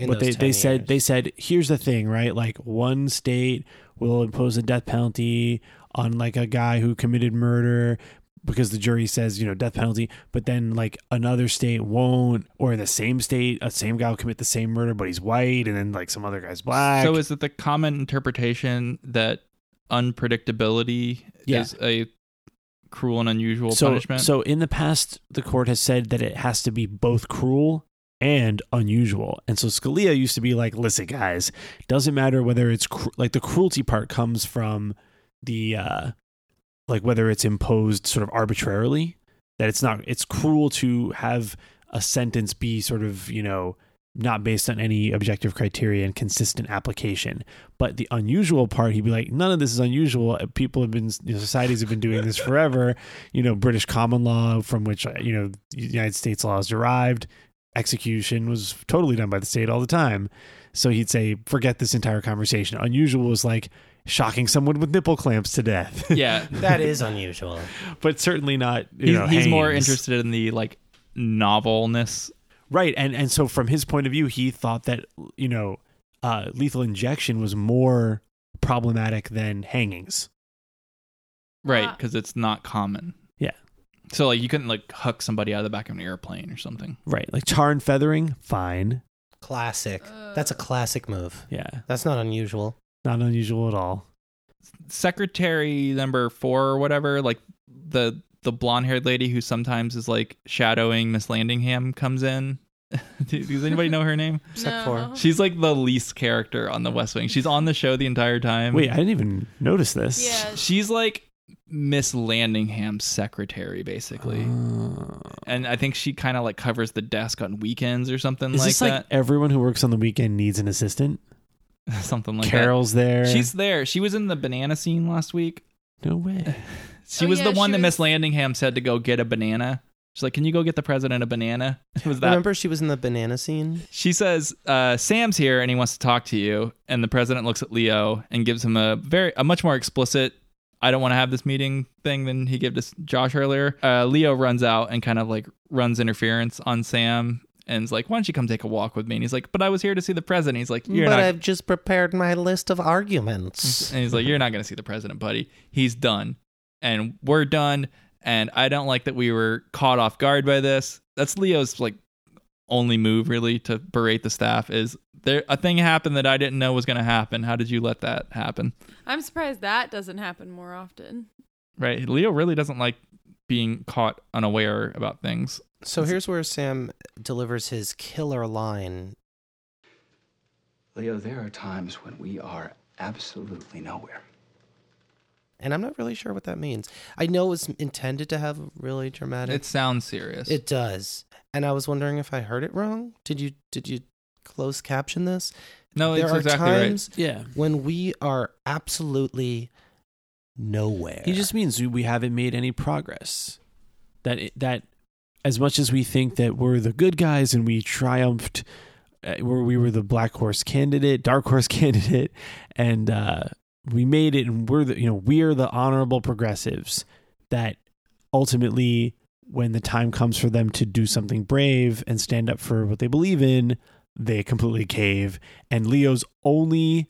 [SPEAKER 3] In
[SPEAKER 5] but they,
[SPEAKER 3] those
[SPEAKER 5] they
[SPEAKER 3] 10
[SPEAKER 5] said
[SPEAKER 3] years.
[SPEAKER 5] they said here's the thing right like one state will impose a death penalty on like a guy who committed murder because the jury says you know death penalty but then like another state won't or in the same state a same guy will commit the same murder but he's white and then like some other guy's black
[SPEAKER 1] So is it the common interpretation that unpredictability
[SPEAKER 5] Yeah.
[SPEAKER 1] is a cruel and unusual
[SPEAKER 5] so,
[SPEAKER 1] punishment?
[SPEAKER 5] So in the past, the court has said that it has to be both cruel and unusual. And so Scalia used to be like, "Listen, guys, doesn't matter whether it's cr- like the cruelty part comes from the uh, like whether it's imposed sort of arbitrarily. That it's not it's cruel to have a sentence be sort of you know." Not based on any objective criteria and consistent application, but the unusual part, he'd be like, "None of this is unusual. People have been, you know, societies have been doing this forever. You know, British common law, from which uh, you know the United States law is derived, execution was totally done by the state all the time. So he'd say, forget this entire conversation. Unusual was like shocking someone with nipple clamps to death.
[SPEAKER 1] yeah,
[SPEAKER 3] That is unusual.
[SPEAKER 5] but certainly not. You
[SPEAKER 1] he's,
[SPEAKER 5] know,
[SPEAKER 1] he's more
[SPEAKER 5] hangings.
[SPEAKER 1] interested in the like novelness.
[SPEAKER 5] Right. And and so from his point of view, he thought that you know, uh, lethal injection was more problematic than hangings.
[SPEAKER 1] Right, because it's not common.
[SPEAKER 5] Yeah.
[SPEAKER 1] So like you couldn't like huck somebody out of the back of an airplane or something.
[SPEAKER 5] Right. Like tar and feathering, fine.
[SPEAKER 3] Classic. That's a classic move.
[SPEAKER 5] Yeah.
[SPEAKER 3] That's not unusual.
[SPEAKER 5] Not unusual at all.
[SPEAKER 1] Secretary number four or whatever, like the the blonde haired lady who sometimes is like shadowing Miss Landingham comes in. Do- Does anybody know her name?
[SPEAKER 3] Except for- No.
[SPEAKER 1] She's like the least character on the West Wing. She's on the show the entire time.
[SPEAKER 5] Wait, I didn't even notice this.
[SPEAKER 1] She's like Miss Landingham's secretary, basically.
[SPEAKER 5] Uh,
[SPEAKER 1] and I think she kind of like covers the desk on weekends or something
[SPEAKER 5] Is
[SPEAKER 1] like
[SPEAKER 5] this
[SPEAKER 1] that.
[SPEAKER 5] like everyone who works on the weekend needs an assistant?
[SPEAKER 1] something like
[SPEAKER 5] Carol's
[SPEAKER 1] that.
[SPEAKER 5] there.
[SPEAKER 1] She's there. She was in the banana scene last week.
[SPEAKER 5] no way.
[SPEAKER 1] She
[SPEAKER 4] Oh,
[SPEAKER 1] was
[SPEAKER 4] yeah,
[SPEAKER 1] the one
[SPEAKER 4] she
[SPEAKER 1] that Miss Landingham said to go get a banana. She's like, "Can you go get the president a banana?" It was that.
[SPEAKER 3] Remember, she was in the banana scene.
[SPEAKER 1] She says, uh, "Sam's here and he wants to talk to you." And the president looks at Leo and gives him a very a much more explicit "I don't want to have this meeting" thing than he gave to s- Josh earlier. Uh, Leo runs out and kind of like runs interference on Sam and is like, "Why don't you come take a walk with me?" And he's like, "But I was here to see the president." He's like, "You're
[SPEAKER 3] but
[SPEAKER 1] not." Mm-hmm.
[SPEAKER 3] I've just prepared my list of arguments.
[SPEAKER 1] and he's like, "You're not going to see the president, buddy. He's done, and we're done." And I don't like that we were caught off guard by this. That's Leo's like only move really to berate the staff is there a thing happened that I didn't know was going to happen. How did you let that happen?
[SPEAKER 4] I'm surprised that doesn't happen more often.
[SPEAKER 1] right? Leo really doesn't like being caught unaware about things.
[SPEAKER 3] So here's where Sam delivers his killer line.
[SPEAKER 14] Leo, there are times when we are absolutely nowhere.
[SPEAKER 3] And I'm not really sure what that means. I know it's intended to have a really dramatic.
[SPEAKER 1] It sounds serious.
[SPEAKER 3] It does. And I was wondering if I heard it wrong. Did you did you close caption this?
[SPEAKER 1] No,
[SPEAKER 3] there
[SPEAKER 1] Oh, it's
[SPEAKER 3] are
[SPEAKER 1] exactly right.
[SPEAKER 3] times
[SPEAKER 5] Yeah.
[SPEAKER 3] when we are absolutely nowhere.
[SPEAKER 5] He just means we- we haven't made any progress. That it- that as much as we think that we're the good guys and we triumphed, uh, where we were the black horse candidate, dark horse candidate, and uh, we made it, and we're the you know we're the honorable progressives. That ultimately, when the time comes for them to do something brave and stand up for what they believe in, they completely cave. And Leo's only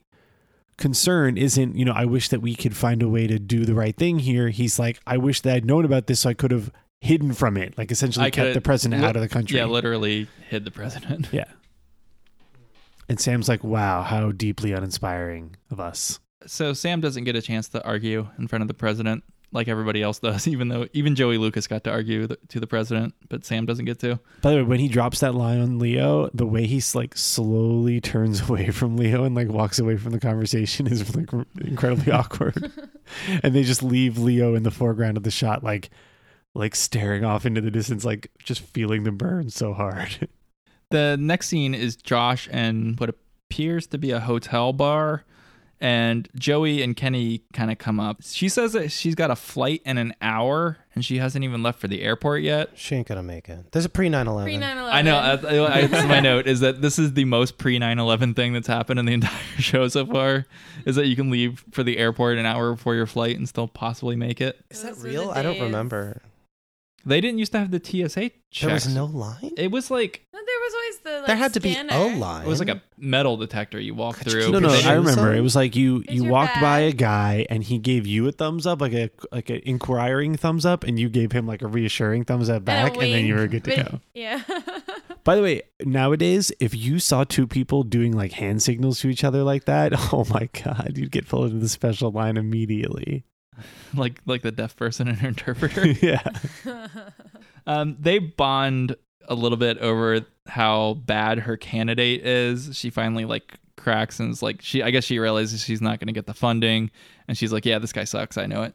[SPEAKER 5] concern isn't, you know, I wish that we could find a way to do the right thing here. He's like, I wish that I'd known about this so I could have hidden from it, like essentially kept
[SPEAKER 1] could-
[SPEAKER 5] the president
[SPEAKER 1] li-
[SPEAKER 5] out of the country.
[SPEAKER 1] Yeah, literally hid the president.
[SPEAKER 5] yeah. And Sam's like, wow, how deeply uninspiring of us.
[SPEAKER 1] So Sam doesn't get a chance to argue in front of the president like everybody else does, even though even Joey Lucas got to argue th- to the president, but Sam doesn't get to.
[SPEAKER 5] By the way, when he drops that line on Leo, the way he's like slowly turns away from Leo and like walks away from the conversation is like incredibly awkward. and they just leave Leo in the foreground of the shot, like like staring off into the distance, like just feeling the burn so hard.
[SPEAKER 1] The next scene is Josh and what appears to be a hotel bar. And Joey and Kenny kind of come up. She says that she's got a flight in an hour and she hasn't even left for the airport yet.
[SPEAKER 3] She ain't gonna make it. There's a pre 9 11.
[SPEAKER 4] Pre 9 11.
[SPEAKER 1] I know. I, I, I, that's my note is that this is the most pre 9 11 thing that's happened in the entire show so far. Is that you can leave for the airport an hour before your flight and still possibly make it.
[SPEAKER 3] Is that real? I don't remember.
[SPEAKER 1] They didn't used to have the TSA checks.
[SPEAKER 3] There was no line?
[SPEAKER 1] It was like
[SPEAKER 4] No, there was always the. Like,
[SPEAKER 3] there had to be
[SPEAKER 4] scanner.
[SPEAKER 3] a line.
[SPEAKER 1] it was like a metal detector you walk through.
[SPEAKER 5] No, no,
[SPEAKER 1] They
[SPEAKER 5] I
[SPEAKER 1] didn't-
[SPEAKER 5] remember. It was like you
[SPEAKER 4] Here's
[SPEAKER 5] you
[SPEAKER 4] your
[SPEAKER 5] walked
[SPEAKER 4] bag.
[SPEAKER 5] by a guy and he gave you a thumbs up, like a like an inquiring thumbs up, and you gave him like a reassuring thumbs up
[SPEAKER 4] And a
[SPEAKER 5] back, and, then you
[SPEAKER 4] wink.
[SPEAKER 5] were good to
[SPEAKER 4] But-
[SPEAKER 5] go.
[SPEAKER 4] Yeah.
[SPEAKER 5] By the way, nowadays, if you saw two people doing like hand signals to each other like that, oh my god, you'd get pulled into the special line immediately.
[SPEAKER 1] like like the deaf person and her interpreter.
[SPEAKER 5] yeah,
[SPEAKER 1] Um, they bond a little bit over how bad her candidate is. She finally like cracks and is like she I guess she realizes she's not going to get the funding and she's like, "Yeah, this guy sucks. I know it."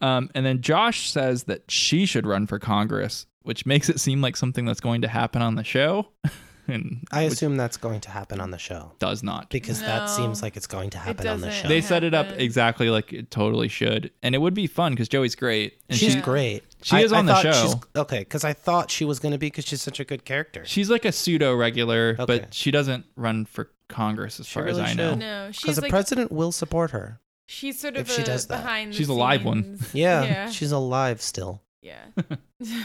[SPEAKER 1] Um, and then Josh says that she should run for Congress, which makes it seem like something that's going to happen on the show and
[SPEAKER 3] I
[SPEAKER 1] which
[SPEAKER 3] assume that's going to happen on the show
[SPEAKER 1] does not.
[SPEAKER 3] because that
[SPEAKER 4] Mm-hmm. No.
[SPEAKER 3] seems like it's going to happen on the
[SPEAKER 4] doesn't.
[SPEAKER 3] show.
[SPEAKER 1] They set it up
[SPEAKER 4] happen.
[SPEAKER 1] exactly like it totally should. And it would be fun cuz Joey's great and
[SPEAKER 3] she's
[SPEAKER 1] she-
[SPEAKER 3] great.
[SPEAKER 1] She
[SPEAKER 3] I-
[SPEAKER 1] is
[SPEAKER 3] I
[SPEAKER 1] on the
[SPEAKER 3] thought
[SPEAKER 1] show.
[SPEAKER 3] she's- okay, because I thought she was going to be because she's such a good character.
[SPEAKER 1] She's like a pseudo regular,
[SPEAKER 3] Okay.
[SPEAKER 1] but she doesn't run for Congress as
[SPEAKER 3] She
[SPEAKER 1] far
[SPEAKER 3] really
[SPEAKER 1] as I
[SPEAKER 3] should.
[SPEAKER 1] know.
[SPEAKER 4] No,
[SPEAKER 3] Because
[SPEAKER 4] she's
[SPEAKER 3] Oh. the
[SPEAKER 4] like
[SPEAKER 3] president will support her.
[SPEAKER 4] she's sort of
[SPEAKER 3] if she
[SPEAKER 4] a
[SPEAKER 3] does that.
[SPEAKER 4] behind. the
[SPEAKER 1] She's a live one.
[SPEAKER 4] scenes-
[SPEAKER 3] Yeah,
[SPEAKER 4] Yeah.
[SPEAKER 3] she's alive still.
[SPEAKER 4] yeah.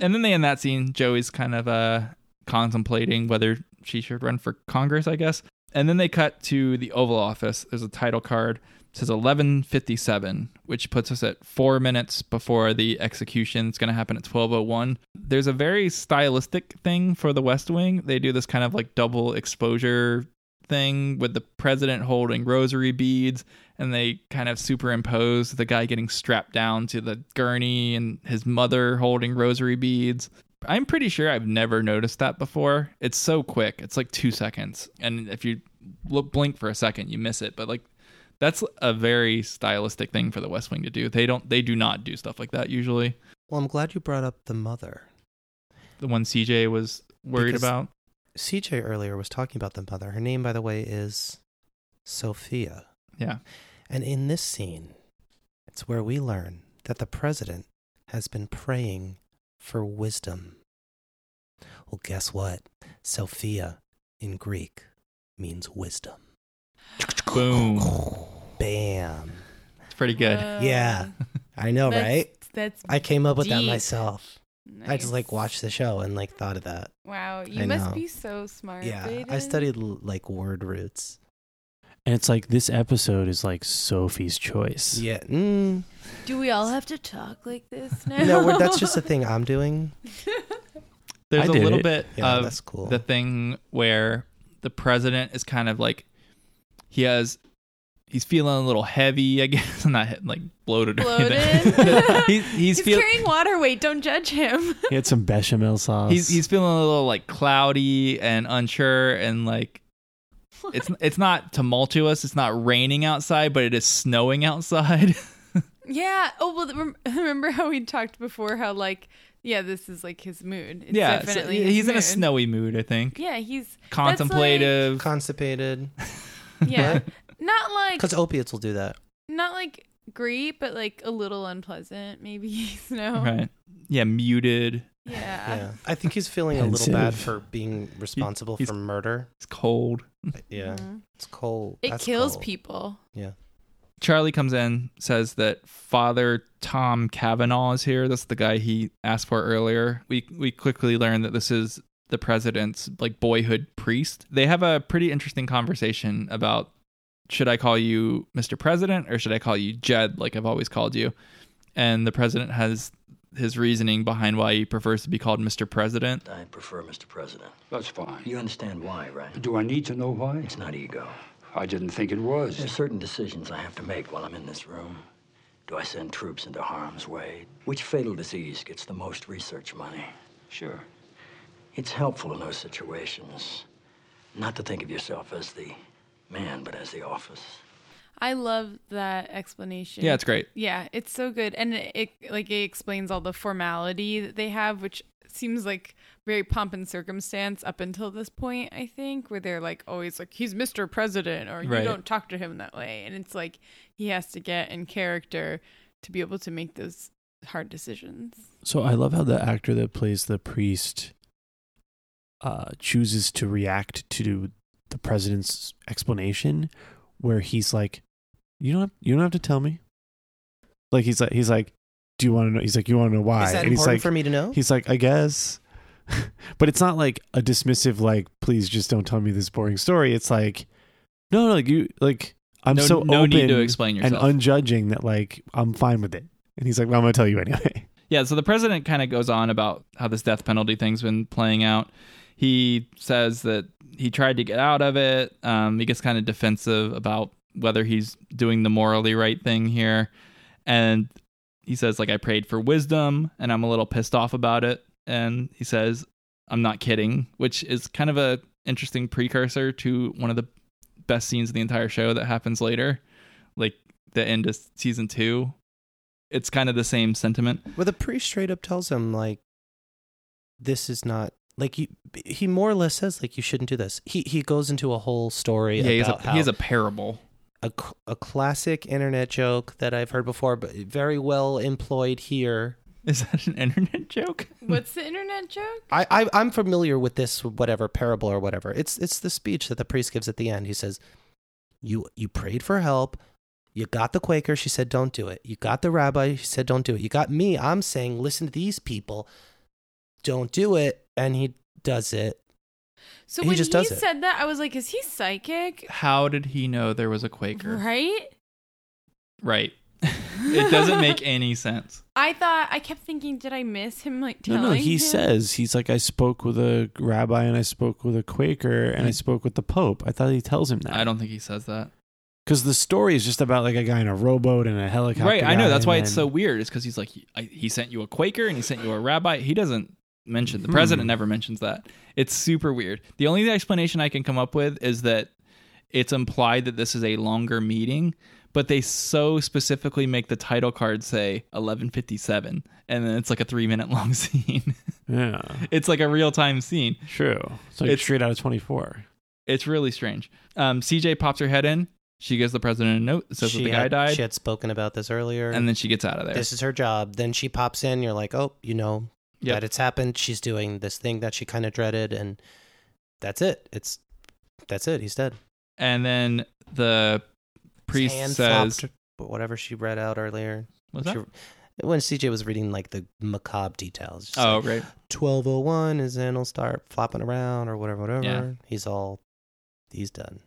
[SPEAKER 1] And then they end that scene. Joey's kind of uh, contemplating whether she should run for Congress, I guess. And then they cut to the Oval Office. There's a title card. It says 11:57, which puts us at four minutes before the execution. It's going to happen at 12:01. There's a very stylistic thing for The West Wing. They do this kind of like double exposure thing with the president holding rosary beads and they kind of superimpose the guy getting strapped down to the gurney and his mother holding rosary beads. I'm pretty sure I've never noticed that before. It's so quick. It's like 2 seconds. And if you look blink for a second, you miss it. But like that's a very stylistic thing for the West Wing to do. They don't they do not do stuff like that usually.
[SPEAKER 3] Well, I'm glad you brought up the mother.
[SPEAKER 1] The one CJ was worried
[SPEAKER 3] Because-
[SPEAKER 1] about.
[SPEAKER 3] CJ earlier was talking about the mother. Her name, by the way, is Sophia.
[SPEAKER 1] Yeah.
[SPEAKER 3] And in this scene, it's where we learn that the president has been praying for wisdom. Well, guess what? Sophia in Greek means wisdom.
[SPEAKER 1] Boom.
[SPEAKER 3] Bam.
[SPEAKER 1] It's pretty good.
[SPEAKER 3] Yeah. I know,
[SPEAKER 4] Um, That's-
[SPEAKER 3] right?
[SPEAKER 4] That's
[SPEAKER 3] I came up with that
[SPEAKER 4] deep.
[SPEAKER 3] myself. I just like
[SPEAKER 4] Nice.
[SPEAKER 3] watched the show and like thought of that.
[SPEAKER 4] Wow, you
[SPEAKER 3] I
[SPEAKER 4] must
[SPEAKER 3] know.
[SPEAKER 4] be so smart.
[SPEAKER 3] yeah. I
[SPEAKER 4] Baden.
[SPEAKER 3] studied l- like word roots.
[SPEAKER 5] and it's like this episode is like Sophie's choice.
[SPEAKER 3] Yeah. Mm.
[SPEAKER 4] Do we all have to talk like this now?
[SPEAKER 3] No, we're- that's just a thing I'm doing.
[SPEAKER 1] there's
[SPEAKER 5] I
[SPEAKER 1] a
[SPEAKER 5] did
[SPEAKER 1] little
[SPEAKER 5] it.
[SPEAKER 1] bit
[SPEAKER 3] Yeah,
[SPEAKER 1] of
[SPEAKER 3] that's cool.
[SPEAKER 1] the thing where the president is kind of like he has he's feeling a little heavy, I guess. Not he- like bloated. or
[SPEAKER 4] Bloated.
[SPEAKER 1] anything. he's he's,
[SPEAKER 4] He's
[SPEAKER 1] feel-
[SPEAKER 4] carrying water weight. Don't judge him.
[SPEAKER 5] He had some bechamel sauce.
[SPEAKER 1] he's he's feeling a little like cloudy and unsure and like it's it's not tumultuous. It's not raining outside, but it is snowing outside.
[SPEAKER 4] yeah. Oh well. rem- Remember how we talked before? How like yeah, this is like his mood. It's
[SPEAKER 1] yeah, so
[SPEAKER 4] Definitely. his
[SPEAKER 1] he's in a
[SPEAKER 4] mood.
[SPEAKER 1] snowy mood, I think.
[SPEAKER 4] Yeah, he's that's
[SPEAKER 1] Contemplative,
[SPEAKER 3] constipated.
[SPEAKER 4] like- yeah, not like
[SPEAKER 3] Because opiates will do that.
[SPEAKER 4] not like great, but like a little unpleasant. Maybe you know.
[SPEAKER 1] right? Yeah, muted.
[SPEAKER 4] Yeah.
[SPEAKER 3] Yeah. I think he's feeling a
[SPEAKER 1] Pensive.
[SPEAKER 3] little bad for being responsible
[SPEAKER 1] he's-
[SPEAKER 3] for murder.
[SPEAKER 1] It's cold.
[SPEAKER 3] Yeah.
[SPEAKER 4] Mhm.
[SPEAKER 3] It's cold.
[SPEAKER 4] It
[SPEAKER 3] That's
[SPEAKER 4] kills
[SPEAKER 3] cold.
[SPEAKER 4] people.
[SPEAKER 3] Yeah.
[SPEAKER 1] Charlie comes in, says that Father Tom Kavanaugh is here. That's the guy he asked for earlier. We we quickly learn that this is the president's like boyhood priest. They have a pretty interesting conversation about should I call you Mr. President or should I call you Jed like I've always called you? And the president has his reasoning behind why he prefers to be called Mr. President.
[SPEAKER 15] I prefer Mr. President.
[SPEAKER 16] That's fine.
[SPEAKER 15] You understand why, right?
[SPEAKER 16] Do I need to know why?
[SPEAKER 15] It's not ego.
[SPEAKER 16] I didn't think it was.
[SPEAKER 15] There's certain decisions I have to make while I'm in this room. Do I send troops into harm's way? Which fatal disease gets the most research money?
[SPEAKER 16] Sure.
[SPEAKER 15] It's helpful in those situations not to think of yourself as the man, but as the office.
[SPEAKER 4] I love that explanation.
[SPEAKER 1] Yeah, it's great.
[SPEAKER 4] Yeah, it's so good, and it, it like it explains all the formality that they have, which seems like very pomp and circumstance up until this point. I think where they're like always like he's Mister President, or
[SPEAKER 1] Right.
[SPEAKER 4] you don't talk to him that way, and it's like he has to get in character to be able to make those hard decisions.
[SPEAKER 5] So I love how the actor that plays the priest uh, chooses to react to the president's explanation, where he's like, "You don't, have, you don't have to tell me." Like he's like, he's like, "Do you want to know?" He's like, "You want to know why?"
[SPEAKER 3] Is that
[SPEAKER 5] he's
[SPEAKER 3] important
[SPEAKER 5] like,
[SPEAKER 3] for me to know?
[SPEAKER 5] He's like, "I guess," but it's not like a dismissive, like, "Please just don't tell me this boring story." It's like, "No, no, like you, like I'm
[SPEAKER 1] No-
[SPEAKER 5] so
[SPEAKER 1] no
[SPEAKER 5] open
[SPEAKER 1] need to explain yourself.
[SPEAKER 5] and unjudging that like I'm fine with it." And he's like, "Well, I'm gonna tell you anyway."
[SPEAKER 1] Yeah, so the president kind of goes on about how this death penalty thing's been playing out. He says that he tried to get out of it. Um, he gets kind of defensive about whether he's doing the morally right thing here. And he says, like, I prayed for wisdom and I'm a little pissed off about it. And he says, I'm not kidding, which is kind of a interesting precursor to one of the best scenes of the entire show that happens later, like the end of season two. It's kind of the same sentiment.
[SPEAKER 3] Well, the priest straight up tells him like, "This is not like you." He more or less says like, "You shouldn't do this." He he goes into a whole story.
[SPEAKER 1] Yeah, he has a-
[SPEAKER 3] about
[SPEAKER 1] he has
[SPEAKER 3] how
[SPEAKER 1] a parable.
[SPEAKER 3] a c- a classic internet joke that I've heard before, but very well employed here.
[SPEAKER 1] Is that an internet joke?
[SPEAKER 4] What's the internet joke?
[SPEAKER 3] I, I I'm familiar with this whatever parable or whatever. It's it's the speech that the priest gives at the end. He says, "You you prayed for help. You got the Quaker. She said, don't do it. You got the rabbi. She said, don't do it. You got me. I'm saying, listen to these people. Don't do it." And he does it.
[SPEAKER 4] So
[SPEAKER 3] He
[SPEAKER 4] when
[SPEAKER 3] just
[SPEAKER 4] he
[SPEAKER 3] does it.
[SPEAKER 4] said that, I was like, is he psychic?
[SPEAKER 1] How did he know there was a Quaker?
[SPEAKER 4] Right?
[SPEAKER 1] Right. it doesn't make any sense.
[SPEAKER 4] I thought I kept thinking, did I miss him? Like
[SPEAKER 5] No,
[SPEAKER 4] telling
[SPEAKER 5] no, he
[SPEAKER 4] him?
[SPEAKER 5] says he's like I spoke with a rabbi and I spoke with a Quaker and I spoke with the Pope. Hmm. I thought he tells him
[SPEAKER 1] I
[SPEAKER 5] that
[SPEAKER 1] don't think he says that.
[SPEAKER 5] because the story is just about like a guy in a rowboat and a helicopter.
[SPEAKER 1] Right. I know.
[SPEAKER 5] guy,
[SPEAKER 1] That's why
[SPEAKER 5] and
[SPEAKER 1] it's so weird. Is because he's like, he, I, he sent you a Quaker and he sent you a rabbi. He doesn't mention, the
[SPEAKER 5] Hmm.
[SPEAKER 1] president never mentions that. It's super weird. The only explanation I can come up with is that it's implied that this is a longer meeting, but they so specifically make the title card say 1157 and then it's like a three minute long scene.
[SPEAKER 5] then- yeah,
[SPEAKER 1] it's like a real time scene.
[SPEAKER 5] true. It's like
[SPEAKER 1] It's-
[SPEAKER 5] straight out of twenty four.
[SPEAKER 1] It's really strange. Um, CJ pops her head in. She gives the president a note. Says that
[SPEAKER 3] she
[SPEAKER 1] the guy
[SPEAKER 3] had,
[SPEAKER 1] died,
[SPEAKER 3] She had spoken about this earlier.
[SPEAKER 1] and then she gets out of there.
[SPEAKER 3] this is her job. Then she pops in. You're like, oh, you know
[SPEAKER 1] Yep.
[SPEAKER 3] that it's happened. She's doing this thing that she kind of dreaded, and that's it. It's that's it. He's dead.
[SPEAKER 1] and then the priest
[SPEAKER 3] hand
[SPEAKER 1] says,
[SPEAKER 3] flopped, but whatever she read out earlier.
[SPEAKER 1] What's that?
[SPEAKER 3] She- when CJ was reading like the macabre details. just
[SPEAKER 1] "Oh,
[SPEAKER 3] like,
[SPEAKER 1] right,
[SPEAKER 3] 1201 is then he'll start flopping around or whatever, whatever.
[SPEAKER 1] Yeah.
[SPEAKER 3] He's all, he's done.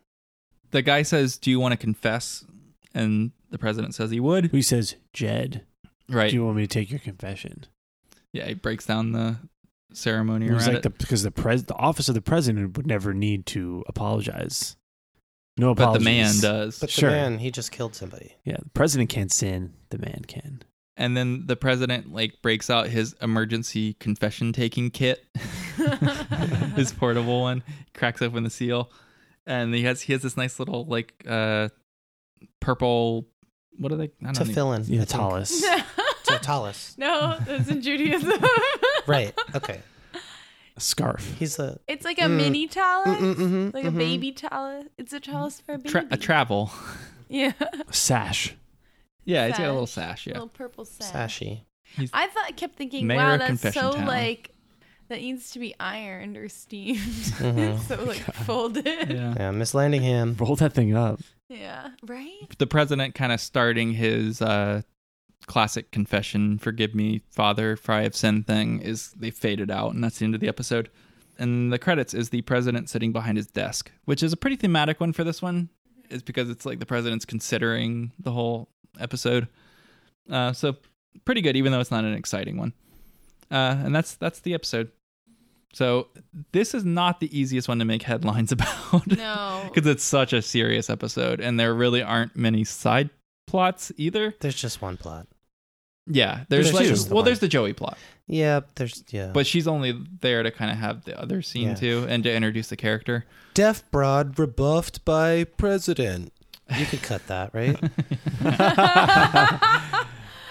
[SPEAKER 1] the guy says, "Do you want to confess?" And the president says he would.
[SPEAKER 5] He says, "Jed,
[SPEAKER 1] Right?
[SPEAKER 5] do you want me to take your confession?"
[SPEAKER 1] yeah, he breaks down the ceremony
[SPEAKER 5] It was
[SPEAKER 1] around
[SPEAKER 5] like
[SPEAKER 1] it.
[SPEAKER 5] the because the pres the office of the president would never need to apologize. No
[SPEAKER 1] But the
[SPEAKER 5] apologies.
[SPEAKER 1] man does.
[SPEAKER 3] But
[SPEAKER 5] Sure.
[SPEAKER 3] the man, he just killed somebody.
[SPEAKER 5] Yeah, the president can't sin. The man can.
[SPEAKER 1] and then the president like breaks out his emergency confession taking kit his portable one cracks open the seal and he has he has this nice little like uh purple what are they I don't even-
[SPEAKER 3] Tefillin.
[SPEAKER 5] Yeah,
[SPEAKER 3] I think.
[SPEAKER 5] Tallis.
[SPEAKER 3] Totalis.
[SPEAKER 4] no, that's in Judaism.
[SPEAKER 3] Right. Okay.
[SPEAKER 5] A scarf.
[SPEAKER 3] He's a
[SPEAKER 4] It's like a
[SPEAKER 3] Mm.
[SPEAKER 4] mini tallis,
[SPEAKER 3] Mm, mm, mhm,
[SPEAKER 4] like a
[SPEAKER 3] mhm.
[SPEAKER 4] baby tallis. It's a tallis for a baby.
[SPEAKER 1] tra- a travel
[SPEAKER 4] yeah.
[SPEAKER 5] sash.
[SPEAKER 1] yeah it's got a little sash yeah
[SPEAKER 4] Little purple sash.
[SPEAKER 3] Sashy.
[SPEAKER 4] I thought I kept thinking,
[SPEAKER 1] Mayor
[SPEAKER 4] wow,
[SPEAKER 1] of
[SPEAKER 4] that's
[SPEAKER 1] Confession
[SPEAKER 4] so
[SPEAKER 1] Town.
[SPEAKER 4] like that needs to be ironed or steamed.
[SPEAKER 3] Mhm.
[SPEAKER 1] Oh
[SPEAKER 4] so like folded.
[SPEAKER 1] yeah
[SPEAKER 3] Yeah, Miss Landingham.
[SPEAKER 5] Roll that thing up.
[SPEAKER 4] Yeah. Right?
[SPEAKER 1] the president kind of starting his uh classic confession forgive me father for i have sinned thing is they faded out and that's the end of the episode and the credits is the president sitting behind his desk which is a pretty thematic one for this one is because it's like the president's considering the whole episode uh so pretty good even though it's not an exciting one uh and that's that's the episode so this is not the easiest one to make headlines about
[SPEAKER 4] No.
[SPEAKER 1] because it's such a serious episode and there really aren't many side plots either
[SPEAKER 3] There's just one plot.
[SPEAKER 1] yeah there's,
[SPEAKER 3] There's
[SPEAKER 1] like
[SPEAKER 3] just the
[SPEAKER 1] well
[SPEAKER 3] one.
[SPEAKER 1] there's the joey plot
[SPEAKER 3] Yeah, there's yeah.
[SPEAKER 1] but she's only there to kind of have the other scene
[SPEAKER 3] Yeah.
[SPEAKER 1] too and to introduce the character
[SPEAKER 3] Deaf broad rebuffed by president. You could cut that, right?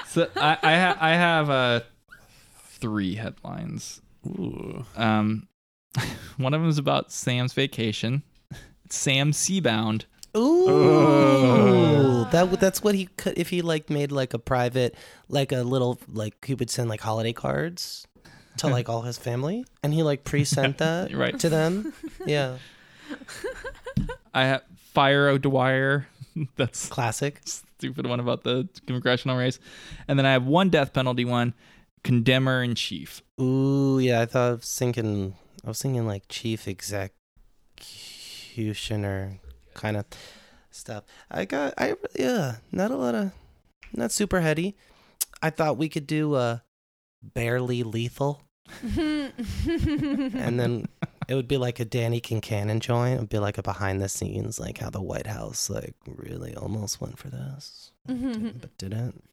[SPEAKER 1] so i i, ha- I have uh three headlines
[SPEAKER 5] Ooh.
[SPEAKER 1] um one of them is about sam's vacation sam seabound
[SPEAKER 3] Ooh, that w- that's what he could if he like made like a private, like a little like he would send like holiday cards to like all his family, and he like pre-sent that
[SPEAKER 1] right.
[SPEAKER 3] to them. Yeah,
[SPEAKER 1] i have fire o'dwyer that's
[SPEAKER 3] classic.
[SPEAKER 1] stupid one about the congressional race. And then I have one death penalty one, condemner in chief.
[SPEAKER 3] Ooh, yeah. I thought I was thinking, I was thinking like chief executioner kind of stuff. I got, I yeah, not a lot of, not super heady. I thought we could do uh barely lethal, and then it would be like a Danny Kincannon joint. It would be like a behind the scenes, like how the White House like really almost went for this, but didn't.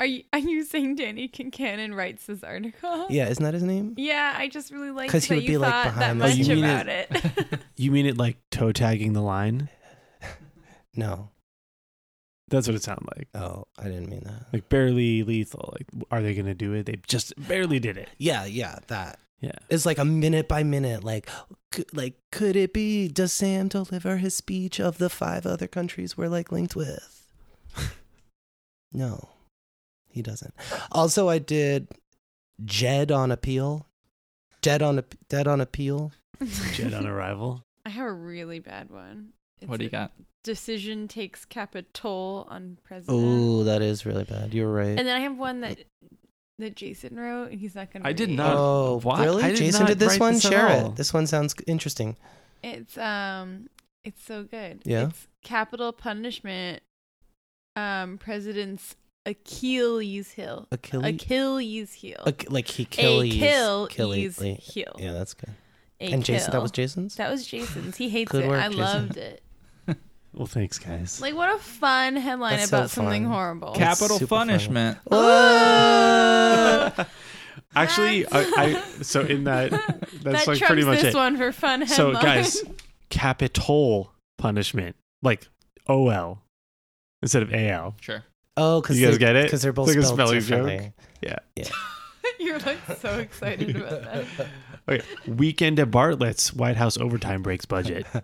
[SPEAKER 4] Are you are you saying Danny Kincannon writes this article?
[SPEAKER 3] Yeah, isn't that his name?
[SPEAKER 4] Oh. Yeah, I just really like
[SPEAKER 3] 'Cause
[SPEAKER 4] that
[SPEAKER 3] he would
[SPEAKER 4] you
[SPEAKER 3] be, like,
[SPEAKER 4] thought that
[SPEAKER 3] behind the
[SPEAKER 4] much
[SPEAKER 5] scenes. Oh, you mean
[SPEAKER 4] about it.
[SPEAKER 5] You mean it like toe tagging the line?
[SPEAKER 3] No.
[SPEAKER 5] That's what it sounded like.
[SPEAKER 3] Oh, I didn't mean that.
[SPEAKER 5] Like barely lethal. Like, are they going to do it? They just barely did it.
[SPEAKER 3] Yeah, yeah, that.
[SPEAKER 5] Yeah.
[SPEAKER 3] It's like a minute by minute, like, c- like could it be? Does Sam deliver his speech of the five other countries we're like linked with? no, he doesn't. Also, I did Jed on appeal, Dead on a Dead on appeal.
[SPEAKER 5] Jet on arrival.
[SPEAKER 4] I have a really bad one.
[SPEAKER 1] What do you got?
[SPEAKER 4] Decision takes capital on president.
[SPEAKER 3] Oh, that is really bad. You're right.
[SPEAKER 4] And then I have one that that Jason wrote, and he's not gonna.
[SPEAKER 5] I did
[SPEAKER 4] read.
[SPEAKER 5] not-
[SPEAKER 3] oh,
[SPEAKER 5] What?
[SPEAKER 3] really?
[SPEAKER 5] I did
[SPEAKER 3] Jason
[SPEAKER 5] not
[SPEAKER 3] did this
[SPEAKER 5] write
[SPEAKER 3] one.
[SPEAKER 5] this at
[SPEAKER 3] Share
[SPEAKER 5] all.
[SPEAKER 3] it. This one sounds interesting.
[SPEAKER 4] It's um, it's so good.
[SPEAKER 3] Yeah?
[SPEAKER 4] It's capital punishment. Um, president's Achilles heel.
[SPEAKER 3] Achilles-
[SPEAKER 4] Achilles heel.
[SPEAKER 3] Like- like he kills.
[SPEAKER 4] kill is heel.
[SPEAKER 3] Yeah, that's good.
[SPEAKER 4] A
[SPEAKER 3] and Jason, that
[SPEAKER 4] kill.
[SPEAKER 3] was Jason's.
[SPEAKER 4] That was Jason's. He hates
[SPEAKER 3] Good
[SPEAKER 4] it.
[SPEAKER 3] work,
[SPEAKER 4] I
[SPEAKER 3] Jason.
[SPEAKER 4] loved it.
[SPEAKER 5] Well, thanks, guys.
[SPEAKER 4] Like what a fun headline
[SPEAKER 3] That's so
[SPEAKER 4] about something
[SPEAKER 3] fun.
[SPEAKER 4] horrible.
[SPEAKER 3] Cap-
[SPEAKER 1] Capital
[SPEAKER 3] super funny.
[SPEAKER 1] punishment.
[SPEAKER 5] Ah! Actually, I, I so in that that's
[SPEAKER 4] that
[SPEAKER 5] like
[SPEAKER 4] trumps
[SPEAKER 5] pretty much
[SPEAKER 4] this
[SPEAKER 5] it.
[SPEAKER 4] one for fun headline.
[SPEAKER 5] So guys, capital punishment, like OL instead of AL.
[SPEAKER 1] Sure.
[SPEAKER 3] Oh, because
[SPEAKER 5] You guys get it?
[SPEAKER 3] Because they're both
[SPEAKER 5] It's like a
[SPEAKER 3] spelled
[SPEAKER 5] spelling joke.
[SPEAKER 3] differently.
[SPEAKER 5] Yeah.
[SPEAKER 4] You're like so excited about that.
[SPEAKER 5] Okay. Weekend at Bartlett's White House overtime breaks budget.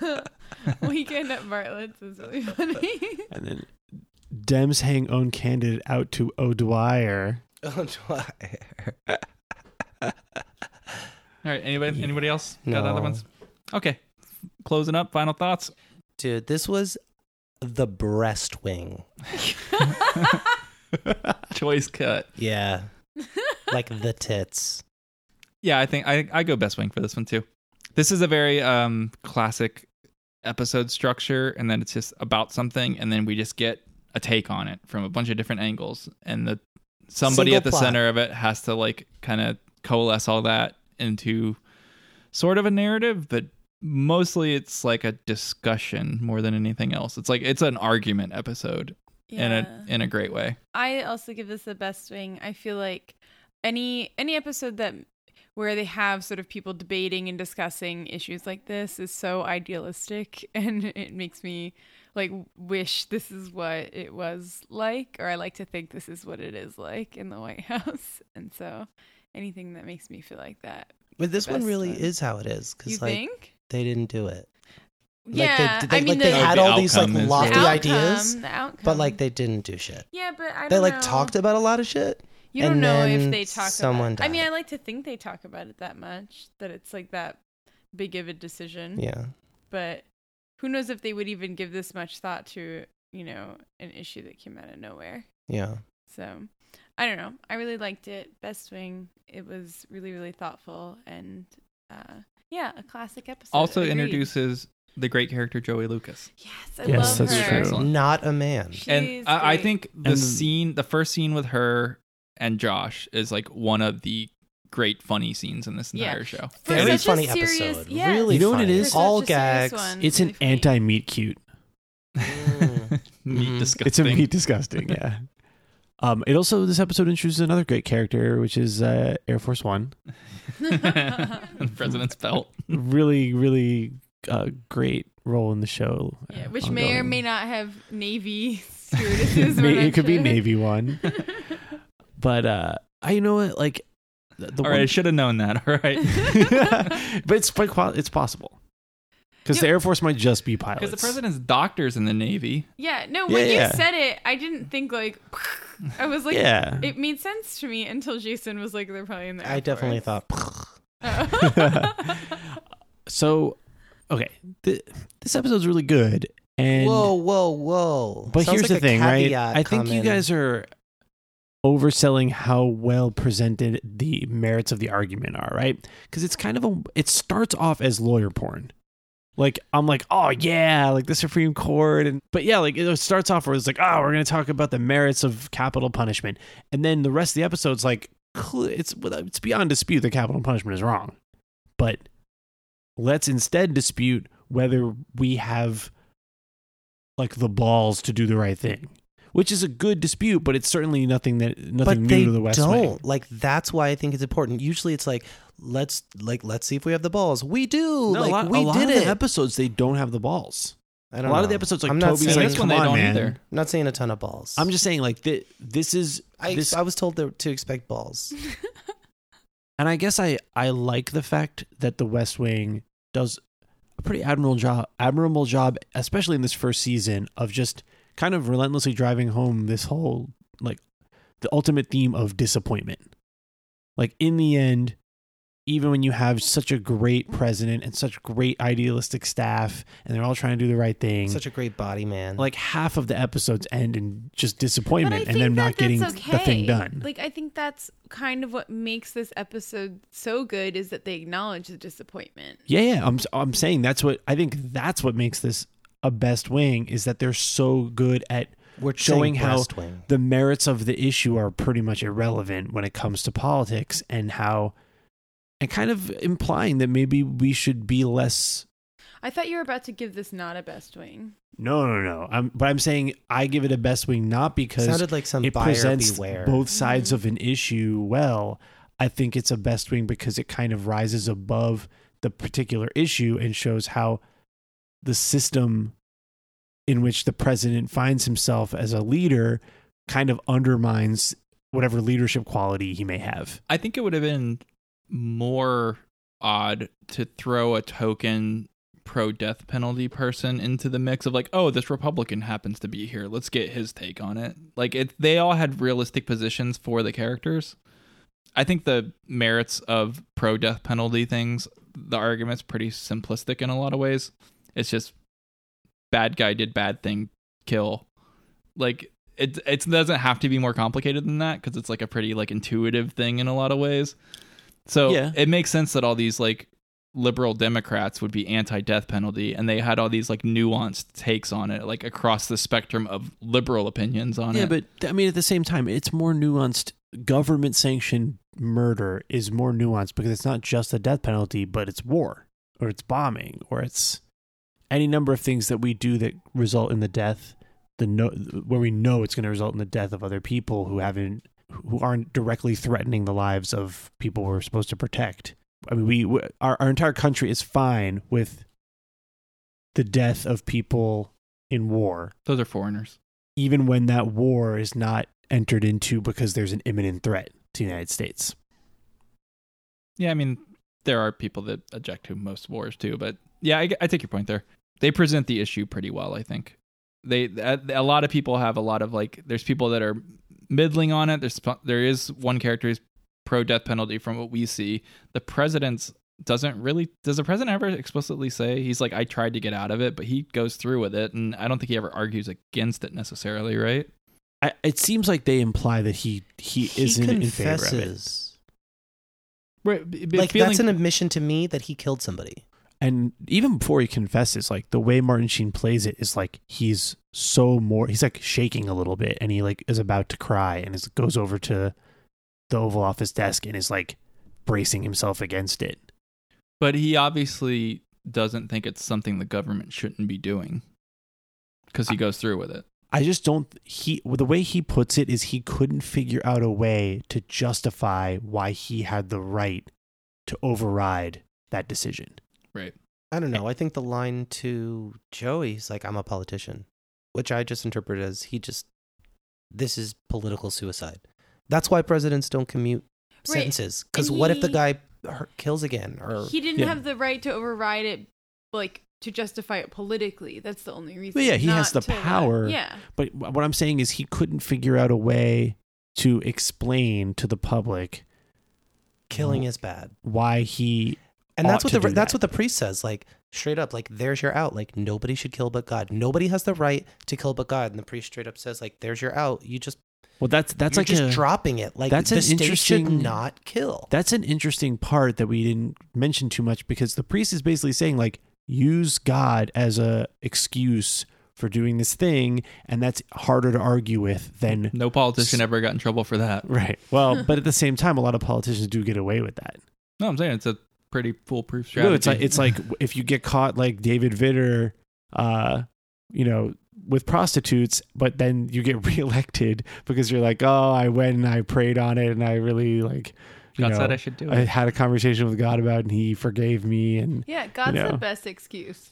[SPEAKER 4] Weekend at Bartlett's is really funny.
[SPEAKER 5] And then Dems hang own candidate out to O'Dwyer.
[SPEAKER 3] Oh, Dwyer.
[SPEAKER 1] All right. Anybody anybody else got
[SPEAKER 3] No.
[SPEAKER 1] other ones? Okay. Closing up, final thoughts.
[SPEAKER 3] Dude, this was the breast wing.
[SPEAKER 1] Choice cut.
[SPEAKER 3] Yeah. like the tits.
[SPEAKER 1] Yeah, I think I I go best wing for this one too. This is a very um classic episode structure and then it's just about something and then we just get a take on it from a bunch of different angles and the somebody
[SPEAKER 3] Single
[SPEAKER 1] at the
[SPEAKER 3] plot.
[SPEAKER 1] center of it has to like kind of coalesce all that into sort of a narrative but mostly it's like a discussion more than anything else. It's like it's an argument episode in a
[SPEAKER 4] Yeah.
[SPEAKER 1] in a great way.
[SPEAKER 4] I also give this the best swing. I feel like any any episode that where they have sort of people debating and discussing issues like this is so idealistic and it makes me like wish this is what it was like or I like to think this is what it is like in the White House. And so anything that makes me feel like that.
[SPEAKER 3] But this
[SPEAKER 4] the
[SPEAKER 3] one
[SPEAKER 4] best
[SPEAKER 3] really is how it is
[SPEAKER 4] You
[SPEAKER 3] because like
[SPEAKER 4] think?
[SPEAKER 3] they didn't do it. like
[SPEAKER 4] Yeah,
[SPEAKER 3] they, they,
[SPEAKER 4] I mean,
[SPEAKER 3] like they
[SPEAKER 4] the-
[SPEAKER 3] had
[SPEAKER 4] The
[SPEAKER 3] all these like
[SPEAKER 4] outcome is
[SPEAKER 3] lofty
[SPEAKER 4] the
[SPEAKER 3] ideas,
[SPEAKER 4] outcome, the
[SPEAKER 3] but like they didn't do shit.
[SPEAKER 4] Yeah, but I
[SPEAKER 3] they
[SPEAKER 4] don't
[SPEAKER 3] like
[SPEAKER 4] know.
[SPEAKER 3] talked about a lot of shit.
[SPEAKER 4] You don't
[SPEAKER 3] and
[SPEAKER 4] know if
[SPEAKER 3] then
[SPEAKER 4] they talk
[SPEAKER 3] Someone
[SPEAKER 4] about it. I
[SPEAKER 3] died.
[SPEAKER 4] mean, I like to think they talk about it that much that it's like that big of a decision.
[SPEAKER 3] Yeah.
[SPEAKER 4] But who knows if they would even give this much thought to, you know, an issue that came out of nowhere.
[SPEAKER 3] yeah.
[SPEAKER 4] So, I don't know. I really liked it. Best swing. It was really really thoughtful and uh yeah, a classic episode.
[SPEAKER 1] also
[SPEAKER 4] Agreed.
[SPEAKER 1] introduces the great character Joey Lucas.
[SPEAKER 4] Yes, I Yes, love that's her. true.
[SPEAKER 1] Excellent.
[SPEAKER 3] Not a man.
[SPEAKER 1] and
[SPEAKER 4] She's
[SPEAKER 1] I, I
[SPEAKER 4] great.
[SPEAKER 1] think the
[SPEAKER 5] And-
[SPEAKER 1] scene, the first scene with her and Josh, is like one of the great funny scenes in this entire show.
[SPEAKER 4] For
[SPEAKER 3] Very
[SPEAKER 4] such a
[SPEAKER 3] funny
[SPEAKER 4] serious-
[SPEAKER 3] episode.
[SPEAKER 4] yes.
[SPEAKER 3] Really
[SPEAKER 5] You know what
[SPEAKER 3] funny.
[SPEAKER 5] it is?
[SPEAKER 4] For
[SPEAKER 3] All
[SPEAKER 4] such a serious
[SPEAKER 3] gags.
[SPEAKER 4] one.
[SPEAKER 5] It's an anti meat cute.
[SPEAKER 1] Meat
[SPEAKER 5] Mm-hmm. It's a
[SPEAKER 1] disgusting.
[SPEAKER 5] meat disgusting. Yeah. Um, it also this episode introduces another great character, which is uh, Air Force One.
[SPEAKER 1] The president's belt.
[SPEAKER 5] really, really uh, great role in the show. uh,
[SPEAKER 4] Yeah, which may or
[SPEAKER 5] ongoing.
[SPEAKER 4] may not have navy stewardesses.
[SPEAKER 5] May-
[SPEAKER 4] we're not
[SPEAKER 5] it could be
[SPEAKER 4] sure.
[SPEAKER 5] Navy One, but uh, I you know what like the, the
[SPEAKER 1] All right, I should have known that. All right,
[SPEAKER 5] one, but it's quite qual- it's possible because the Air Force might just be pilots.
[SPEAKER 1] because the president's doctor's in the Navy.
[SPEAKER 4] Yeah, no, when
[SPEAKER 5] Yeah, yeah.
[SPEAKER 4] you said it, I didn't think like I was like
[SPEAKER 5] Yeah.
[SPEAKER 4] it made sense to me until Jason was like they're probably in Oh. there.
[SPEAKER 3] I definitely thought.
[SPEAKER 5] so okay, th- this episode's really good. And
[SPEAKER 3] whoa, whoa, whoa!
[SPEAKER 5] But
[SPEAKER 3] Sounds
[SPEAKER 5] here's
[SPEAKER 3] like
[SPEAKER 5] the
[SPEAKER 3] a
[SPEAKER 5] thing, right?
[SPEAKER 3] caveat
[SPEAKER 5] I think you
[SPEAKER 3] coming.
[SPEAKER 5] guys are overselling how well presented the merits of the argument are, right? Because it's kind of a it starts off as lawyer porn. Like I'm like, oh yeah, like the Supreme Court, and but yeah, like it starts off where it's like, oh, we're gonna talk about the merits of capital punishment, and then the rest of the episode's like, cl- it's it's beyond dispute that capital punishment is wrong, but let's instead dispute whether we have like the balls to do the right thing, which is a good dispute, but it's certainly nothing that nothing
[SPEAKER 3] but
[SPEAKER 5] new
[SPEAKER 3] they
[SPEAKER 5] to the West
[SPEAKER 3] don't.
[SPEAKER 5] Wing.
[SPEAKER 3] Like that's why I think it's important. Usually, it's like let's like let's see if we have the balls. We do.
[SPEAKER 5] No,
[SPEAKER 3] like
[SPEAKER 5] a lot,
[SPEAKER 3] we
[SPEAKER 5] a lot
[SPEAKER 3] did
[SPEAKER 5] of
[SPEAKER 3] it.
[SPEAKER 5] the episodes they don't have the balls.
[SPEAKER 3] I don't
[SPEAKER 5] a lot of
[SPEAKER 3] know.
[SPEAKER 5] the episodes like
[SPEAKER 3] I'm not
[SPEAKER 5] Toby's
[SPEAKER 3] saying-
[SPEAKER 5] like,
[SPEAKER 3] This
[SPEAKER 5] come
[SPEAKER 3] one they
[SPEAKER 5] on,
[SPEAKER 3] don't
[SPEAKER 5] man.
[SPEAKER 1] either.
[SPEAKER 3] I'm not saying a ton of balls.
[SPEAKER 5] I'm just saying like thi- this is
[SPEAKER 3] I,
[SPEAKER 5] this,
[SPEAKER 3] I was told to, to expect balls.
[SPEAKER 5] and I guess I I like the fact that the West Wing does a pretty admirable job, admirable job, especially in this first season of just kind of relentlessly driving home this whole like the ultimate theme of disappointment. Like in the end, even when you have such a great president and such great idealistic staff, and they're all trying to do the right thing,
[SPEAKER 3] Such a great body man.
[SPEAKER 5] like half of the episodes end in just
[SPEAKER 4] But I
[SPEAKER 5] disappointment and
[SPEAKER 4] think
[SPEAKER 5] them
[SPEAKER 4] that
[SPEAKER 5] not getting
[SPEAKER 4] that's okay.
[SPEAKER 5] the thing done.
[SPEAKER 4] Like I think that's kind of what makes this episode so good is that they acknowledge the disappointment.
[SPEAKER 5] Yeah, yeah. I'm I'm saying that's what I think that's what makes this a best wing is that they're so good at
[SPEAKER 3] We're saying
[SPEAKER 5] showing how
[SPEAKER 3] best wing.
[SPEAKER 5] the merits of the issue are pretty much irrelevant when it comes to politics and how and kind of implying that maybe we should be less
[SPEAKER 4] I thought you were about to give this not a best wing.
[SPEAKER 5] no, no, no. I'm, but I'm saying I give it a best wing not because
[SPEAKER 3] Sounded like some
[SPEAKER 5] it
[SPEAKER 3] buyer
[SPEAKER 5] presents
[SPEAKER 3] beware.
[SPEAKER 5] both sides of an issue well. I think it's a best wing because it kind of rises above the particular issue and shows how the system in which the president finds himself as a leader kind of undermines whatever leadership quality he may have.
[SPEAKER 1] I think it would have been more odd to throw a token pro death penalty person into the mix of like, oh, this Republican happens to be here. Let's get his take on it. Like it they all had realistic positions for the characters. I think the merits of pro death penalty things, the argument's pretty simplistic in a lot of ways. It's just bad guy did bad thing, kill. Like it it doesn't have to be more complicated than that because it's like a pretty like intuitive thing in a lot of ways. So
[SPEAKER 5] Yeah.
[SPEAKER 1] it makes sense that all these like liberal Democrats would be anti-death penalty, and they had all these like nuanced takes on it, like across the spectrum of liberal opinions on
[SPEAKER 5] yeah,
[SPEAKER 1] it.
[SPEAKER 5] but I mean, at the same time, it's more nuanced. Government sanctioned murder is more nuanced because it's not just the death penalty, but it's war. or it's bombing or it's any number of things that we do that result in the death the no, where we know it's going to result in the death of other people who haven't who aren't directly threatening the lives of people we're supposed to protect. I mean, we, we our, our entire country is fine with the death of people in war.
[SPEAKER 1] Those are foreigners.
[SPEAKER 5] Even when that war is not entered into because there's an imminent threat to the United States.
[SPEAKER 1] Yeah, I mean, there are people that object to most wars too, but yeah, I, I take your point there. They present the issue pretty well, I think. They a, a lot of people have a lot of like. There's people that are middling on it. There's there is one character who's pro death penalty from what we see. The president's doesn't really does the president ever explicitly say he's like I tried to get out of it, but he goes through with it, and I don't think he ever argues against it necessarily, right?
[SPEAKER 5] I, it seems like they imply that he he,
[SPEAKER 3] He
[SPEAKER 5] isn't in favor of it,
[SPEAKER 3] confesses.
[SPEAKER 1] Right, b- b-
[SPEAKER 3] Like
[SPEAKER 1] feeling-
[SPEAKER 3] that's an admission to me that he killed somebody.
[SPEAKER 5] and even before he confesses, like the way Martin Sheen plays it is like he's so more he's like shaking a little bit, and he like is about to cry, and is goes over to the Oval Office desk and is like bracing himself against it.
[SPEAKER 1] but he obviously doesn't think it's something the government shouldn't be doing because he goes through with it.
[SPEAKER 5] I just don't he the way he puts it is he couldn't figure out a way to justify why he had the right to override that decision.
[SPEAKER 1] Right.
[SPEAKER 3] I don't know. I think the line to Joey is like, I'm a politician, which I just interpret as he just, this is political suicide. That's why presidents don't commute
[SPEAKER 4] Right,
[SPEAKER 3] sentences. Because
[SPEAKER 4] and
[SPEAKER 3] what if the
[SPEAKER 4] he-
[SPEAKER 3] guy hurt, kills again? Or
[SPEAKER 4] He didn't
[SPEAKER 5] Yeah.
[SPEAKER 4] have the right to override it, like to justify it politically. That's the only reason.
[SPEAKER 5] But yeah, he has the
[SPEAKER 4] not to, like-
[SPEAKER 5] power.
[SPEAKER 4] yeah,
[SPEAKER 5] But wh- what I'm saying is he couldn't figure out a way to explain to the public
[SPEAKER 3] killing is bad.
[SPEAKER 5] why he
[SPEAKER 3] And that's
[SPEAKER 5] ought
[SPEAKER 3] what
[SPEAKER 5] to
[SPEAKER 3] the
[SPEAKER 5] do
[SPEAKER 3] that's
[SPEAKER 5] that.
[SPEAKER 3] what the priest says. Like straight up, like there's your out. Like nobody should kill but God. Nobody has the right to kill but God. And the priest straight up says, like, there's your out. You just
[SPEAKER 5] well that's that's
[SPEAKER 3] you're
[SPEAKER 5] like
[SPEAKER 3] just
[SPEAKER 5] a,
[SPEAKER 3] dropping it. Like
[SPEAKER 5] that's
[SPEAKER 3] the
[SPEAKER 5] an
[SPEAKER 3] state should
[SPEAKER 5] interesting-
[SPEAKER 3] not kill.
[SPEAKER 5] That's an interesting part that we didn't mention too much because the priest is basically saying like use God as a excuse for doing this thing and that's harder to argue with than
[SPEAKER 1] No politician ever got in trouble for that.
[SPEAKER 5] right. Well, but at the same time a lot of politicians do get away with that.
[SPEAKER 1] No, I'm saying it's a pretty foolproof strategy.
[SPEAKER 5] No, it's like it's like if you get caught like David Vitter, uh, you know, with prostitutes, but then you get reelected because you're like, oh, I went and I prayed on it, and I really like, you
[SPEAKER 1] God
[SPEAKER 5] know,
[SPEAKER 1] said I should do
[SPEAKER 5] I
[SPEAKER 1] it."
[SPEAKER 5] had a conversation with God about, it and He forgave me, and
[SPEAKER 4] yeah. God's
[SPEAKER 5] you know.
[SPEAKER 4] the best excuse.